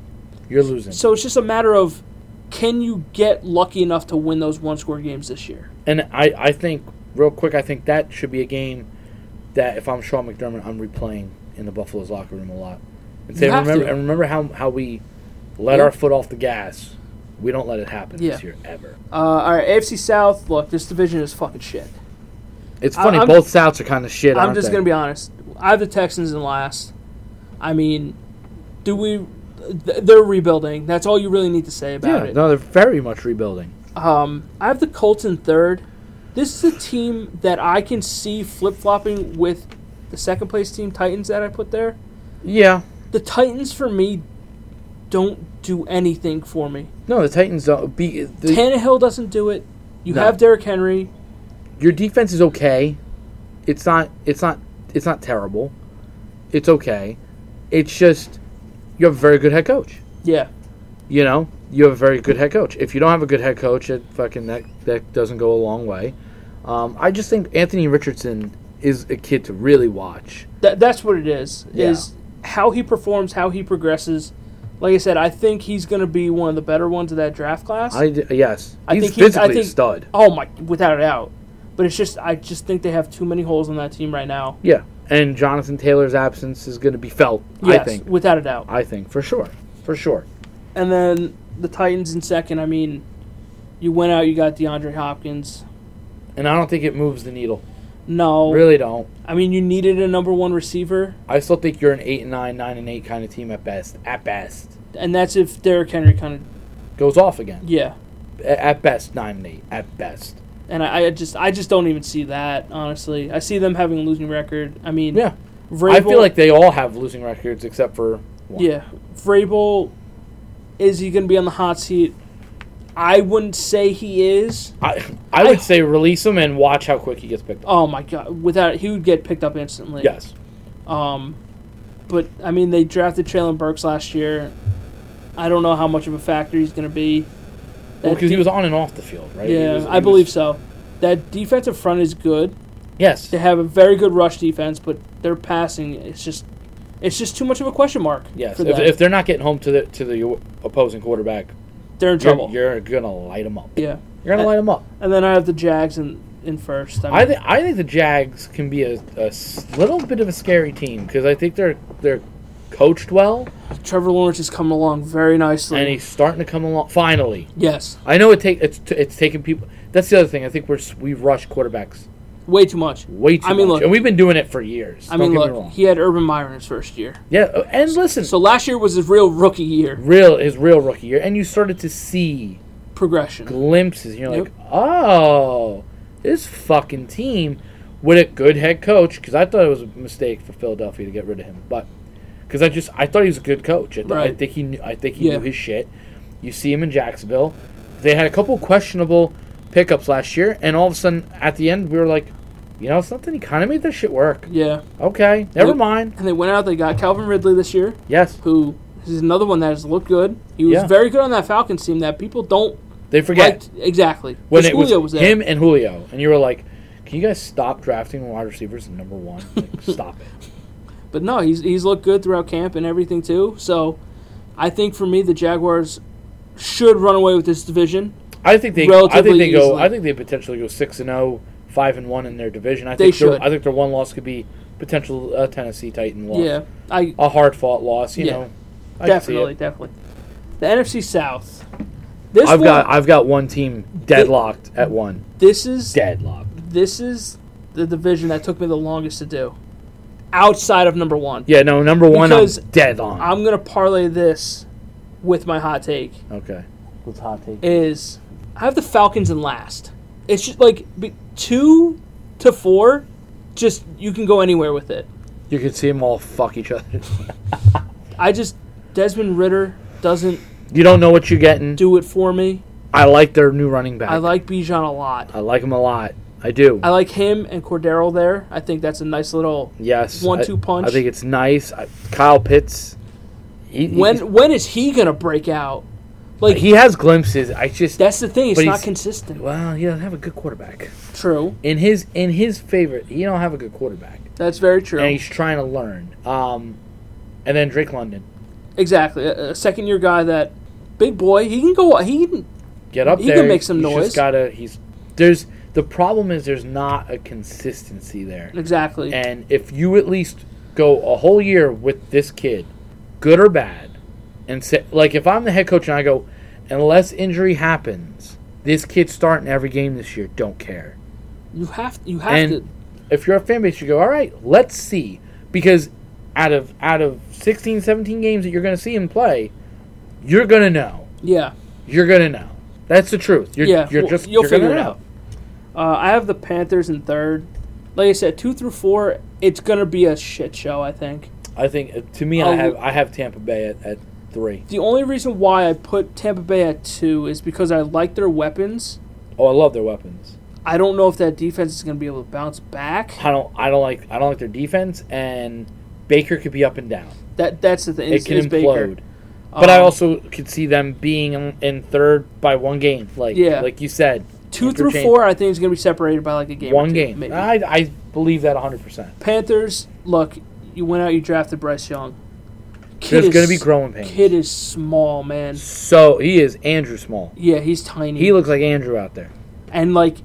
[SPEAKER 1] You're losing.
[SPEAKER 2] So it's just a matter of can you get lucky enough to win those one score games this year?
[SPEAKER 1] And I, I think real quick, I think that should be a game that if I'm Sean McDermott, I'm replaying in the Buffalo's locker room a lot. And say,
[SPEAKER 2] You have
[SPEAKER 1] remember,
[SPEAKER 2] to.
[SPEAKER 1] and remember how how we let
[SPEAKER 2] Yeah.
[SPEAKER 1] our foot off the gas. We don't let it happen this
[SPEAKER 2] Yeah.
[SPEAKER 1] year ever.
[SPEAKER 2] Uh, all right, AFC South. Look, this division is fucking shit.
[SPEAKER 1] It's
[SPEAKER 2] I-
[SPEAKER 1] funny.
[SPEAKER 2] I'm-
[SPEAKER 1] both Souths are kind of shit.
[SPEAKER 2] I'm
[SPEAKER 1] aren't
[SPEAKER 2] just
[SPEAKER 1] they?
[SPEAKER 2] gonna be honest. I have the Texans in last. I mean, do we? th- They're rebuilding. That's all you really need to say about
[SPEAKER 1] Yeah,
[SPEAKER 2] it.
[SPEAKER 1] no, they're very much rebuilding.
[SPEAKER 2] Um, I have the Colts in third. This is a team that I can see flip flopping with the second place team Titans that I put there.
[SPEAKER 1] Yeah.
[SPEAKER 2] The Titans for me don't do anything for me.
[SPEAKER 1] No, the Titans don't. Be, the,
[SPEAKER 2] Tannehill doesn't do it. You
[SPEAKER 1] No.
[SPEAKER 2] have Derrick Henry.
[SPEAKER 1] your defense is okay. It's not. It's not. It's not terrible. It's okay. It's just you have a very good head coach.
[SPEAKER 2] Yeah,
[SPEAKER 1] You know, you have a very good head coach. If you don't have a good head coach, it fucking that that doesn't go a long way. Um, I just think Anthony Richardson is a kid to really watch.
[SPEAKER 2] that that's what it is.
[SPEAKER 1] Yeah.
[SPEAKER 2] Is how he performs, how he progresses, Like I said, I think he's going to be one of the better ones of that draft class.
[SPEAKER 3] I d- yes,
[SPEAKER 2] I
[SPEAKER 3] he's
[SPEAKER 2] think he- I
[SPEAKER 3] physically
[SPEAKER 2] think-
[SPEAKER 3] a stud.
[SPEAKER 2] oh my, without a doubt. But it's just, I just think they have too many holes on that team right now.
[SPEAKER 1] Yeah, and Jonathan Taylor's absence is going to be felt.
[SPEAKER 2] Yes,
[SPEAKER 1] I think.
[SPEAKER 2] without a doubt.
[SPEAKER 1] I think for sure, for sure.
[SPEAKER 2] And then the Titans in second. I mean, you went out, you got DeAndre Hopkins.
[SPEAKER 1] And I don't think it moves the needle.
[SPEAKER 2] No,
[SPEAKER 1] Really don't.
[SPEAKER 2] I mean, you needed a number one receiver,
[SPEAKER 1] I still think you're an eight and nine, nine and eight kind of team at best. At best,
[SPEAKER 2] and that's if Derrick Henry kind of
[SPEAKER 1] goes off again.
[SPEAKER 2] yeah.
[SPEAKER 1] A- At best, nine and eight. At best.
[SPEAKER 2] And I, I just, I just don't even see that honestly. I see them having a losing record. I mean,
[SPEAKER 1] Yeah,
[SPEAKER 2] Vrabel,
[SPEAKER 1] I feel like they all have losing records except for one.
[SPEAKER 2] yeah, Vrabel. Is he going to be on the hot seat? I wouldn't say he is.
[SPEAKER 1] I, I would say release him and watch how quick he gets picked up.
[SPEAKER 2] Oh my god! Without he would get picked up instantly.
[SPEAKER 1] Yes.
[SPEAKER 2] Um, but I mean, they drafted Traylon Burks last year. I don't know how much of a factor he's going to be.
[SPEAKER 1] Well,
[SPEAKER 2] That
[SPEAKER 1] because he
[SPEAKER 2] de-
[SPEAKER 1] was on and off the field, right? He
[SPEAKER 2] yeah,
[SPEAKER 1] was- he
[SPEAKER 2] I believe
[SPEAKER 1] was-
[SPEAKER 2] so. That defensive front is good.
[SPEAKER 1] Yes.
[SPEAKER 2] They have a very good rush defense, but their passing it's just it's just too much of a question mark.
[SPEAKER 1] Yes.
[SPEAKER 2] for
[SPEAKER 1] If,
[SPEAKER 2] them.
[SPEAKER 1] if they're not getting home to the to the opposing quarterback,
[SPEAKER 2] they're in
[SPEAKER 1] you're,
[SPEAKER 2] trouble.
[SPEAKER 1] you're gonna light them up.
[SPEAKER 2] yeah,
[SPEAKER 1] You're gonna
[SPEAKER 2] Uh,
[SPEAKER 1] light them up.
[SPEAKER 2] and then I have the Jags in in first. I, mean,
[SPEAKER 1] I think I think the Jags can be a, a s- little bit of a scary team because I think they're they're coached well
[SPEAKER 2] Trevor Lawrence is coming along very nicely.
[SPEAKER 1] and he's starting to come along finally.
[SPEAKER 2] yes,
[SPEAKER 1] I know it take it's t- it's taking people. That's the other thing. I think we're s- we rush quarterbacks
[SPEAKER 2] way too much.
[SPEAKER 1] way too
[SPEAKER 2] I mean,
[SPEAKER 1] much,
[SPEAKER 2] look-
[SPEAKER 1] and we've been doing it for years.
[SPEAKER 2] I mean,
[SPEAKER 1] Don't get me
[SPEAKER 2] look,
[SPEAKER 1] wrong.
[SPEAKER 2] he had Urban Meyer in his first year.
[SPEAKER 1] yeah, uh, and listen,
[SPEAKER 2] So last year was his real rookie year
[SPEAKER 1] real his real rookie year, and you started to see
[SPEAKER 2] progression.
[SPEAKER 1] glimpses. You're
[SPEAKER 2] Yep.
[SPEAKER 1] like, oh, this fucking team with a good head coach. Because I thought it was a mistake for Philadelphia to get rid of him, but because I just I thought he was a good coach. I, th- I
[SPEAKER 2] Right.
[SPEAKER 1] think he knew, I think he
[SPEAKER 2] Yeah.
[SPEAKER 1] knew his shit. You see him in Jacksonville. They had a couple questionable pickups last year, and all of a sudden at the end we were like, you know something, he kind of made this shit work.
[SPEAKER 2] Yeah.
[SPEAKER 1] Okay, never
[SPEAKER 2] Yep.
[SPEAKER 1] mind.
[SPEAKER 2] And they went out, they got Calvin Ridley this year,
[SPEAKER 1] Yes,
[SPEAKER 2] who is another one that has looked good. He was
[SPEAKER 1] Yeah.
[SPEAKER 2] very good on that Falcons team that people don't
[SPEAKER 1] they forget.
[SPEAKER 2] like. Exactly.
[SPEAKER 1] when
[SPEAKER 2] Because
[SPEAKER 1] it was,
[SPEAKER 2] Julio was there.
[SPEAKER 1] him and Julio, and you were like, "Can you guys stop drafting wide receivers in number one? Like, stop it."
[SPEAKER 2] But no, he's, he's looked good throughout camp and everything, too. So I think for me, the Jaguars should run away with this division.
[SPEAKER 1] I think they. I think
[SPEAKER 2] Relatively
[SPEAKER 1] they go.
[SPEAKER 2] easily.
[SPEAKER 1] I think they potentially go six and 0, 5 and one in their division. I
[SPEAKER 2] They
[SPEAKER 1] think their-
[SPEAKER 2] should.
[SPEAKER 1] I think their one loss could be potential uh, Tennessee Titan loss.
[SPEAKER 2] Yeah. I
[SPEAKER 1] a hard fought loss. You
[SPEAKER 2] Yeah.
[SPEAKER 1] know, I can see it.
[SPEAKER 2] Definitely, definitely. The NFC South. This
[SPEAKER 1] I've
[SPEAKER 2] one,
[SPEAKER 1] got I've got one team deadlocked at one.
[SPEAKER 2] this is
[SPEAKER 1] Deadlocked.
[SPEAKER 2] this is the division that took me the longest to do. Outside of number one.
[SPEAKER 1] Yeah, no, number one
[SPEAKER 2] Because
[SPEAKER 1] I'm dead on.
[SPEAKER 2] I'm gonna parlay this with my hot take.
[SPEAKER 1] okay.
[SPEAKER 3] What's hot take?
[SPEAKER 2] Is I have the Falcons in last. It's just like be- two to four. Just you can go anywhere with it.
[SPEAKER 1] You can see them all fuck each other.
[SPEAKER 2] I just Desmond Ritter doesn't
[SPEAKER 1] You don't know what you're getting.
[SPEAKER 2] do it for me.
[SPEAKER 1] I like their new running back.
[SPEAKER 2] I like Bijan a lot.
[SPEAKER 1] I like him a lot. I do.
[SPEAKER 2] I like him and Cordero there. I think that's a nice little.
[SPEAKER 1] Yes.
[SPEAKER 2] One-two
[SPEAKER 1] I-
[SPEAKER 2] punch.
[SPEAKER 1] I think it's nice. I, Kyle Pitts. He, he-
[SPEAKER 2] When when is he gonna break out? Like
[SPEAKER 1] he has glimpses, I just
[SPEAKER 2] that's the thing. It's
[SPEAKER 1] But
[SPEAKER 2] not
[SPEAKER 1] he's-
[SPEAKER 2] consistent.
[SPEAKER 1] well, he doesn't have a good quarterback.
[SPEAKER 2] True.
[SPEAKER 1] In his in his favor, he don't have a good quarterback,
[SPEAKER 2] That's very true.
[SPEAKER 1] and he's trying to learn. Um, and then Drake London,
[SPEAKER 2] Exactly. A, a second year guy that big boy. He can go. He can
[SPEAKER 1] get up
[SPEAKER 2] He
[SPEAKER 1] there.
[SPEAKER 2] can make some
[SPEAKER 1] he's
[SPEAKER 2] noise.
[SPEAKER 1] Just gotta. He's there's the problem is there's not a consistency there,
[SPEAKER 2] exactly.
[SPEAKER 1] and if you at least go a whole year with this kid, good or bad, and say like if I'm the head coach and I go, unless injury happens, this kid's starting every game this year. Don't care.
[SPEAKER 2] You have you have
[SPEAKER 1] and
[SPEAKER 2] to.
[SPEAKER 1] if you're a fan base you go all right let's see because out of out of 16 17 games that you're going to see him play you're going to know
[SPEAKER 2] Yeah,
[SPEAKER 1] you're going to know that's the truth you're,
[SPEAKER 2] yeah.
[SPEAKER 1] you're
[SPEAKER 2] well,
[SPEAKER 1] just
[SPEAKER 2] you'll
[SPEAKER 1] you're
[SPEAKER 2] figure
[SPEAKER 1] gonna
[SPEAKER 2] it
[SPEAKER 1] know.
[SPEAKER 2] out. Uh, I have the Panthers in third. Like I said, two through four, it's gonna be a shit show. I think
[SPEAKER 1] i think uh, to me
[SPEAKER 2] I'll-
[SPEAKER 1] i have i have tampa bay at, at three.
[SPEAKER 2] the only reason why I put Tampa Bay at two is because I like their weapons.
[SPEAKER 1] Oh, i love their weapons
[SPEAKER 2] I don't know if that defense is gonna be able to bounce back.
[SPEAKER 1] i don't i don't like i don't like their defense and baker could be up and down
[SPEAKER 2] That that's the thing.
[SPEAKER 1] it
[SPEAKER 2] is-
[SPEAKER 1] can
[SPEAKER 2] is Baker.
[SPEAKER 1] implode but i
[SPEAKER 2] Um,
[SPEAKER 1] also could see them being in, in third by one game like
[SPEAKER 2] Yeah.
[SPEAKER 1] like you said
[SPEAKER 2] two through
[SPEAKER 1] interchange-
[SPEAKER 2] four. I think is gonna be separated by like a game. or
[SPEAKER 1] one
[SPEAKER 2] two,
[SPEAKER 1] game Ah.
[SPEAKER 2] maybe.
[SPEAKER 1] I, I believe that 100%
[SPEAKER 2] Panthers, look, you went out, you drafted Bryce Young. kid
[SPEAKER 1] There's
[SPEAKER 2] is
[SPEAKER 1] gonna be growing pains.
[SPEAKER 2] Kid is small, man.
[SPEAKER 1] So he is Andrew Small.
[SPEAKER 2] Yeah, he's tiny.
[SPEAKER 1] He looks like Andrew out there.
[SPEAKER 2] and like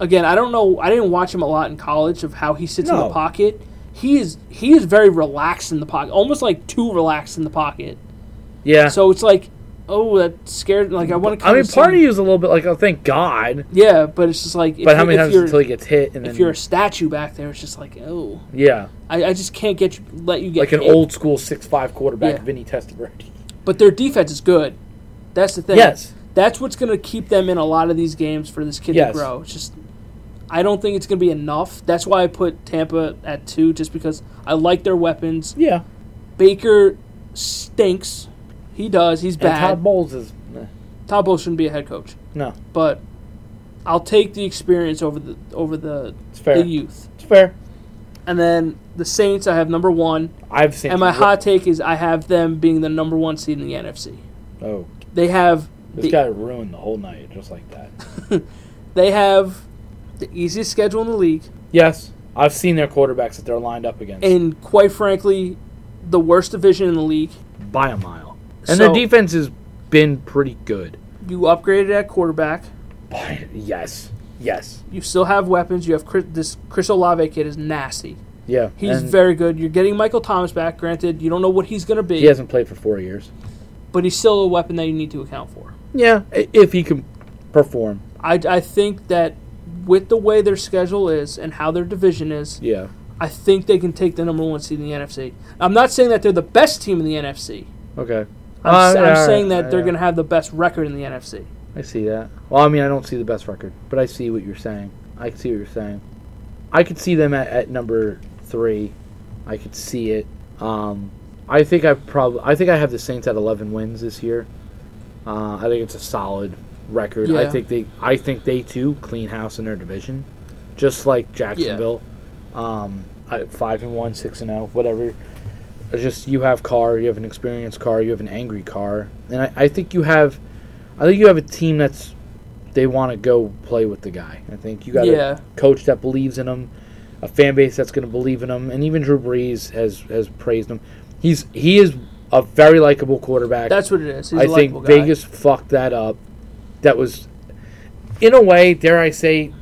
[SPEAKER 2] again, I don't know. I didn't watch him a lot in college of how he sits in
[SPEAKER 1] No.
[SPEAKER 2] the pocket. He is he is very relaxed in the pocket, almost like too relaxed in the pocket.
[SPEAKER 1] Yeah.
[SPEAKER 2] So it's like, oh, that scared. Like I want to.
[SPEAKER 1] I mean, part of you is a little bit like, oh, thank God.
[SPEAKER 2] Yeah, but it's just like. If
[SPEAKER 1] But
[SPEAKER 2] you-
[SPEAKER 1] how many
[SPEAKER 2] if
[SPEAKER 1] times
[SPEAKER 2] you're-
[SPEAKER 1] until he gets hit? And then
[SPEAKER 2] If you're a statue back there, it's just like, oh,
[SPEAKER 1] yeah,
[SPEAKER 2] I, I just can't get you, let you get
[SPEAKER 1] like an
[SPEAKER 2] hit.
[SPEAKER 1] old school six five quarterback,
[SPEAKER 2] Yeah.
[SPEAKER 1] Vinny Testaverde.
[SPEAKER 2] But their defense is good. That's the thing.
[SPEAKER 1] Yes.
[SPEAKER 2] that's what's going to keep them in a lot of these games for this kid
[SPEAKER 1] Yes.
[SPEAKER 2] to grow. It's just I don't think it's going to be enough. That's why I put Tampa at two, just because I like their weapons.
[SPEAKER 1] Yeah.
[SPEAKER 2] Baker stinks. He does. He's
[SPEAKER 1] And
[SPEAKER 2] bad.
[SPEAKER 1] Todd Bowles is eh,
[SPEAKER 2] Todd Bowles shouldn't be a head coach,
[SPEAKER 1] no.
[SPEAKER 2] but I'll take the experience over the over the,
[SPEAKER 1] It's fair.
[SPEAKER 2] the youth.
[SPEAKER 1] It's fair.
[SPEAKER 2] And then the Saints, I have number one.
[SPEAKER 1] I've seen.
[SPEAKER 2] And my hot take is I have them being the number one seed in the NFC.
[SPEAKER 1] Oh,
[SPEAKER 2] They have
[SPEAKER 1] this
[SPEAKER 2] the,
[SPEAKER 1] guy ruined the whole night just like that.
[SPEAKER 2] they have the easiest schedule in the league.
[SPEAKER 1] yes, I've seen their quarterbacks that they're lined up against
[SPEAKER 2] and quite frankly, the worst division in the league.
[SPEAKER 1] by a mile, and their
[SPEAKER 2] So-
[SPEAKER 1] defense has been pretty good.
[SPEAKER 2] You upgraded at quarterback.
[SPEAKER 1] By, yes, yes,
[SPEAKER 2] You still have weapons. You have Chris, this Chris Olave kid is nasty.
[SPEAKER 1] yeah.
[SPEAKER 2] He's
[SPEAKER 1] and
[SPEAKER 2] very good. You're getting Michael Thomas back. Granted, you don't know what he's going to be,
[SPEAKER 1] He hasn't played for four years.
[SPEAKER 2] but he's still a weapon that you need to account for.
[SPEAKER 1] Yeah, i- if he can perform.
[SPEAKER 2] I, I think that with the way their schedule is and how their division is,
[SPEAKER 1] Yeah.
[SPEAKER 2] I think they can take the number one seed in the NFC. I'm not saying that they're the best team in the NFC.
[SPEAKER 1] Okay.
[SPEAKER 2] I'm,
[SPEAKER 1] Uh,
[SPEAKER 2] s-
[SPEAKER 1] yeah,
[SPEAKER 2] I'm
[SPEAKER 1] all
[SPEAKER 2] saying
[SPEAKER 1] right,
[SPEAKER 2] that they're
[SPEAKER 1] yeah.
[SPEAKER 2] going to have the best record in the NFC.
[SPEAKER 1] I see that. Well, I mean, I don't see the best record, but I see what you're saying. I can see what you're saying. I could see them at, at number three. I could see it. Um, I think I probably. I think I have the Saints at 11 wins this year. Uh, I think it's a solid record. I
[SPEAKER 2] Yeah.
[SPEAKER 1] think they. I think they too clean house in their division, just like Jacksonville. Um, I, five and one, six and zero, whatever. It's just you have car, you have an experienced car, you have an angry car, and I, I think you have, I think you have a team that's they want to go play with the guy. I think you got
[SPEAKER 2] Yeah.
[SPEAKER 1] a coach that believes in him, a fan base that's going to believe in him, and even Drew Brees has has praised him. He's he is a very likable quarterback.
[SPEAKER 2] That's what it is. He's a
[SPEAKER 1] I
[SPEAKER 2] likable
[SPEAKER 1] think
[SPEAKER 2] guy.
[SPEAKER 1] Vegas fucked that up. That was, in a way, dare I say,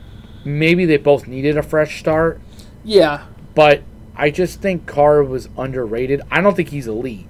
[SPEAKER 1] maybe they both needed a fresh start,
[SPEAKER 2] Yeah,
[SPEAKER 1] but I just think Carr was underrated. I don't think he's elite.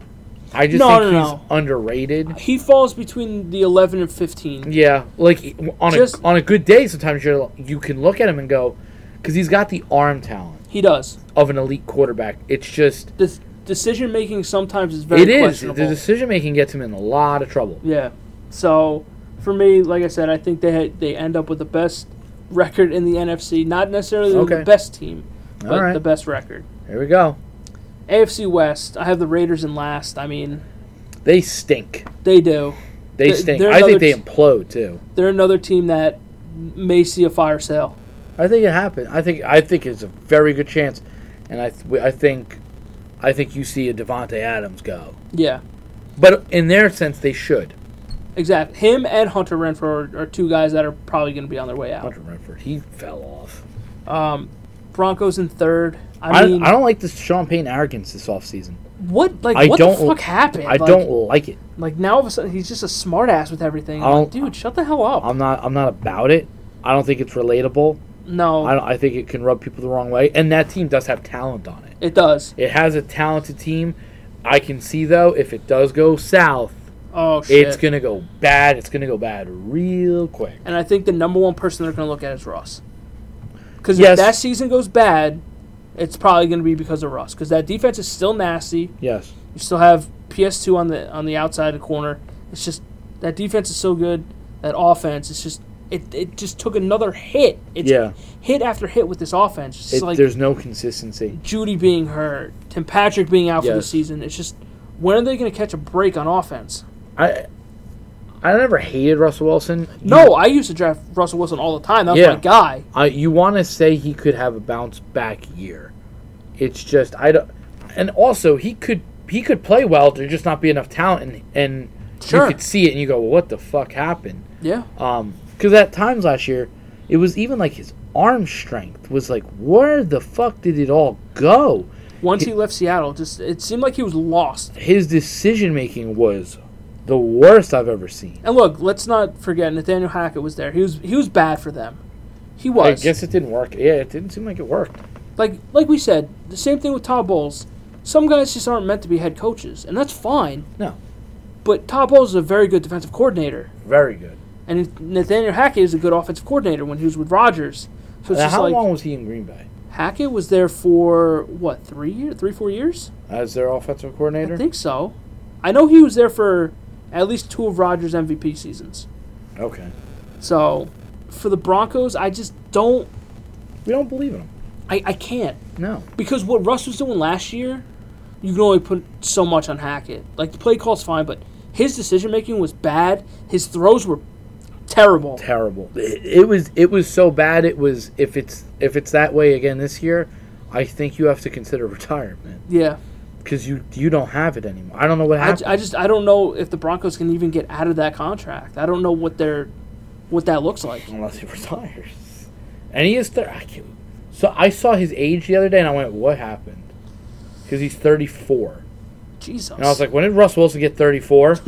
[SPEAKER 1] I just
[SPEAKER 2] No,
[SPEAKER 1] think
[SPEAKER 2] no,
[SPEAKER 1] he's
[SPEAKER 2] no.
[SPEAKER 1] underrated.
[SPEAKER 2] he falls between the 11 and 15.
[SPEAKER 1] Yeah, like on
[SPEAKER 2] Just-
[SPEAKER 1] a on a good day, sometimes you are you can look at him and go, because he's got the arm talent
[SPEAKER 2] He does.
[SPEAKER 1] of an elite quarterback. It's just
[SPEAKER 2] The decision making sometimes is very
[SPEAKER 1] it is the
[SPEAKER 2] questionable.
[SPEAKER 1] decision making gets him in a lot of trouble.
[SPEAKER 2] yeah. So, for me, like I said, I think they had, they end up with the best record in the NFC. Not necessarily
[SPEAKER 1] Okay.
[SPEAKER 2] the best team, but
[SPEAKER 1] All right,
[SPEAKER 2] the best record.
[SPEAKER 1] here we go.
[SPEAKER 2] AFC West, I have the Raiders in last. I mean,
[SPEAKER 1] They stink.
[SPEAKER 2] they do.
[SPEAKER 1] They
[SPEAKER 2] They-
[SPEAKER 1] stink.
[SPEAKER 2] they're
[SPEAKER 1] I think
[SPEAKER 2] another
[SPEAKER 1] they
[SPEAKER 2] t-
[SPEAKER 1] implode too.
[SPEAKER 2] They're another team that may see a fire sale.
[SPEAKER 1] I think it happened. I think I think it's a very good chance, and I th- I think, I think you see a Devonte Adams go.
[SPEAKER 2] Yeah,
[SPEAKER 1] But in their sense, they should.
[SPEAKER 2] exactly. Him and Hunter Renfro are, are two guys that are probably going to be on their way out.
[SPEAKER 1] Hunter Renford, he fell off.
[SPEAKER 2] Um, Broncos in third. I
[SPEAKER 1] I,
[SPEAKER 2] mean,
[SPEAKER 1] I don't like this Sean Payne arrogance this offseason.
[SPEAKER 2] what like
[SPEAKER 1] I
[SPEAKER 2] what
[SPEAKER 1] don't-
[SPEAKER 2] the fuck happened?
[SPEAKER 1] I
[SPEAKER 2] Like-
[SPEAKER 1] don't like it.
[SPEAKER 2] like now all of a sudden he's just a smartass with everything.
[SPEAKER 1] I
[SPEAKER 2] I'm like,
[SPEAKER 1] don't-
[SPEAKER 2] dude, shut the hell up.
[SPEAKER 1] I'm not. I'm not about it. I don't think it's relatable.
[SPEAKER 2] no,
[SPEAKER 1] I, don't, I think it can rub people the wrong way. And that team does have talent on it.
[SPEAKER 2] it does.
[SPEAKER 1] It has a talented team. I can see though if it does go south,
[SPEAKER 2] Oh shit.
[SPEAKER 1] it's gonna go bad. It's gonna go bad real quick.
[SPEAKER 2] and I think the number one person they're going to look at is Russ. Because
[SPEAKER 1] Yes.
[SPEAKER 2] if that season goes bad, it's probably going to be because of Russ. Because that defense is still nasty.
[SPEAKER 1] Yes.
[SPEAKER 2] You still have PS2 on the on the outside of the corner. It's just that defense is so good. That offense, it's just it, it just took another hit. It's
[SPEAKER 1] Yeah.
[SPEAKER 2] hit after hit with this offense. It's
[SPEAKER 1] It,
[SPEAKER 2] like
[SPEAKER 1] there's no consistency.
[SPEAKER 2] Judy being hurt, Tim Patrick being out for the
[SPEAKER 1] Yes.
[SPEAKER 2] season. It's just when are they going to catch a break on offense?
[SPEAKER 1] I I never hated Russell Wilson. You-
[SPEAKER 2] No, I used to draft Russell Wilson all the time. That was
[SPEAKER 1] Yeah.
[SPEAKER 2] my guy.
[SPEAKER 1] I, you want to say he could have a bounce back year. It's just I don't, and also he could he could play well. There just not be enough talent, and, and
[SPEAKER 2] Sure.
[SPEAKER 1] you could see it, and you go, well, what the fuck happened?
[SPEAKER 2] Yeah,
[SPEAKER 1] Um, because at times last year, it was even like his arm strength was like, where the fuck did it all go?
[SPEAKER 2] once he left Seattle, just it seemed like he was lost.
[SPEAKER 1] His decision making was the worst I've ever seen.
[SPEAKER 2] And look, let's not forget Nathaniel Hackett was there. He was he was bad for them. He
[SPEAKER 1] I
[SPEAKER 2] was.
[SPEAKER 1] guess it didn't work. Yeah, it didn't seem like it worked.
[SPEAKER 2] like like we said, the same thing with Todd Bowles. Some guys just aren't meant to be head coaches, and that's fine.
[SPEAKER 1] No.
[SPEAKER 2] But Todd Bowles is a very good defensive coordinator,
[SPEAKER 1] Very good.
[SPEAKER 2] and Nathaniel Hackett is a good offensive coordinator when he was with Rodgers. So it's
[SPEAKER 1] Now,
[SPEAKER 2] just
[SPEAKER 1] Uh, how
[SPEAKER 2] like
[SPEAKER 1] long was he in Green Bay
[SPEAKER 2] Hackett was there for what three years, three four years?
[SPEAKER 1] as their offensive
[SPEAKER 2] I
[SPEAKER 1] coordinator?
[SPEAKER 2] think so. I know he was there for at least two of Rodgers' MVP seasons.
[SPEAKER 1] Okay.
[SPEAKER 2] So for the Broncos, I just don't.
[SPEAKER 1] We don't believe in him.
[SPEAKER 2] I, I can't.
[SPEAKER 1] No.
[SPEAKER 2] because what Russ was doing last year, you can only put so much on Hackett. Like the play call's fine, but his decision making was bad. His throws were terrible.
[SPEAKER 1] terrible. It, it was it was so bad. It was if it's if it's that way again this year, I think you have to consider retirement
[SPEAKER 2] Yeah,
[SPEAKER 1] because you you don't have it anymore. I don't know what
[SPEAKER 2] I,
[SPEAKER 1] happened.
[SPEAKER 2] I just I don't know if the Broncos can even get out of that contract. I don't know what they're what that looks like.
[SPEAKER 1] Unless he retires, and he is thir I can't, so I saw his age the other day and I went, what happened? Because he's thirty four,
[SPEAKER 2] Jesus.
[SPEAKER 1] and I was like, when did Russ Wilson get thirty four?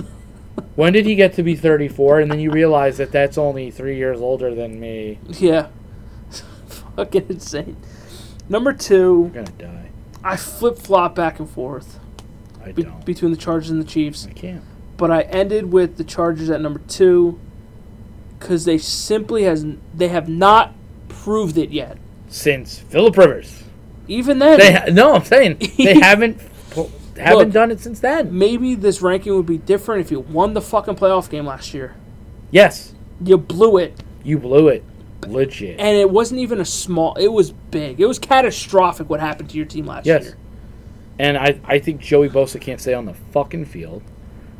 [SPEAKER 1] when did he get to be thirty four? And then you realize that that's only three years older than me.
[SPEAKER 2] yeah, fucking insane. Number two,
[SPEAKER 1] I'm gonna die.
[SPEAKER 2] I flip flop back and forth
[SPEAKER 1] I
[SPEAKER 2] be-
[SPEAKER 1] don't.
[SPEAKER 2] between the Chargers and the Chiefs.
[SPEAKER 1] I can't.
[SPEAKER 2] but I ended with the Chargers at number two because they simply has they have not proved it yet.
[SPEAKER 1] Since Philip Rivers.
[SPEAKER 2] Even then,
[SPEAKER 1] They ha- no, I'm saying they haven't po- haven't
[SPEAKER 2] Look.
[SPEAKER 1] done it since then.
[SPEAKER 2] maybe this ranking would be different if you won the fucking playoff game last year.
[SPEAKER 1] Yes,
[SPEAKER 2] You blew it,
[SPEAKER 1] you blew it, legit.
[SPEAKER 2] and it wasn't even a small. It was big. It was catastrophic what happened to your team last
[SPEAKER 1] Yes.
[SPEAKER 2] year.
[SPEAKER 1] And I I think Joey Bosa can't stay on the fucking field.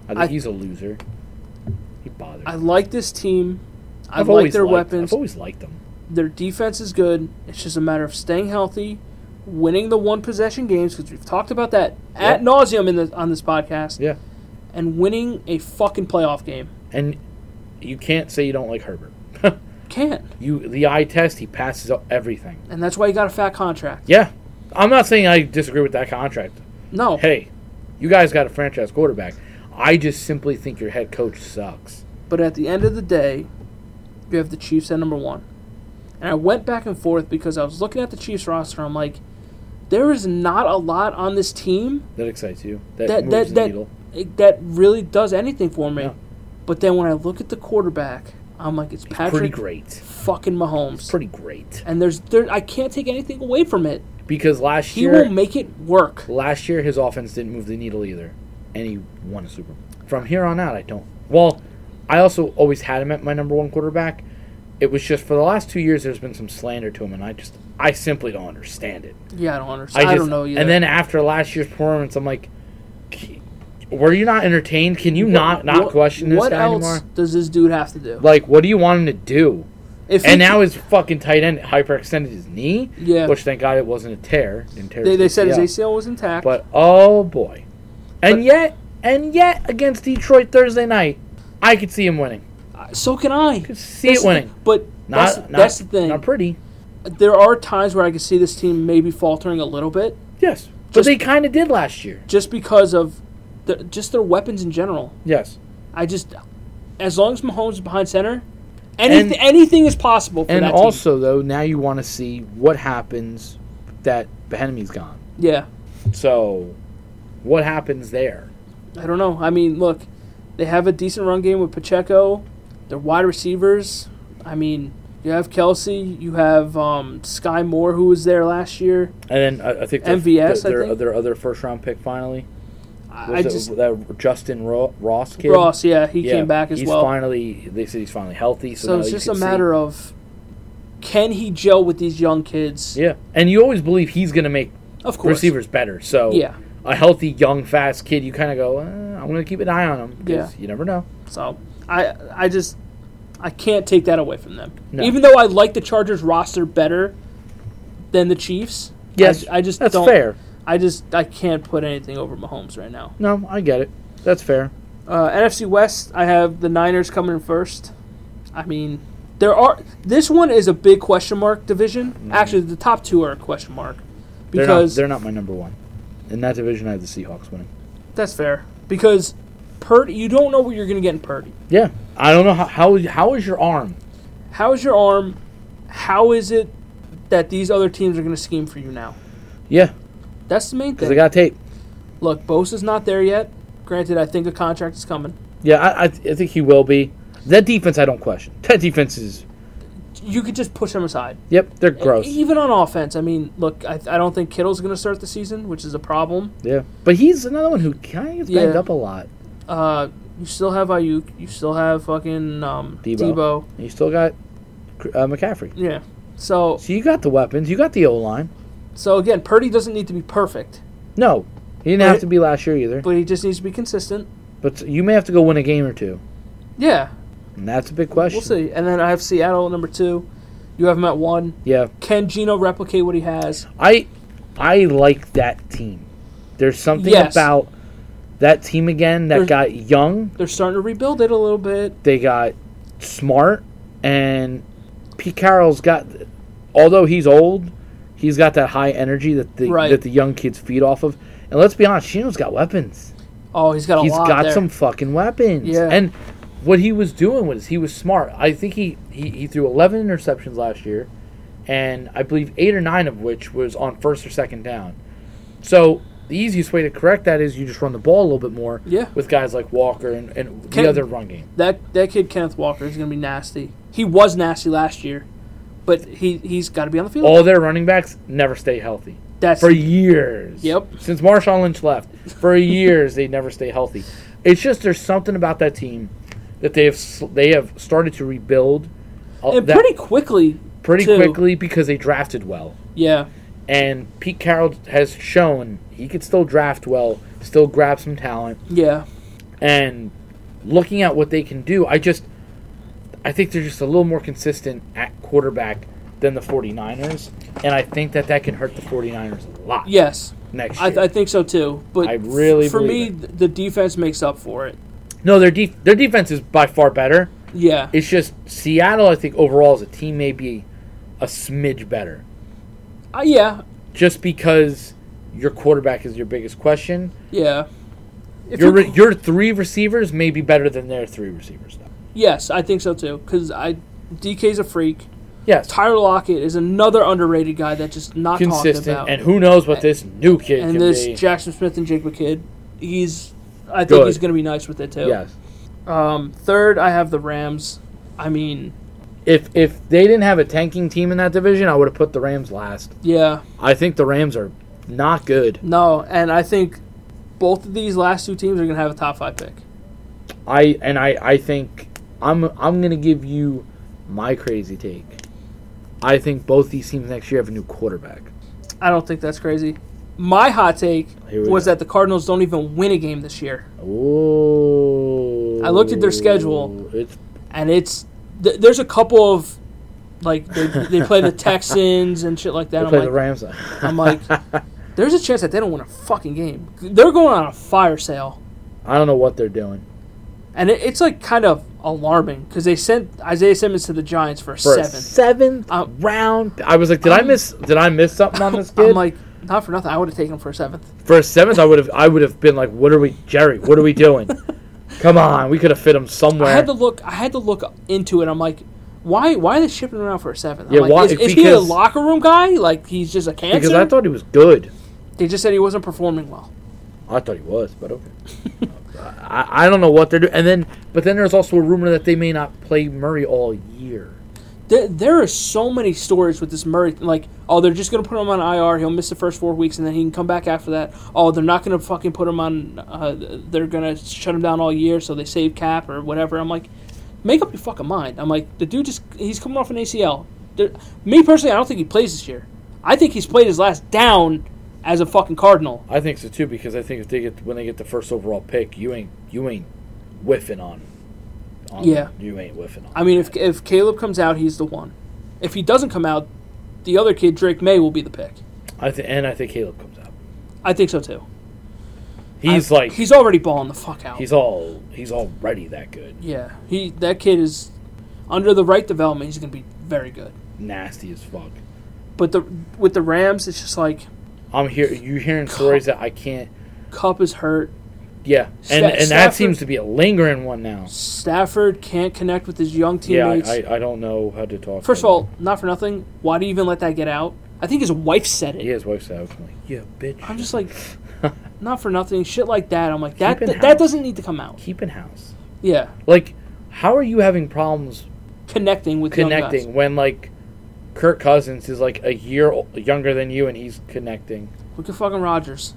[SPEAKER 1] I think
[SPEAKER 2] I-
[SPEAKER 1] he's a loser. He bothers.
[SPEAKER 2] I
[SPEAKER 1] me.
[SPEAKER 2] like this team. I
[SPEAKER 1] I've
[SPEAKER 2] like
[SPEAKER 1] always
[SPEAKER 2] their
[SPEAKER 1] liked-
[SPEAKER 2] weapons.
[SPEAKER 1] I've always liked them.
[SPEAKER 2] Their defense is good. It's just a matter of staying healthy, winning the one possession games because we've talked about that
[SPEAKER 1] Yep.
[SPEAKER 2] at nauseum in the on this podcast.
[SPEAKER 1] Yeah,
[SPEAKER 2] and winning a fucking playoff game.
[SPEAKER 1] and you can't say you don't like Herbert.
[SPEAKER 2] Can't.
[SPEAKER 1] you the eye test, he passes up everything.
[SPEAKER 2] And that's why he got a fat contract.
[SPEAKER 1] Yeah, I'm not saying I disagree with that contract.
[SPEAKER 2] No.
[SPEAKER 1] Hey, you guys got a franchise quarterback. I just simply think your head coach sucks.
[SPEAKER 2] But at the end of the day, you have the Chiefs at number one. And I went back and forth because I was looking at the Chiefs roster. I'm like, there is not a lot on this team
[SPEAKER 1] That excites you. That,
[SPEAKER 2] that
[SPEAKER 1] moves
[SPEAKER 2] that
[SPEAKER 1] the
[SPEAKER 2] that,
[SPEAKER 1] needle.
[SPEAKER 2] that really does anything for me.
[SPEAKER 1] Yeah.
[SPEAKER 2] But then when I look at the quarterback, I'm like, it's
[SPEAKER 1] pretty
[SPEAKER 2] Patrick
[SPEAKER 1] great.
[SPEAKER 2] fucking Mahomes.
[SPEAKER 1] Pretty great.
[SPEAKER 2] and there's there I can't take anything away from it.
[SPEAKER 1] Because last
[SPEAKER 2] He
[SPEAKER 1] year,
[SPEAKER 2] will make it work.
[SPEAKER 1] last year his offense didn't move the needle either, and he won a Super Bowl. From here on out, I don't. Well, I also always had him at my number one quarterback. It was just for the last two years, there's been some slander to him, and I just, I simply don't understand it.
[SPEAKER 2] Yeah, I don't understand.
[SPEAKER 1] I,
[SPEAKER 2] I,
[SPEAKER 1] just,
[SPEAKER 2] don't know either.
[SPEAKER 1] And then after last year's performance, I'm like, "K- were you not entertained? Can you not not
[SPEAKER 2] What-
[SPEAKER 1] question this
[SPEAKER 2] what
[SPEAKER 1] guy
[SPEAKER 2] else
[SPEAKER 1] anymore?
[SPEAKER 2] does this dude have to do?
[SPEAKER 1] Like, what do you want him to do?
[SPEAKER 2] If he-
[SPEAKER 1] And now his fucking tight end hyperextended his knee.
[SPEAKER 2] Yeah.
[SPEAKER 1] Which thank God it wasn't a tear. Didn't tear
[SPEAKER 2] they,
[SPEAKER 1] his
[SPEAKER 2] they said his
[SPEAKER 1] ACL.
[SPEAKER 2] ACL was intact.
[SPEAKER 1] But oh boy. And
[SPEAKER 2] But-
[SPEAKER 1] yet and yet against Detroit Thursday night, I could see him winning.
[SPEAKER 2] so can I.
[SPEAKER 1] Could see it winning.
[SPEAKER 2] but
[SPEAKER 1] Not
[SPEAKER 2] that's,
[SPEAKER 1] not,
[SPEAKER 2] that's the thing.
[SPEAKER 1] Not pretty.
[SPEAKER 2] there are times where I can see this team maybe faltering a little bit
[SPEAKER 1] Yes. But
[SPEAKER 2] Just-
[SPEAKER 1] they kinda did last year.
[SPEAKER 2] just because of the, just their weapons in general.
[SPEAKER 1] Yes.
[SPEAKER 2] I just, as long as Mahomes is behind center, anyth-
[SPEAKER 1] And-
[SPEAKER 2] anything is possible for
[SPEAKER 1] And
[SPEAKER 2] that
[SPEAKER 1] also though, now you want to see what happens that Behenemy's gone.
[SPEAKER 2] team. Yeah,
[SPEAKER 1] So what happens there?
[SPEAKER 2] I don't know. I mean, look, they have a decent run game with Pacheco. Their wide receivers. I mean, you have Kelsey. You have um, Sky Moore, who was there last year.
[SPEAKER 1] And then I, I think
[SPEAKER 2] MVS, I
[SPEAKER 1] their,
[SPEAKER 2] think?
[SPEAKER 1] their other first round pick finally
[SPEAKER 2] I,
[SPEAKER 1] was
[SPEAKER 2] I
[SPEAKER 1] it-
[SPEAKER 2] just
[SPEAKER 1] that Justin Ro- Ross kid.
[SPEAKER 2] Ross, yeah, he
[SPEAKER 1] Yeah,
[SPEAKER 2] came back as
[SPEAKER 1] he's
[SPEAKER 2] well.
[SPEAKER 1] Finally, they said he's finally healthy. So,
[SPEAKER 2] So
[SPEAKER 1] now
[SPEAKER 2] it's
[SPEAKER 1] you
[SPEAKER 2] just a
[SPEAKER 1] can see-
[SPEAKER 2] matter of can he gel with these young kids?
[SPEAKER 1] Yeah, and you always believe he's going to make
[SPEAKER 2] Of course.
[SPEAKER 1] receivers better. So
[SPEAKER 2] Yeah.
[SPEAKER 1] a healthy, young, fast kid, you kind of go, eh, I'm going to keep an eye on him. 'cause
[SPEAKER 2] Yeah.
[SPEAKER 1] you never know.
[SPEAKER 2] So I I just I can't take that away from them.
[SPEAKER 1] No.
[SPEAKER 2] Even though I like the Chargers roster better than the Chiefs. I-
[SPEAKER 1] Yes,
[SPEAKER 2] I, just
[SPEAKER 1] that's
[SPEAKER 2] don't
[SPEAKER 1] fair.
[SPEAKER 2] I just I can't put anything over Mahomes right now.
[SPEAKER 1] No, I get it. That's fair.
[SPEAKER 2] Uh, NFC West, I have the Niners coming in first. I mean, there are this one is a big question mark division. Actually, the top two are a question mark
[SPEAKER 1] Mm-hmm. They're not,
[SPEAKER 2] because
[SPEAKER 1] they're not my number one. In that division, I have the Seahawks winning.
[SPEAKER 2] That's fair because Purdy, you don't know what you're going to get in Purdy.
[SPEAKER 1] Yeah, I don't know how how, how is your arm?
[SPEAKER 2] How is your arm? How is it that these other teams are going to scheme for you now?
[SPEAKER 1] Yeah,
[SPEAKER 2] That's the main
[SPEAKER 1] because they
[SPEAKER 2] thing.
[SPEAKER 1] got tape.
[SPEAKER 2] Look, Bosa's not there yet. Granted, I think a contract is coming.
[SPEAKER 1] Yeah, I, I, th- I think he will be. That defense, I don't question. That defense is.
[SPEAKER 2] You could just push him aside.
[SPEAKER 1] Yep, they're gross.
[SPEAKER 2] Even on offense, I mean, look, I, I don't think Kittle's going to start the season, which is a problem.
[SPEAKER 1] Yeah, but he's another one who kind of gets banged
[SPEAKER 2] Yeah.
[SPEAKER 1] up a lot.
[SPEAKER 2] Uh, you still have Ayuk. You still have fucking um,
[SPEAKER 1] Debo.
[SPEAKER 2] Debo.
[SPEAKER 1] And you still got uh, McCaffrey.
[SPEAKER 2] Yeah. So
[SPEAKER 1] So you got the weapons. You got the O line.
[SPEAKER 2] so again, Purdy doesn't need to be perfect,
[SPEAKER 1] No, he didn't
[SPEAKER 2] But-
[SPEAKER 1] have to be last year either. But,
[SPEAKER 2] but he just needs to be consistent.
[SPEAKER 1] you may have to go win a game or two,
[SPEAKER 2] Yeah,
[SPEAKER 1] and that's a big question.
[SPEAKER 2] we'll see. And then I have Seattle at number two. You have him at one.
[SPEAKER 1] Yeah,
[SPEAKER 2] Can Gino replicate what he has?
[SPEAKER 1] I I like that team. There's something
[SPEAKER 2] Yes.
[SPEAKER 1] about that team again that
[SPEAKER 2] There's-
[SPEAKER 1] got young.
[SPEAKER 2] They're starting to rebuild it a little bit.
[SPEAKER 1] They got smart, and Pete Carroll's got. Although he's old, he's got that high energy that the
[SPEAKER 2] Right.
[SPEAKER 1] that the young kids feed off of. And let's be honest, Sheeno's got weapons.
[SPEAKER 2] Oh, he's got a
[SPEAKER 1] He's
[SPEAKER 2] lot.
[SPEAKER 1] got
[SPEAKER 2] there.
[SPEAKER 1] some fucking weapons.
[SPEAKER 2] Yeah.
[SPEAKER 1] And what he was doing was he was smart. I think he, he, he threw 11 interceptions last year, and I believe eight or nine of which was on first or second down. So the easiest way to correct that is you just run the ball a little bit more
[SPEAKER 2] Yeah.
[SPEAKER 1] with guys like Walker and, and
[SPEAKER 2] Can-
[SPEAKER 1] the other run game.
[SPEAKER 2] That that kid Kenneth Walker is going to be nasty. He was nasty last year, but he he's got to be on the field.
[SPEAKER 1] All their running backs never stay healthy.
[SPEAKER 2] That's
[SPEAKER 1] Oh, for years.
[SPEAKER 2] Yep.
[SPEAKER 1] Since Marshawn Lynch left, for years they never stay healthy. It's just there's something about that team that they have sl- they have started to rebuild uh,
[SPEAKER 2] and
[SPEAKER 1] that-
[SPEAKER 2] pretty quickly.
[SPEAKER 1] pretty
[SPEAKER 2] too.
[SPEAKER 1] quickly because they drafted well.
[SPEAKER 2] Yeah,
[SPEAKER 1] And Pete Carroll has shown he could still draft well, still grab some talent,
[SPEAKER 2] yeah.
[SPEAKER 1] and looking at what they can do, I just I think they're just a little more consistent at quarterback than the 49ers, and I think that that can hurt the 49ers a lot
[SPEAKER 2] Yes,
[SPEAKER 1] next
[SPEAKER 2] I,
[SPEAKER 1] year.
[SPEAKER 2] I think so too. But
[SPEAKER 1] I really
[SPEAKER 2] for me,
[SPEAKER 1] believe
[SPEAKER 2] th- the defense makes up for it.
[SPEAKER 1] No, their def- their defense is by far better.
[SPEAKER 2] Yeah,
[SPEAKER 1] It's just Seattle. I think overall as a team may be a smidge better,
[SPEAKER 2] uh, yeah,
[SPEAKER 1] just because your quarterback is your biggest question.
[SPEAKER 2] yeah. If
[SPEAKER 1] Your
[SPEAKER 2] you're-
[SPEAKER 1] re- your three receivers may be better than their three receivers. Though.
[SPEAKER 2] yes, I think so too. Because I DK's a freak.
[SPEAKER 1] Yes,
[SPEAKER 2] Tyler Lockett is another underrated guy that just not talked
[SPEAKER 1] consistent,
[SPEAKER 2] about.
[SPEAKER 1] and who knows what this new kid
[SPEAKER 2] And
[SPEAKER 1] can
[SPEAKER 2] this
[SPEAKER 1] be.
[SPEAKER 2] Jackson Smith and Jake McKidd, he's. I think
[SPEAKER 1] Good.
[SPEAKER 2] he's going to be nice with it too.
[SPEAKER 1] yes,
[SPEAKER 2] Um, third, I have the Rams. I mean,
[SPEAKER 1] if if they didn't have a tanking team in that division, I would have put the Rams last.
[SPEAKER 2] yeah,
[SPEAKER 1] I think the Rams are not good.
[SPEAKER 2] no, and I think both of these last two teams are going to have a top five pick.
[SPEAKER 1] I and I, I think I'm I'm gonna give you my crazy take. I think both these teams next year have a new quarterback.
[SPEAKER 2] I don't think that's crazy. My hot take
[SPEAKER 1] Here we
[SPEAKER 2] was
[SPEAKER 1] go.
[SPEAKER 2] that the Cardinals don't even win a game this year,
[SPEAKER 1] Oh.
[SPEAKER 2] I looked at their schedule.
[SPEAKER 1] It's
[SPEAKER 2] and it's th- there's a couple of like they, they play the Texans and shit like
[SPEAKER 1] they
[SPEAKER 2] that. I'm
[SPEAKER 1] play
[SPEAKER 2] like,
[SPEAKER 1] the Rams.
[SPEAKER 2] I'm like, there's a chance that they don't win a fucking game. They're going on a fire sale,
[SPEAKER 1] I don't know what they're doing
[SPEAKER 2] and it, it's like kind of alarming because they sent Isaiah Simmons to the Giants for a
[SPEAKER 1] for a
[SPEAKER 2] seventh.
[SPEAKER 1] seventh
[SPEAKER 2] Um,
[SPEAKER 1] round. I was like, did i
[SPEAKER 2] I'm-
[SPEAKER 1] miss? Did I miss something on this kid?
[SPEAKER 2] I'm like, not for nothing. I would have taken him for a seventh.
[SPEAKER 1] for a seventh, I would have. I would have been like, what are we, Jerry? What are we doing? Come on, we could have fit him somewhere.
[SPEAKER 2] I had to look. I had to look into it. I'm like, why? Why are they shipping him around for a seventh? I'm
[SPEAKER 1] Yeah,
[SPEAKER 2] like,
[SPEAKER 1] why-
[SPEAKER 2] Is, is he a
[SPEAKER 1] because-
[SPEAKER 2] locker room guy? Like he's just a cancer.
[SPEAKER 1] because I thought he was good.
[SPEAKER 2] they just said he wasn't performing well.
[SPEAKER 1] I thought he was, but okay. I, I don't know what they're doing. And then, but then there's also a rumor that they may not play Murray all year.
[SPEAKER 2] There, there are so many stories with this Murray. Like, oh, they're just gonna put him on IR. He'll miss the first four weeks, and then he can come back after that. Oh, they're not gonna fucking put him on. Uh, they're gonna shut him down all year, so they save cap or whatever. I'm like, make up your fucking mind. I'm like, the dude just he's coming off an ACL. There, me personally, I don't think he plays this year. I think he's played his last down as a fucking Cardinal.
[SPEAKER 1] I think so too, because I think if they get when they get the first overall pick, you ain't you ain't whiffing on. on
[SPEAKER 2] Yeah.
[SPEAKER 1] you ain't whiffing on.
[SPEAKER 2] I mean, if if Caleb comes out, he's the one. If he doesn't come out, the other kid Drake May will be the pick.
[SPEAKER 1] I th- and I think Caleb comes out.
[SPEAKER 2] I think so too.
[SPEAKER 1] He's
[SPEAKER 2] I-
[SPEAKER 1] like he's
[SPEAKER 2] he's already balling the fuck out.
[SPEAKER 1] all he's already that good,
[SPEAKER 2] yeah, he that kid is under the right development. He's gonna be very good.
[SPEAKER 1] nasty as fuck.
[SPEAKER 2] But the with the Rams, it's just like
[SPEAKER 1] I'm here. You hearing stories that I can't.
[SPEAKER 2] Cup is hurt.
[SPEAKER 1] Yeah, and
[SPEAKER 2] Sta-
[SPEAKER 1] and that
[SPEAKER 2] Stafford-
[SPEAKER 1] seems to be a lingering one now.
[SPEAKER 2] Stafford can't connect with his young
[SPEAKER 1] Yeah, I,
[SPEAKER 2] teammates.
[SPEAKER 1] I, I don't know how to talk.
[SPEAKER 2] First
[SPEAKER 1] about
[SPEAKER 2] of all, not for nothing. Why do you even let that get out? I think his wife said
[SPEAKER 1] it.
[SPEAKER 2] it.
[SPEAKER 1] yeah, his wife said, I was like, "Yeah, bitch,
[SPEAKER 2] I'm just like, not for nothing. Shit like that. I'm like that.
[SPEAKER 1] Keep it
[SPEAKER 2] That,
[SPEAKER 1] house.
[SPEAKER 2] that doesn't need to come out.
[SPEAKER 1] keeping house."
[SPEAKER 2] Yeah,
[SPEAKER 1] Like, how are you having problems
[SPEAKER 2] connecting with Young guys.
[SPEAKER 1] connecting when like Kirk Cousins is like a year o- younger than you and he's connecting?
[SPEAKER 2] Look at fucking Rogers.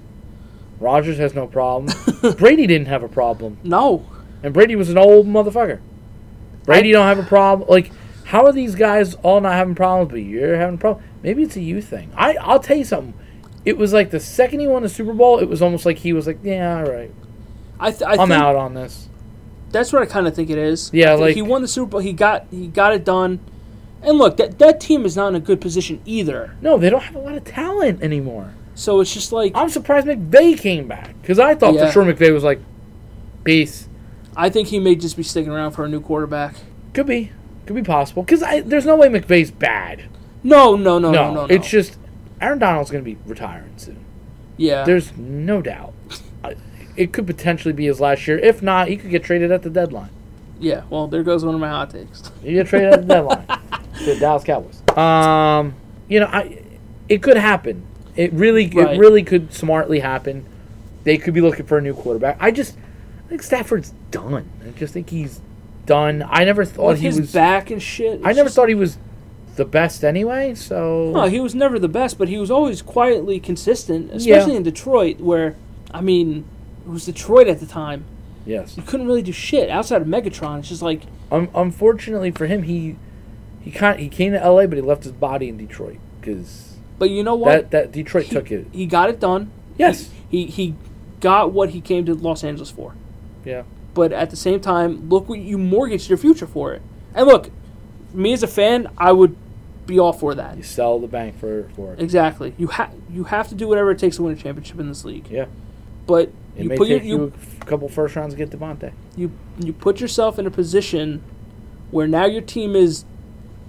[SPEAKER 1] Rogers has no problem. Brady didn't have a problem,
[SPEAKER 2] No,
[SPEAKER 1] and Brady was an old motherfucker. Brady don't have a problem. Like, how are these guys all not having problems, but you're having problems? Maybe it's a you thing. I I'll tell you something. It was like the second he won the Super Bowl, it was almost like he was like, "Yeah, all right,
[SPEAKER 2] I, th- I
[SPEAKER 1] I'm
[SPEAKER 2] think
[SPEAKER 1] out on this."
[SPEAKER 2] that's what I kind of think it is.
[SPEAKER 1] Yeah,
[SPEAKER 2] I think
[SPEAKER 1] like-
[SPEAKER 2] he won the Super Bowl. He got he got it done. And look, that that team is not in a good position either.
[SPEAKER 1] No, they don't have a lot of talent anymore.
[SPEAKER 2] So it's just like
[SPEAKER 1] I'm surprised McVay came back because I thought
[SPEAKER 2] Yeah.
[SPEAKER 1] for sure McVay was like, "Peace."
[SPEAKER 2] I think he may just be sticking around for a new quarterback.
[SPEAKER 1] Could be, could be possible because there's no way McVay's bad.
[SPEAKER 2] No, no, no, no,
[SPEAKER 1] no,
[SPEAKER 2] no. no.
[SPEAKER 1] it's just Aaron Donald's going to be retiring soon.
[SPEAKER 2] yeah.
[SPEAKER 1] There's no doubt. I- It could potentially be his last year. If not, he could get traded at the deadline.
[SPEAKER 2] Yeah, well, there goes one of my hot takes.
[SPEAKER 1] He get traded at the deadline to the Dallas Cowboys. Um, you know, I it could happen. It really,
[SPEAKER 2] Right.
[SPEAKER 1] it really could smartly happen. They could be looking for a new quarterback. I just I think Stafford's done. I just think he's done. I never thought
[SPEAKER 2] With
[SPEAKER 1] he
[SPEAKER 2] his
[SPEAKER 1] was.
[SPEAKER 2] back and shit. it's
[SPEAKER 1] I never
[SPEAKER 2] just-
[SPEAKER 1] thought he was the best anyway. So
[SPEAKER 2] No, he was never the best, but he was always quietly consistent, especially in Detroit, where I mean, it was Detroit at the time.
[SPEAKER 1] yes,
[SPEAKER 2] You couldn't really do shit outside of Megatron. It's just like,
[SPEAKER 1] Um, unfortunately for him, he he kind he came to L.A. but he left his body in Detroit because
[SPEAKER 2] but you know what?
[SPEAKER 1] that that Detroit
[SPEAKER 2] he,
[SPEAKER 1] took it.
[SPEAKER 2] He got it done.
[SPEAKER 1] Yes.
[SPEAKER 2] He he got what he came to Los Angeles for.
[SPEAKER 1] Yeah.
[SPEAKER 2] But at the same time, look what you mortgaged your future for it. And look, me as a fan, I would be all for that.
[SPEAKER 1] You sell the bank for for it.
[SPEAKER 2] Exactly. You have you have to do whatever it takes to win a championship in this league.
[SPEAKER 1] Yeah.
[SPEAKER 2] But
[SPEAKER 1] It
[SPEAKER 2] you
[SPEAKER 1] may
[SPEAKER 2] put your,
[SPEAKER 1] take you,
[SPEAKER 2] you,
[SPEAKER 1] a couple first rounds to get Devontae.
[SPEAKER 2] you you put yourself in a position where now your team is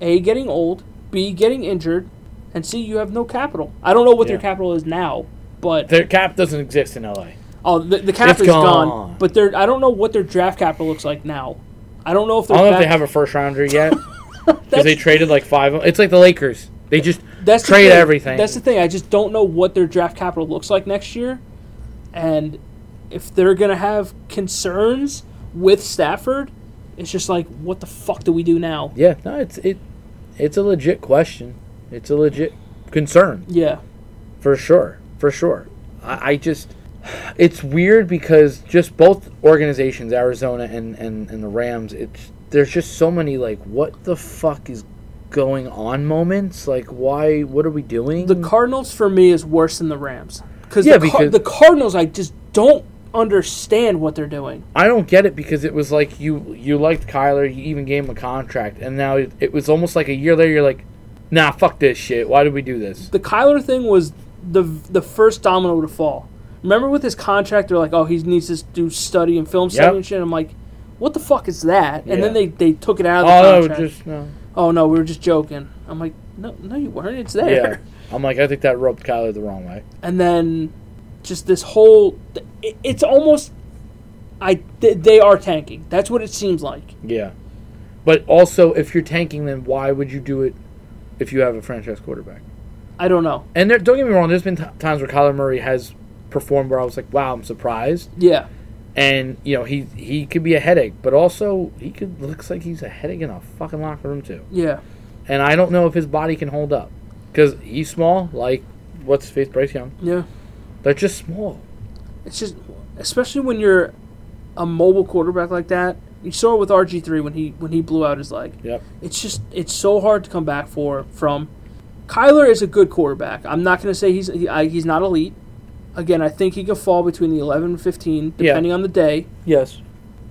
[SPEAKER 2] a getting old, b getting injured, and c you have no capital. I don't know what their
[SPEAKER 1] Yeah.
[SPEAKER 2] capital is now, but
[SPEAKER 1] Their cap doesn't exist in L.A.
[SPEAKER 2] oh the, the cap
[SPEAKER 1] It's
[SPEAKER 2] is gone.
[SPEAKER 1] gone.
[SPEAKER 2] But they're I don't know what their draft capital looks like now. I don't know if
[SPEAKER 1] I
[SPEAKER 2] they're
[SPEAKER 1] don't know if they have a first rounder yet because they traded like five. of- It's like the Lakers. They just
[SPEAKER 2] that's the
[SPEAKER 1] trade
[SPEAKER 2] thing.
[SPEAKER 1] everything.
[SPEAKER 2] That's the thing. I just don't know what their draft capital looks like next year, and if they're gonna have concerns with Stafford, it's just like, what the fuck do we do now?
[SPEAKER 1] yeah. No, it's it it's a legit question. It's a legit concern.
[SPEAKER 2] Yeah,
[SPEAKER 1] For sure. For sure. I, I just. It's weird because just both organizations, Arizona and, and, and the Rams, it's there's just so many like what the fuck is going on moments. Like why? What are we doing?
[SPEAKER 2] the Cardinals for me is worse than the Rams because
[SPEAKER 1] Yeah,
[SPEAKER 2] the, Car-
[SPEAKER 1] because-
[SPEAKER 2] the Cardinals I just don't understand what they're doing.
[SPEAKER 1] I don't get it because it was like you you liked Kyler, you even gave him a contract, and now it, it was almost like a year later you're like, nah, fuck this shit. Why did we do this?
[SPEAKER 2] The Kyler thing was the the first domino to fall. Remember with his contract, they're like, oh, he needs to do study and film study
[SPEAKER 1] Yep.
[SPEAKER 2] and shit. I'm like, what the fuck is that? And then
[SPEAKER 1] Yeah.
[SPEAKER 2] they, they took it out of the
[SPEAKER 1] Oh,
[SPEAKER 2] contract.
[SPEAKER 1] just no.
[SPEAKER 2] oh no, we were just joking. I'm like, no, no, you weren't. It's
[SPEAKER 1] Yeah,
[SPEAKER 2] there.
[SPEAKER 1] I'm like I think that rubbed Kyler the wrong way.
[SPEAKER 2] And then just this whole, it, it's almost, I they, they are tanking. That's what it seems like.
[SPEAKER 1] Yeah. But also, if you're tanking, then why would you do it if you have a franchise quarterback?
[SPEAKER 2] I don't know.
[SPEAKER 1] And there, don't get me wrong, there's been t- times where Kyler Murray has performed where I was like, wow, I'm surprised.
[SPEAKER 2] Yeah,
[SPEAKER 1] And, you know, he he could be a headache, but also he could looks like he's a headache in a fucking locker room, too.
[SPEAKER 2] yeah,
[SPEAKER 1] And I don't know if his body can hold up because he's small, like, what's his face, Bryce Young.
[SPEAKER 2] yeah.
[SPEAKER 1] They're just small.
[SPEAKER 2] It's just, especially when you're a mobile quarterback like that. You saw it with RG three when he when he blew out his leg.
[SPEAKER 1] Yep.
[SPEAKER 2] It's just it's so hard to come back for from. Kyler is a good quarterback. I'm not going to say he's he, I, he's not elite. Again, I think he can fall between the 11 and 15
[SPEAKER 1] Yeah.
[SPEAKER 2] depending on the day.
[SPEAKER 1] Yes.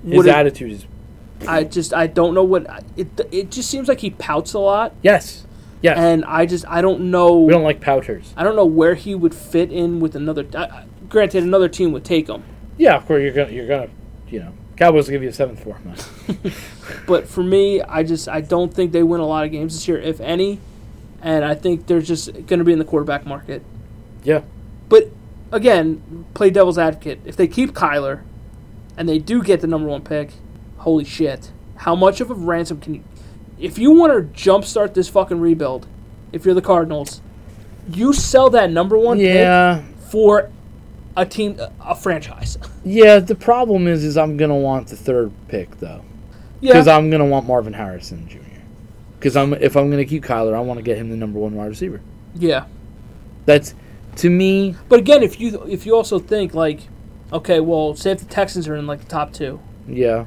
[SPEAKER 1] His
[SPEAKER 2] Would it-
[SPEAKER 1] attitude is.
[SPEAKER 2] I just I don't know what it it just seems like he pouts a lot
[SPEAKER 1] Yes. Yes.
[SPEAKER 2] and I just I don't know
[SPEAKER 1] we don't like pouters.
[SPEAKER 2] I don't know where he would fit in with another I- I, granted another team would take him.
[SPEAKER 1] Yeah, of course you're gonna you're gonna you know Cowboys will give you a seventh for him.
[SPEAKER 2] But for me, I just I don't think they win a lot of games this year if any and I think they're just going to be in the quarterback market.
[SPEAKER 1] yeah,
[SPEAKER 2] But again, play devil's advocate. If they keep Kyler and they do get the number one pick, holy shit. How much of a ransom can you. If you want to jumpstart this fucking rebuild, if you're the Cardinals, you sell that number one
[SPEAKER 1] Yeah,
[SPEAKER 2] pick for a team, a franchise.
[SPEAKER 1] yeah. The problem is, is I'm gonna want the third pick though,
[SPEAKER 2] yeah.
[SPEAKER 1] because I'm gonna want Marvin Harrison Jr. Because I'm if I'm gonna keep Kyler, I want to get him the number one wide receiver.
[SPEAKER 2] yeah.
[SPEAKER 1] That's to me.
[SPEAKER 2] But again, if you if you also think like, okay, well, say if the Texans are in like the top two,
[SPEAKER 1] Yeah.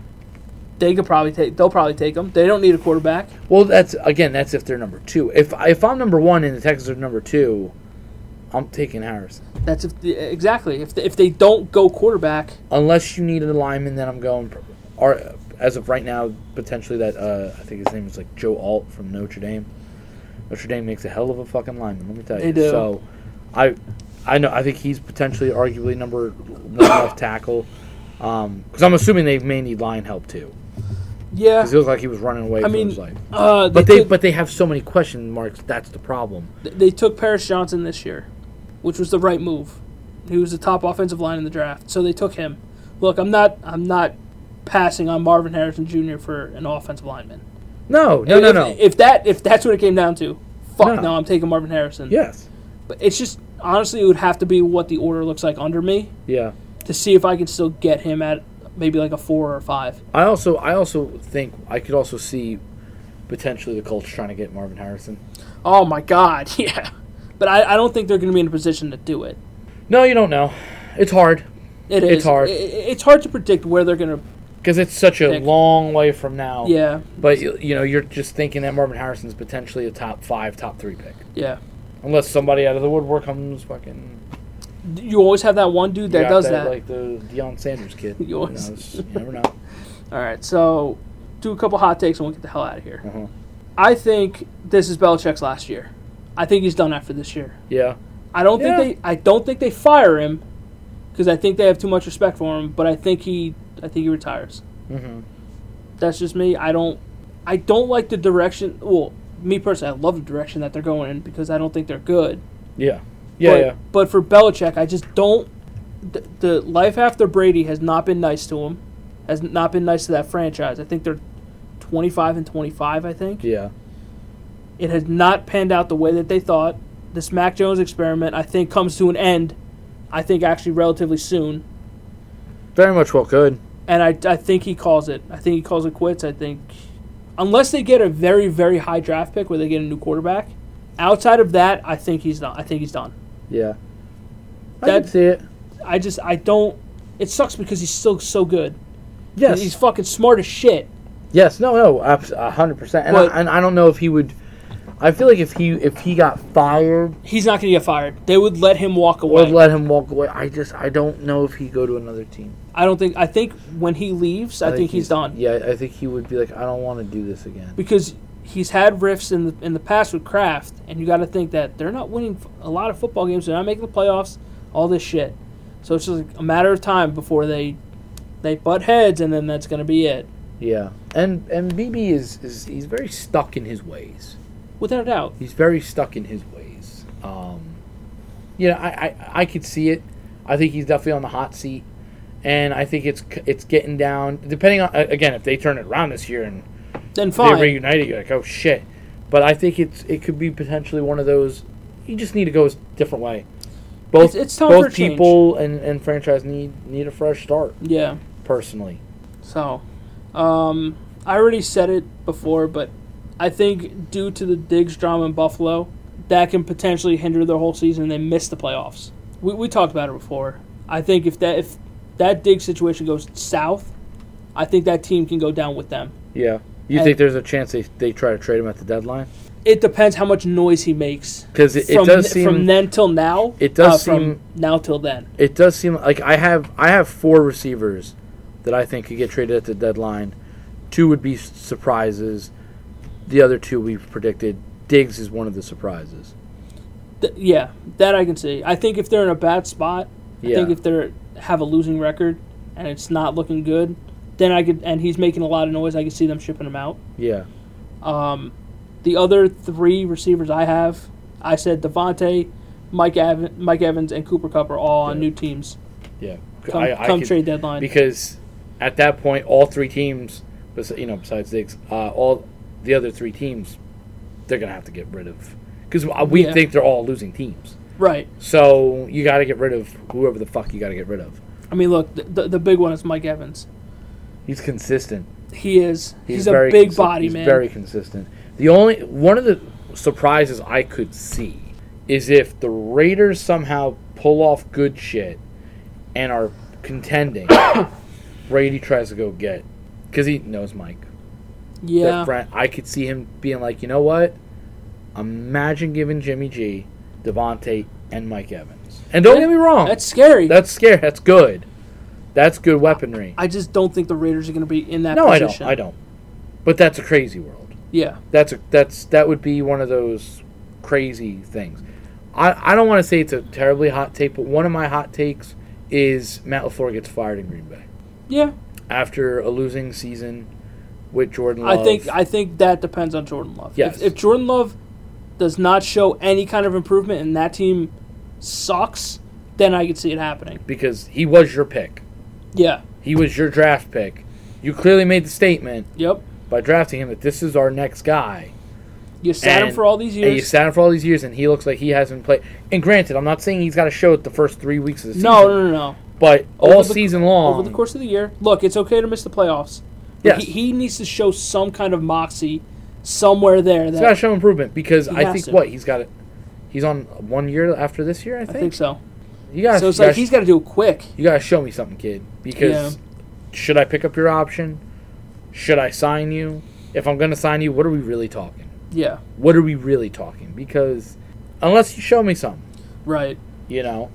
[SPEAKER 2] they could probably take. They'll probably take them. They don't need a quarterback.
[SPEAKER 1] Well, that's again. That's if they're number two. If if I'm number one and the Texans are number two, I'm taking Harrison.
[SPEAKER 2] That's if the, exactly if they, if they don't go quarterback.
[SPEAKER 1] Unless you need an alignment, then I'm going. Or as of right now, potentially that uh, I think his name is like Joe Alt from Notre Dame. Notre Dame makes a hell of a fucking lineman. Let me tell you.
[SPEAKER 2] They do.
[SPEAKER 1] So, I, I know. I think he's potentially, arguably, number one left tackle. Because I'm assuming they may need line help too.
[SPEAKER 2] Yeah,
[SPEAKER 1] Because he looked like he was running away
[SPEAKER 2] I
[SPEAKER 1] from
[SPEAKER 2] mean,
[SPEAKER 1] his life.
[SPEAKER 2] uh, they
[SPEAKER 1] But they,
[SPEAKER 2] took,
[SPEAKER 1] but they have so many question marks. That's the problem.
[SPEAKER 2] they took Paris Johnson this year, which was the right move. He was the top offensive line in the draft, so they took him. Look, I'm not I'm not passing on Marvin Harrison Jr. for an offensive lineman.
[SPEAKER 1] No, no, no,
[SPEAKER 2] if,
[SPEAKER 1] no.
[SPEAKER 2] If that if that's what it came down to, fuck
[SPEAKER 1] No.
[SPEAKER 2] no, I'm taking Marvin Harrison.
[SPEAKER 1] Yes.
[SPEAKER 2] But it's just honestly, it would have to be what the order looks like under me
[SPEAKER 1] Yeah.
[SPEAKER 2] to see if I can still get him at maybe like a four or a five.
[SPEAKER 1] I also I also think I could also see potentially the Colts trying to get Marvin Harrison.
[SPEAKER 2] Oh my god, yeah. But I, I don't think they're going to be in a position to do it.
[SPEAKER 1] No, you don't know. It's hard
[SPEAKER 2] It
[SPEAKER 1] It's
[SPEAKER 2] is-
[SPEAKER 1] hard.
[SPEAKER 2] i- i- it's hard to predict where they're going to.
[SPEAKER 1] because it's such a
[SPEAKER 2] Pick.
[SPEAKER 1] long way from now.
[SPEAKER 2] Yeah,
[SPEAKER 1] But you, you know, you're just thinking that Marvin Harrison's potentially a top five, top three pick,
[SPEAKER 2] yeah.
[SPEAKER 1] unless somebody out of the woodwork comes fucking.
[SPEAKER 2] You always have that one dude that
[SPEAKER 1] got
[SPEAKER 2] does that.
[SPEAKER 1] like the Deion Sanders kid.
[SPEAKER 2] You always-
[SPEAKER 1] know, it's- you never know.
[SPEAKER 2] All right, so do a couple hot takes and we'll get the hell out of here.
[SPEAKER 1] Mhm.
[SPEAKER 2] I think this is Belichick's last year. I think he's done after this year.
[SPEAKER 1] Yeah,
[SPEAKER 2] I don't
[SPEAKER 1] Yeah.
[SPEAKER 2] think they. I don't think they fire him because I think they have too much respect for him. But I think he. I think he retires.
[SPEAKER 1] Mhm.
[SPEAKER 2] That's just me. I don't. I don't like the direction. Well, me personally, I love the direction that they're going in because I don't think they're good.
[SPEAKER 1] yeah, yeah,
[SPEAKER 2] but,
[SPEAKER 1] yeah.
[SPEAKER 2] But for Belichick, I just don't. The, the life after Brady has not been nice to him. Has not been nice to that franchise. I think they're twenty five and twenty five. I think.
[SPEAKER 1] Yeah,
[SPEAKER 2] It has not panned out the way that they thought. This Mac Jones experiment, I think, comes to an end. I think actually relatively soon,
[SPEAKER 1] very much well could.
[SPEAKER 2] and I, I think he calls it. I think he calls it quits. I think, unless they get a very very high draft pick where they get a new quarterback, outside of that, I think he's done. I think he's done.
[SPEAKER 1] Yeah, I
[SPEAKER 2] That-
[SPEAKER 1] can see it.
[SPEAKER 2] I just I don't. It sucks because he's still so good.
[SPEAKER 1] Yes,
[SPEAKER 2] He's fucking smart as shit.
[SPEAKER 1] Yes, no, no, abs- a hundred percent. And,
[SPEAKER 2] But-
[SPEAKER 1] I, and I don't know if he would. I feel like if he if he got fired,
[SPEAKER 2] He's not gonna get fired. They would let him walk away.
[SPEAKER 1] would let him walk away. I just I don't know if he'd go to another team.
[SPEAKER 2] I don't think. I think when he leaves, I, think, he's done.
[SPEAKER 1] Yeah, I think he would be like, I don't want to do this again.
[SPEAKER 2] because he's had rifts in the in the past with Kraft, and you got to think that they're not winning f- a lot of football games. They're not making the playoffs. All this shit. So it's just like a matter of time before they they butt heads, and then that's gonna be it,
[SPEAKER 1] Yeah, and and BB is is he's very stuck in his ways.
[SPEAKER 2] without a doubt.
[SPEAKER 1] He's very stuck in his ways. Um, you know, I, I I could see it. I think he's definitely on the hot seat, and I think it's c- it's getting down. Depending on again, if they turn it around this year and
[SPEAKER 2] Then
[SPEAKER 1] they
[SPEAKER 2] fine.
[SPEAKER 1] reunited, you're like, oh shit. But I think it's it could be potentially one of those. You just need to go a different way. Both
[SPEAKER 2] It's- it's time
[SPEAKER 1] both
[SPEAKER 2] for change.
[SPEAKER 1] people and, and franchise need need a fresh start.
[SPEAKER 2] yeah.
[SPEAKER 1] Personally,
[SPEAKER 2] So, um, I already said it before, but I think due to the Diggs drama in Buffalo, that can potentially hinder their whole season. and They miss the playoffs. We, we talked about it before. I think if that if that Diggs situation goes south, I think that team can go down with them.
[SPEAKER 1] yeah. You
[SPEAKER 2] And-
[SPEAKER 1] think there's a chance they, they try to trade him at the deadline?
[SPEAKER 2] It depends how much noise he makes.
[SPEAKER 1] Because it, it
[SPEAKER 2] from,
[SPEAKER 1] does
[SPEAKER 2] th-
[SPEAKER 1] seem
[SPEAKER 2] from then till now. uh,
[SPEAKER 1] it does
[SPEAKER 2] from
[SPEAKER 1] seem-
[SPEAKER 2] now till then.
[SPEAKER 1] it does seem like I have I have four receivers that I think could get traded at the deadline. Two would be s- surprises. The other two we've predicted. Diggs is one of the surprises.
[SPEAKER 2] Th- yeah, that I can see. I think if they're in a bad spot, I
[SPEAKER 1] Yeah.
[SPEAKER 2] think if they're have a losing record and it's not looking good, then I could and he's making a lot of noise. I could see them shipping him out.
[SPEAKER 1] Yeah.
[SPEAKER 2] Um, the other three receivers I have, I said Devontae, Mike Evan, Mike Evans and Cooper Cup are all on
[SPEAKER 1] Yeah.
[SPEAKER 2] new teams.
[SPEAKER 1] Yeah,
[SPEAKER 2] Come,
[SPEAKER 1] I, I
[SPEAKER 2] come
[SPEAKER 1] could-
[SPEAKER 2] trade deadline.
[SPEAKER 1] because at that point, all three teams, bes- you know, besides Diggs, uh, all the other three teams, they're gonna have to get rid of because we
[SPEAKER 2] Yeah.
[SPEAKER 1] think they're all losing teams.
[SPEAKER 2] right.
[SPEAKER 1] So you got to get rid of whoever the fuck you got to get rid of.
[SPEAKER 2] I mean, look, the, the, the big one is Mike Evans.
[SPEAKER 1] He's consistent.
[SPEAKER 2] He is. He's, a
[SPEAKER 1] very
[SPEAKER 2] big
[SPEAKER 1] consi-
[SPEAKER 2] body
[SPEAKER 1] he's
[SPEAKER 2] man.
[SPEAKER 1] Very consistent. The only one of the surprises I could see is if the Raiders somehow pull off good shit and are contending. Brady tries to go get because he knows Mike. That
[SPEAKER 2] yeah.
[SPEAKER 1] friend- I could see him being like, you know what? Imagine giving Jimmy G, Devontae, and Mike Evans. And don't
[SPEAKER 2] That-
[SPEAKER 1] get me wrong.
[SPEAKER 2] That's scary.
[SPEAKER 1] That's scary. That's good. That's good weaponry.
[SPEAKER 2] I just don't think the Raiders are going to be in that
[SPEAKER 1] no, I don't.
[SPEAKER 2] position.
[SPEAKER 1] I don't. But that's a crazy world.
[SPEAKER 2] Yeah.
[SPEAKER 1] That's a that's that would be one of those crazy things. I, I don't want to say it's a terribly hot take, but one of my hot takes is Matt Lafleur gets fired in Green Bay
[SPEAKER 2] Yeah.
[SPEAKER 1] after a losing season with Jordan. Love.
[SPEAKER 2] I think I think that depends on Jordan Love.
[SPEAKER 1] Yes.
[SPEAKER 2] If, if Jordan Love does not show any kind of improvement and that team sucks, then I could see it happening.
[SPEAKER 1] because he was your pick.
[SPEAKER 2] Yeah.
[SPEAKER 1] He was your draft pick. You clearly made the statement
[SPEAKER 2] Yep.
[SPEAKER 1] by drafting him that this is our next guy.
[SPEAKER 2] You sat him
[SPEAKER 1] And-
[SPEAKER 2] for all these
[SPEAKER 1] And you
[SPEAKER 2] years.
[SPEAKER 1] sat him for all these years, and he looks like he hasn't played. And granted, I'm not saying he's got to show it the first three weeks of the season.
[SPEAKER 2] No, no, no, no.
[SPEAKER 1] But
[SPEAKER 2] Over
[SPEAKER 1] all
[SPEAKER 2] the-
[SPEAKER 1] season long,
[SPEAKER 2] Over the course of the year, look, it's okay to miss the playoffs. But
[SPEAKER 1] yes,
[SPEAKER 2] He, he needs to show some kind of moxie somewhere there.
[SPEAKER 1] he's got to
[SPEAKER 2] That
[SPEAKER 1] show improvement because
[SPEAKER 2] He
[SPEAKER 1] I
[SPEAKER 2] has
[SPEAKER 1] think
[SPEAKER 2] to.
[SPEAKER 1] what he's got. He's on one year after this year, I
[SPEAKER 2] I
[SPEAKER 1] think.
[SPEAKER 2] think so.
[SPEAKER 1] You got
[SPEAKER 2] So it's like he's got to do it quick.
[SPEAKER 1] you got to show me something, kid. Because should I pick up your option? Should I sign you? If I'm going to sign you, what are we really talking?
[SPEAKER 2] Yeah.
[SPEAKER 1] What are we really talking? Because unless you show me something,
[SPEAKER 2] Right.
[SPEAKER 1] you know,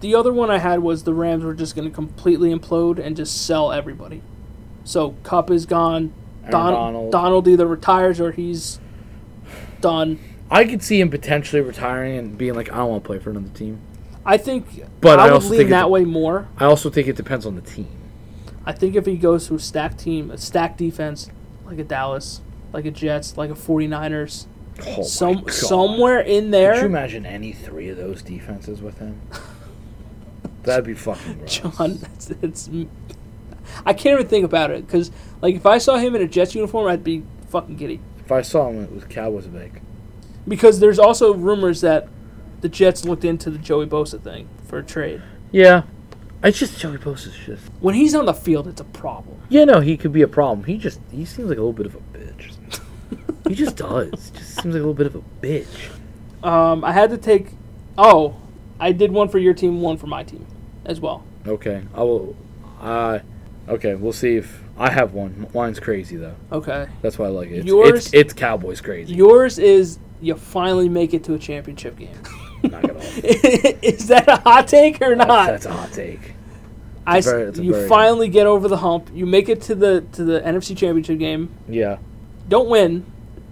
[SPEAKER 2] The other one I had was the Rams were just going to completely implode and just sell everybody. So Cup is gone.
[SPEAKER 1] Aaron
[SPEAKER 2] Don-
[SPEAKER 1] Donald.
[SPEAKER 2] Donald either retires or he's done.
[SPEAKER 1] I could see him potentially retiring and being like, I don't want to play for another team.
[SPEAKER 2] I think
[SPEAKER 1] But
[SPEAKER 2] I,
[SPEAKER 1] I
[SPEAKER 2] would
[SPEAKER 1] also
[SPEAKER 2] lean
[SPEAKER 1] think
[SPEAKER 2] that
[SPEAKER 1] it's-
[SPEAKER 2] way more.
[SPEAKER 1] I also think it depends on the team.
[SPEAKER 2] I think if he goes to a stacked team, a stacked defense, like a Dallas, like a Jets, like a 49ers,
[SPEAKER 1] Oh my
[SPEAKER 2] some
[SPEAKER 1] God.
[SPEAKER 2] somewhere in
[SPEAKER 1] Could you
[SPEAKER 2] there,
[SPEAKER 1] imagine any three of those defenses with him? That'd be fucking gross.
[SPEAKER 2] John, it's, it's I can't even think about it because like if I saw him in a Jets uniform, I'd be fucking giddy.
[SPEAKER 1] If I saw him, it was Cowboys big.
[SPEAKER 2] Because there's also rumors that the Jets looked into the Joey Bosa thing for a trade.
[SPEAKER 1] Yeah, it's just Joey Bosa's just.
[SPEAKER 2] When he's on the field, it's a problem.
[SPEAKER 1] Yeah, no, he could be a problem. He just he seems like a little bit of a bitch. he just does. Just seems like a little bit of a bitch.
[SPEAKER 2] Um, I had to take. Oh, I did one for your team, one for my team, as well.
[SPEAKER 1] Okay, I will. Uh, okay, we'll see if I have one. Mine's crazy though.
[SPEAKER 2] Okay.
[SPEAKER 1] That's why I like it. It's,
[SPEAKER 2] Yours-
[SPEAKER 1] It's, it's Cowboys crazy.
[SPEAKER 2] Yours is you finally make it to a championship game.
[SPEAKER 1] Knock it off.
[SPEAKER 2] is that a hot take or
[SPEAKER 1] That's,
[SPEAKER 2] not?
[SPEAKER 1] that's a hot take.
[SPEAKER 2] I s-
[SPEAKER 1] very- it's a
[SPEAKER 2] you
[SPEAKER 1] very-
[SPEAKER 2] finally get over the hump. You make it to the to the NFC Championship game.
[SPEAKER 1] Yeah,
[SPEAKER 2] Don't win,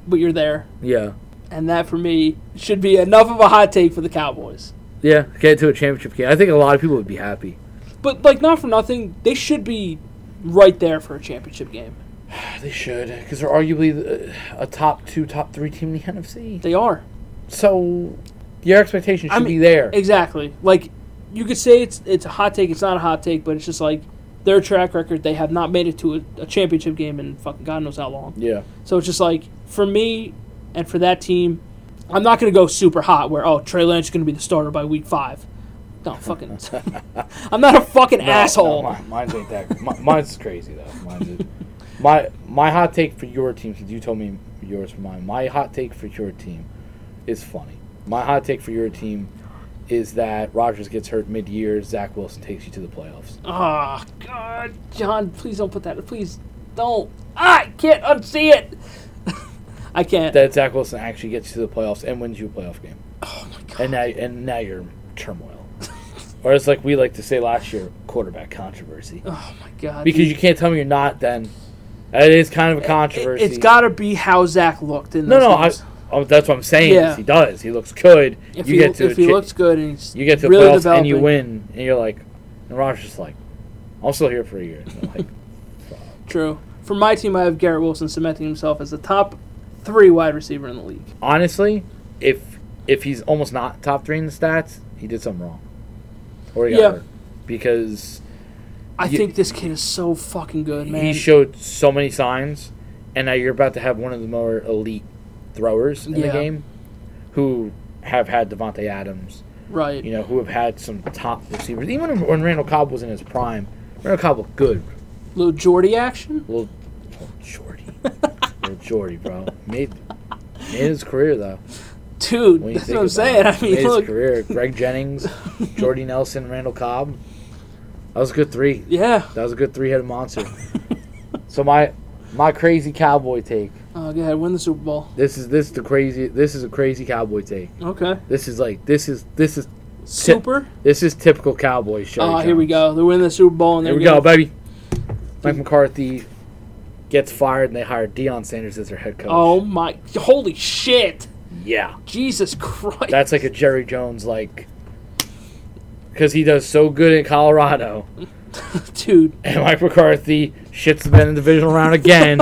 [SPEAKER 2] but you're there.
[SPEAKER 1] yeah,
[SPEAKER 2] And that for me should be enough of a hot take for the Cowboys.
[SPEAKER 1] yeah. Get to a championship game. I think a lot of people would be happy.
[SPEAKER 2] But like not for nothing, they should be right there for a championship game.
[SPEAKER 1] Ah, They should, because they're arguably the- a top two, top three team in the NFC.
[SPEAKER 2] They are.
[SPEAKER 1] So your expectations should
[SPEAKER 2] I
[SPEAKER 1] be
[SPEAKER 2] mean,
[SPEAKER 1] there.
[SPEAKER 2] Exactly. Like you could say it's it's a hot take. It's not a hot take, but it's just like their track record. They have not made it to a, a championship game in fucking God knows how long.
[SPEAKER 1] yeah,
[SPEAKER 2] So it's just like for me and for that team, I'm not gonna go super hot where oh Trey Lance is gonna be the starter by week five. No fucking. I'm not a fucking asshole.
[SPEAKER 1] No, mi- mine's ain't that. mi- mine's crazy though. Mine's my my hot take for your team, because you told me yours for mine. My hot take for your team is funny. My hot take for your team is that Rogers gets hurt mid-year. Zach Wilson takes you to the playoffs.
[SPEAKER 2] Ah God, John, please don't put that. Please don't. Ah, I can't unsee it. I can't.
[SPEAKER 1] That Zach Wilson actually gets you to the playoffs and wins you a playoff game.
[SPEAKER 2] Oh,
[SPEAKER 1] And now and now you're in turmoil. or it's like we like to say last year, quarterback controversy.
[SPEAKER 2] oh my God.
[SPEAKER 1] Because you can't tell me you're not. Then it is kind of a
[SPEAKER 2] It-
[SPEAKER 1] controversy.
[SPEAKER 2] It's got to be how Zach looked in
[SPEAKER 1] No,
[SPEAKER 2] those
[SPEAKER 1] no, I,
[SPEAKER 2] games.
[SPEAKER 1] oh, that's what I'm saying. is
[SPEAKER 2] Yeah.
[SPEAKER 1] He does. He looks good.
[SPEAKER 2] if
[SPEAKER 1] you
[SPEAKER 2] he,
[SPEAKER 1] get to
[SPEAKER 2] if he
[SPEAKER 1] chi-
[SPEAKER 2] looks good and he's
[SPEAKER 1] you get to the
[SPEAKER 2] really
[SPEAKER 1] playoffs
[SPEAKER 2] developing,
[SPEAKER 1] and you win, and you're like, and Rogers is like, I'm still here for a year. And I'm like,
[SPEAKER 2] True. For my team, I have Garrett Wilson cementing himself as the top three wide receiver in the league.
[SPEAKER 1] honestly, if if he's almost not top three in the stats, he did something wrong, or he got
[SPEAKER 2] Yeah.
[SPEAKER 1] hurt because
[SPEAKER 2] I
[SPEAKER 1] You-
[SPEAKER 2] think this kid is so fucking good, man.
[SPEAKER 1] he showed so many signs, and now you're about to have one of the more elite throwers in the
[SPEAKER 2] Yeah.
[SPEAKER 1] game, who have had Devonte Adams,
[SPEAKER 2] right.
[SPEAKER 1] you know, who have had some top receivers. Even when Randall Cobb was in his prime, Randall Cobb looked good.
[SPEAKER 2] Little Jordy action.
[SPEAKER 1] Little, little Jordy, little Jordy, bro, made made his career though.
[SPEAKER 2] Dude,
[SPEAKER 1] When you
[SPEAKER 2] that's
[SPEAKER 1] think
[SPEAKER 2] what I'm
[SPEAKER 1] about
[SPEAKER 2] saying.
[SPEAKER 1] it.
[SPEAKER 2] I mean,
[SPEAKER 1] his
[SPEAKER 2] look.
[SPEAKER 1] career: Greg Jennings, Jordy Nelson, Randall Cobb. That was a good three.
[SPEAKER 2] Yeah.
[SPEAKER 1] That was a good three-headed monster. so my my crazy cowboy take.
[SPEAKER 2] Oh, go ahead. Win the Super Bowl.
[SPEAKER 1] This is this the crazy. This is a crazy cowboy take.
[SPEAKER 2] Okay.
[SPEAKER 1] This is like this is this is
[SPEAKER 2] Super.
[SPEAKER 1] this is typical cowboy show.
[SPEAKER 2] Oh, here we go. They're winning the Super Bowl, and
[SPEAKER 1] Here
[SPEAKER 2] they're
[SPEAKER 1] we go,
[SPEAKER 2] gonna-
[SPEAKER 1] baby. Mike McCarthy gets fired, and they hire Deion Sanders as their head coach.
[SPEAKER 2] Oh my! Holy shit!
[SPEAKER 1] yeah.
[SPEAKER 2] Jesus Christ!
[SPEAKER 1] That's like a Jerry Jones like. Because he does so good in Colorado.
[SPEAKER 2] dude.
[SPEAKER 1] and Mike McCarthy shits the bed in the divisional round again.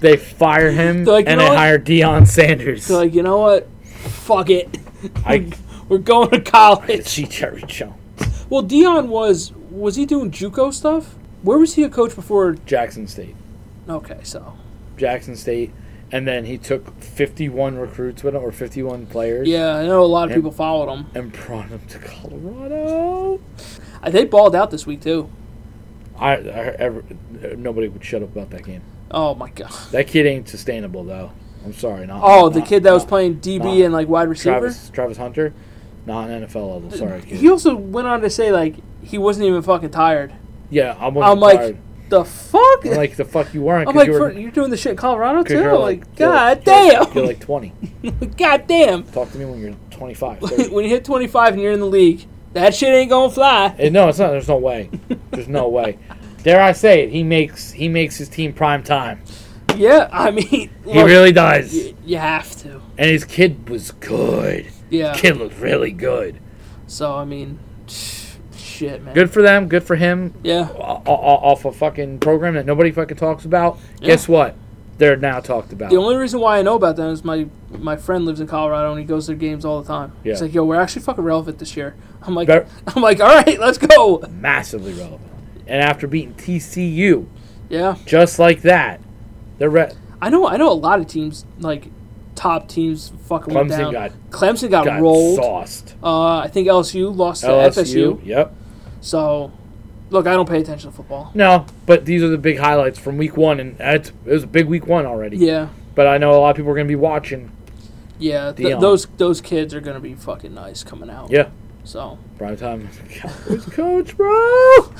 [SPEAKER 1] they fire him
[SPEAKER 2] They're like,
[SPEAKER 1] and
[SPEAKER 2] "You know
[SPEAKER 1] they
[SPEAKER 2] what?"
[SPEAKER 1] hire Deion Sanders.
[SPEAKER 2] They're like, you know what? Fuck it.
[SPEAKER 1] I
[SPEAKER 2] We're going to
[SPEAKER 1] I
[SPEAKER 2] college.
[SPEAKER 1] see Jerry Jones,
[SPEAKER 2] Well, Dion was was he doing JUCO stuff? Where was he a coach before?
[SPEAKER 1] Jackson State,
[SPEAKER 2] Okay, so
[SPEAKER 1] Jackson State, and then he took 51 recruits with him or 51 players.
[SPEAKER 2] yeah, I know a lot of
[SPEAKER 1] Yeah.
[SPEAKER 2] people followed him.
[SPEAKER 1] And brought him to Colorado.
[SPEAKER 2] I Uh, they balled out this week too.
[SPEAKER 1] I, I ever, nobody would shut up about that game.
[SPEAKER 2] Oh my god.
[SPEAKER 1] That kid ain't sustainable though. I'm sorry. Not,
[SPEAKER 2] Oh, the
[SPEAKER 1] not-
[SPEAKER 2] kid that was
[SPEAKER 1] not-
[SPEAKER 2] playing DB
[SPEAKER 1] nah.
[SPEAKER 2] and like wide receiver.
[SPEAKER 1] Travis Travis Hunter, not an NFL level. Sorry. Kid.
[SPEAKER 2] He also went on to say like he wasn't even fucking tired.
[SPEAKER 1] yeah, I'm,
[SPEAKER 2] I'm like, The fuck?
[SPEAKER 1] I'm like the fuck you weren't.
[SPEAKER 2] I'm
[SPEAKER 1] 'cause
[SPEAKER 2] like,
[SPEAKER 1] you were-
[SPEAKER 2] for, you're doing this shit in Colorado
[SPEAKER 1] Because
[SPEAKER 2] too?
[SPEAKER 1] you're
[SPEAKER 2] Like,
[SPEAKER 1] you're
[SPEAKER 2] god
[SPEAKER 1] you're-
[SPEAKER 2] damn.
[SPEAKER 1] You're like 20.
[SPEAKER 2] god damn.
[SPEAKER 1] Talk to me when you're 25. 30.
[SPEAKER 2] when you hit 25 and you're in the league, that shit ain't gonna fly.
[SPEAKER 1] Eh, no, it's not. There's no way. There's no way. Dare I say it? He makes he makes his team prime time.
[SPEAKER 2] Yeah, I mean,
[SPEAKER 1] He
[SPEAKER 2] look,
[SPEAKER 1] really does.
[SPEAKER 2] y- you have to.
[SPEAKER 1] And his kid was good.
[SPEAKER 2] Yeah.
[SPEAKER 1] Kid looked really good.
[SPEAKER 2] So I mean, shit, man.
[SPEAKER 1] Good for them. Good for him.
[SPEAKER 2] Yeah,
[SPEAKER 1] O- o- Off a fucking program that nobody fucking talks about.
[SPEAKER 2] Yeah.
[SPEAKER 1] Guess what? They're now talked about.
[SPEAKER 2] the only reason why I know about them is my my friend lives in Colorado and he goes to their games all the time. He's
[SPEAKER 1] Yeah.
[SPEAKER 2] like, yo, we're actually fucking relevant this year. I'm like,
[SPEAKER 1] Ver-
[SPEAKER 2] I'm like, all right, let's go.
[SPEAKER 1] Massively relevant. And after beating TCU
[SPEAKER 2] Yeah,
[SPEAKER 1] just like that, they're re-
[SPEAKER 2] I know, I know a lot of teams like top teams fucking went
[SPEAKER 1] Clemson
[SPEAKER 2] down.
[SPEAKER 1] got-
[SPEAKER 2] Clemson got,
[SPEAKER 1] got
[SPEAKER 2] rolled.
[SPEAKER 1] sauced.
[SPEAKER 2] Uh, I think LSU lost to
[SPEAKER 1] LSU.
[SPEAKER 2] FSU.
[SPEAKER 1] Yep.
[SPEAKER 2] So, look, I don't pay attention to football.
[SPEAKER 1] No, but these are the big highlights from week one, and it's, it was a big week one already.
[SPEAKER 2] Yeah.
[SPEAKER 1] But I know a lot of people are going to be watching.
[SPEAKER 2] Yeah, th-
[SPEAKER 1] Dion.
[SPEAKER 2] those those kids are gonna be fucking nice coming out.
[SPEAKER 1] Yeah,
[SPEAKER 2] So
[SPEAKER 1] prime time. Cowboys coach, bro.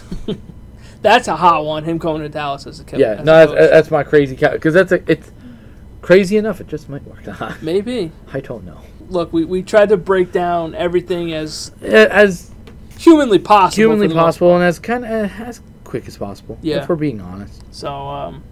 [SPEAKER 2] that's a hot one. Him going to Dallas as a kid.
[SPEAKER 1] Yeah,
[SPEAKER 2] as
[SPEAKER 1] no,
[SPEAKER 2] a
[SPEAKER 1] that's,
[SPEAKER 2] coach.
[SPEAKER 1] that's my crazy cow because that's a, it's crazy enough. It just might work.
[SPEAKER 2] maybe.
[SPEAKER 1] I don't know.
[SPEAKER 2] Look, we, we tried to break down everything as
[SPEAKER 1] As
[SPEAKER 2] humanly possible. for
[SPEAKER 1] humanly
[SPEAKER 2] the most-
[SPEAKER 1] possible and as kind of as quick as possible.
[SPEAKER 2] Yeah.
[SPEAKER 1] if we're being honest.
[SPEAKER 2] So um,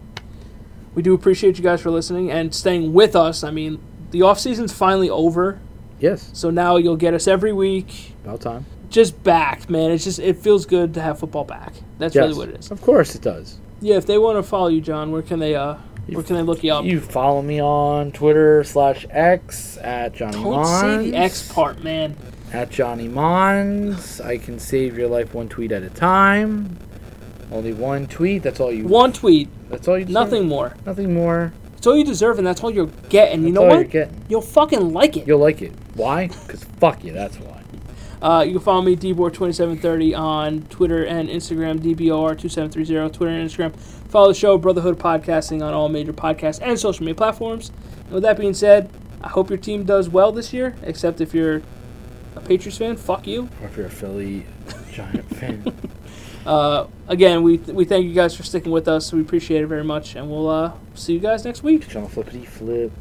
[SPEAKER 2] we do appreciate you guys for listening and staying with us. I mean, the off season's finally over,
[SPEAKER 1] Yes,
[SPEAKER 2] so now you'll get us every week.
[SPEAKER 1] about time.
[SPEAKER 2] Just back, man. It's just it feels good to have football back. That's
[SPEAKER 1] Yes,
[SPEAKER 2] really what it is.
[SPEAKER 1] Of course it does.
[SPEAKER 2] Yeah, if they want to follow you, John, where can they uh
[SPEAKER 1] You-
[SPEAKER 2] where can they look you up?
[SPEAKER 1] You follow me on Twitter slash X at Johnny
[SPEAKER 2] Don't say
[SPEAKER 1] Mons.
[SPEAKER 2] the X part, man.
[SPEAKER 1] at Johnny Mons. I can save your life one tweet at a time. Only one tweet. That's all you.
[SPEAKER 2] One tweet,
[SPEAKER 1] That's all you. deserve.
[SPEAKER 2] nothing more.
[SPEAKER 1] Nothing more.
[SPEAKER 2] It's all you deserve, and that's all you're getting. You
[SPEAKER 1] That's
[SPEAKER 2] know
[SPEAKER 1] all
[SPEAKER 2] what?
[SPEAKER 1] you're getting.
[SPEAKER 2] You'll fucking like it.
[SPEAKER 1] You'll like it. Why? Because fuck you. That's why.
[SPEAKER 2] Uh, you can follow me, dbor2730, on Twitter and Instagram, dbor2730, Twitter and Instagram. Follow the show, Brotherhood Podcasting, on all major podcast and social media platforms. And with that being said, I hope your team does well this year, except if you're a Patriots fan, fuck you.
[SPEAKER 1] Or if you're a Philly giant fan.
[SPEAKER 2] Uh, again, we, we thank you guys for sticking with us. We appreciate it very much, and we'll uh, see you guys next week.
[SPEAKER 1] John Flippity Flip.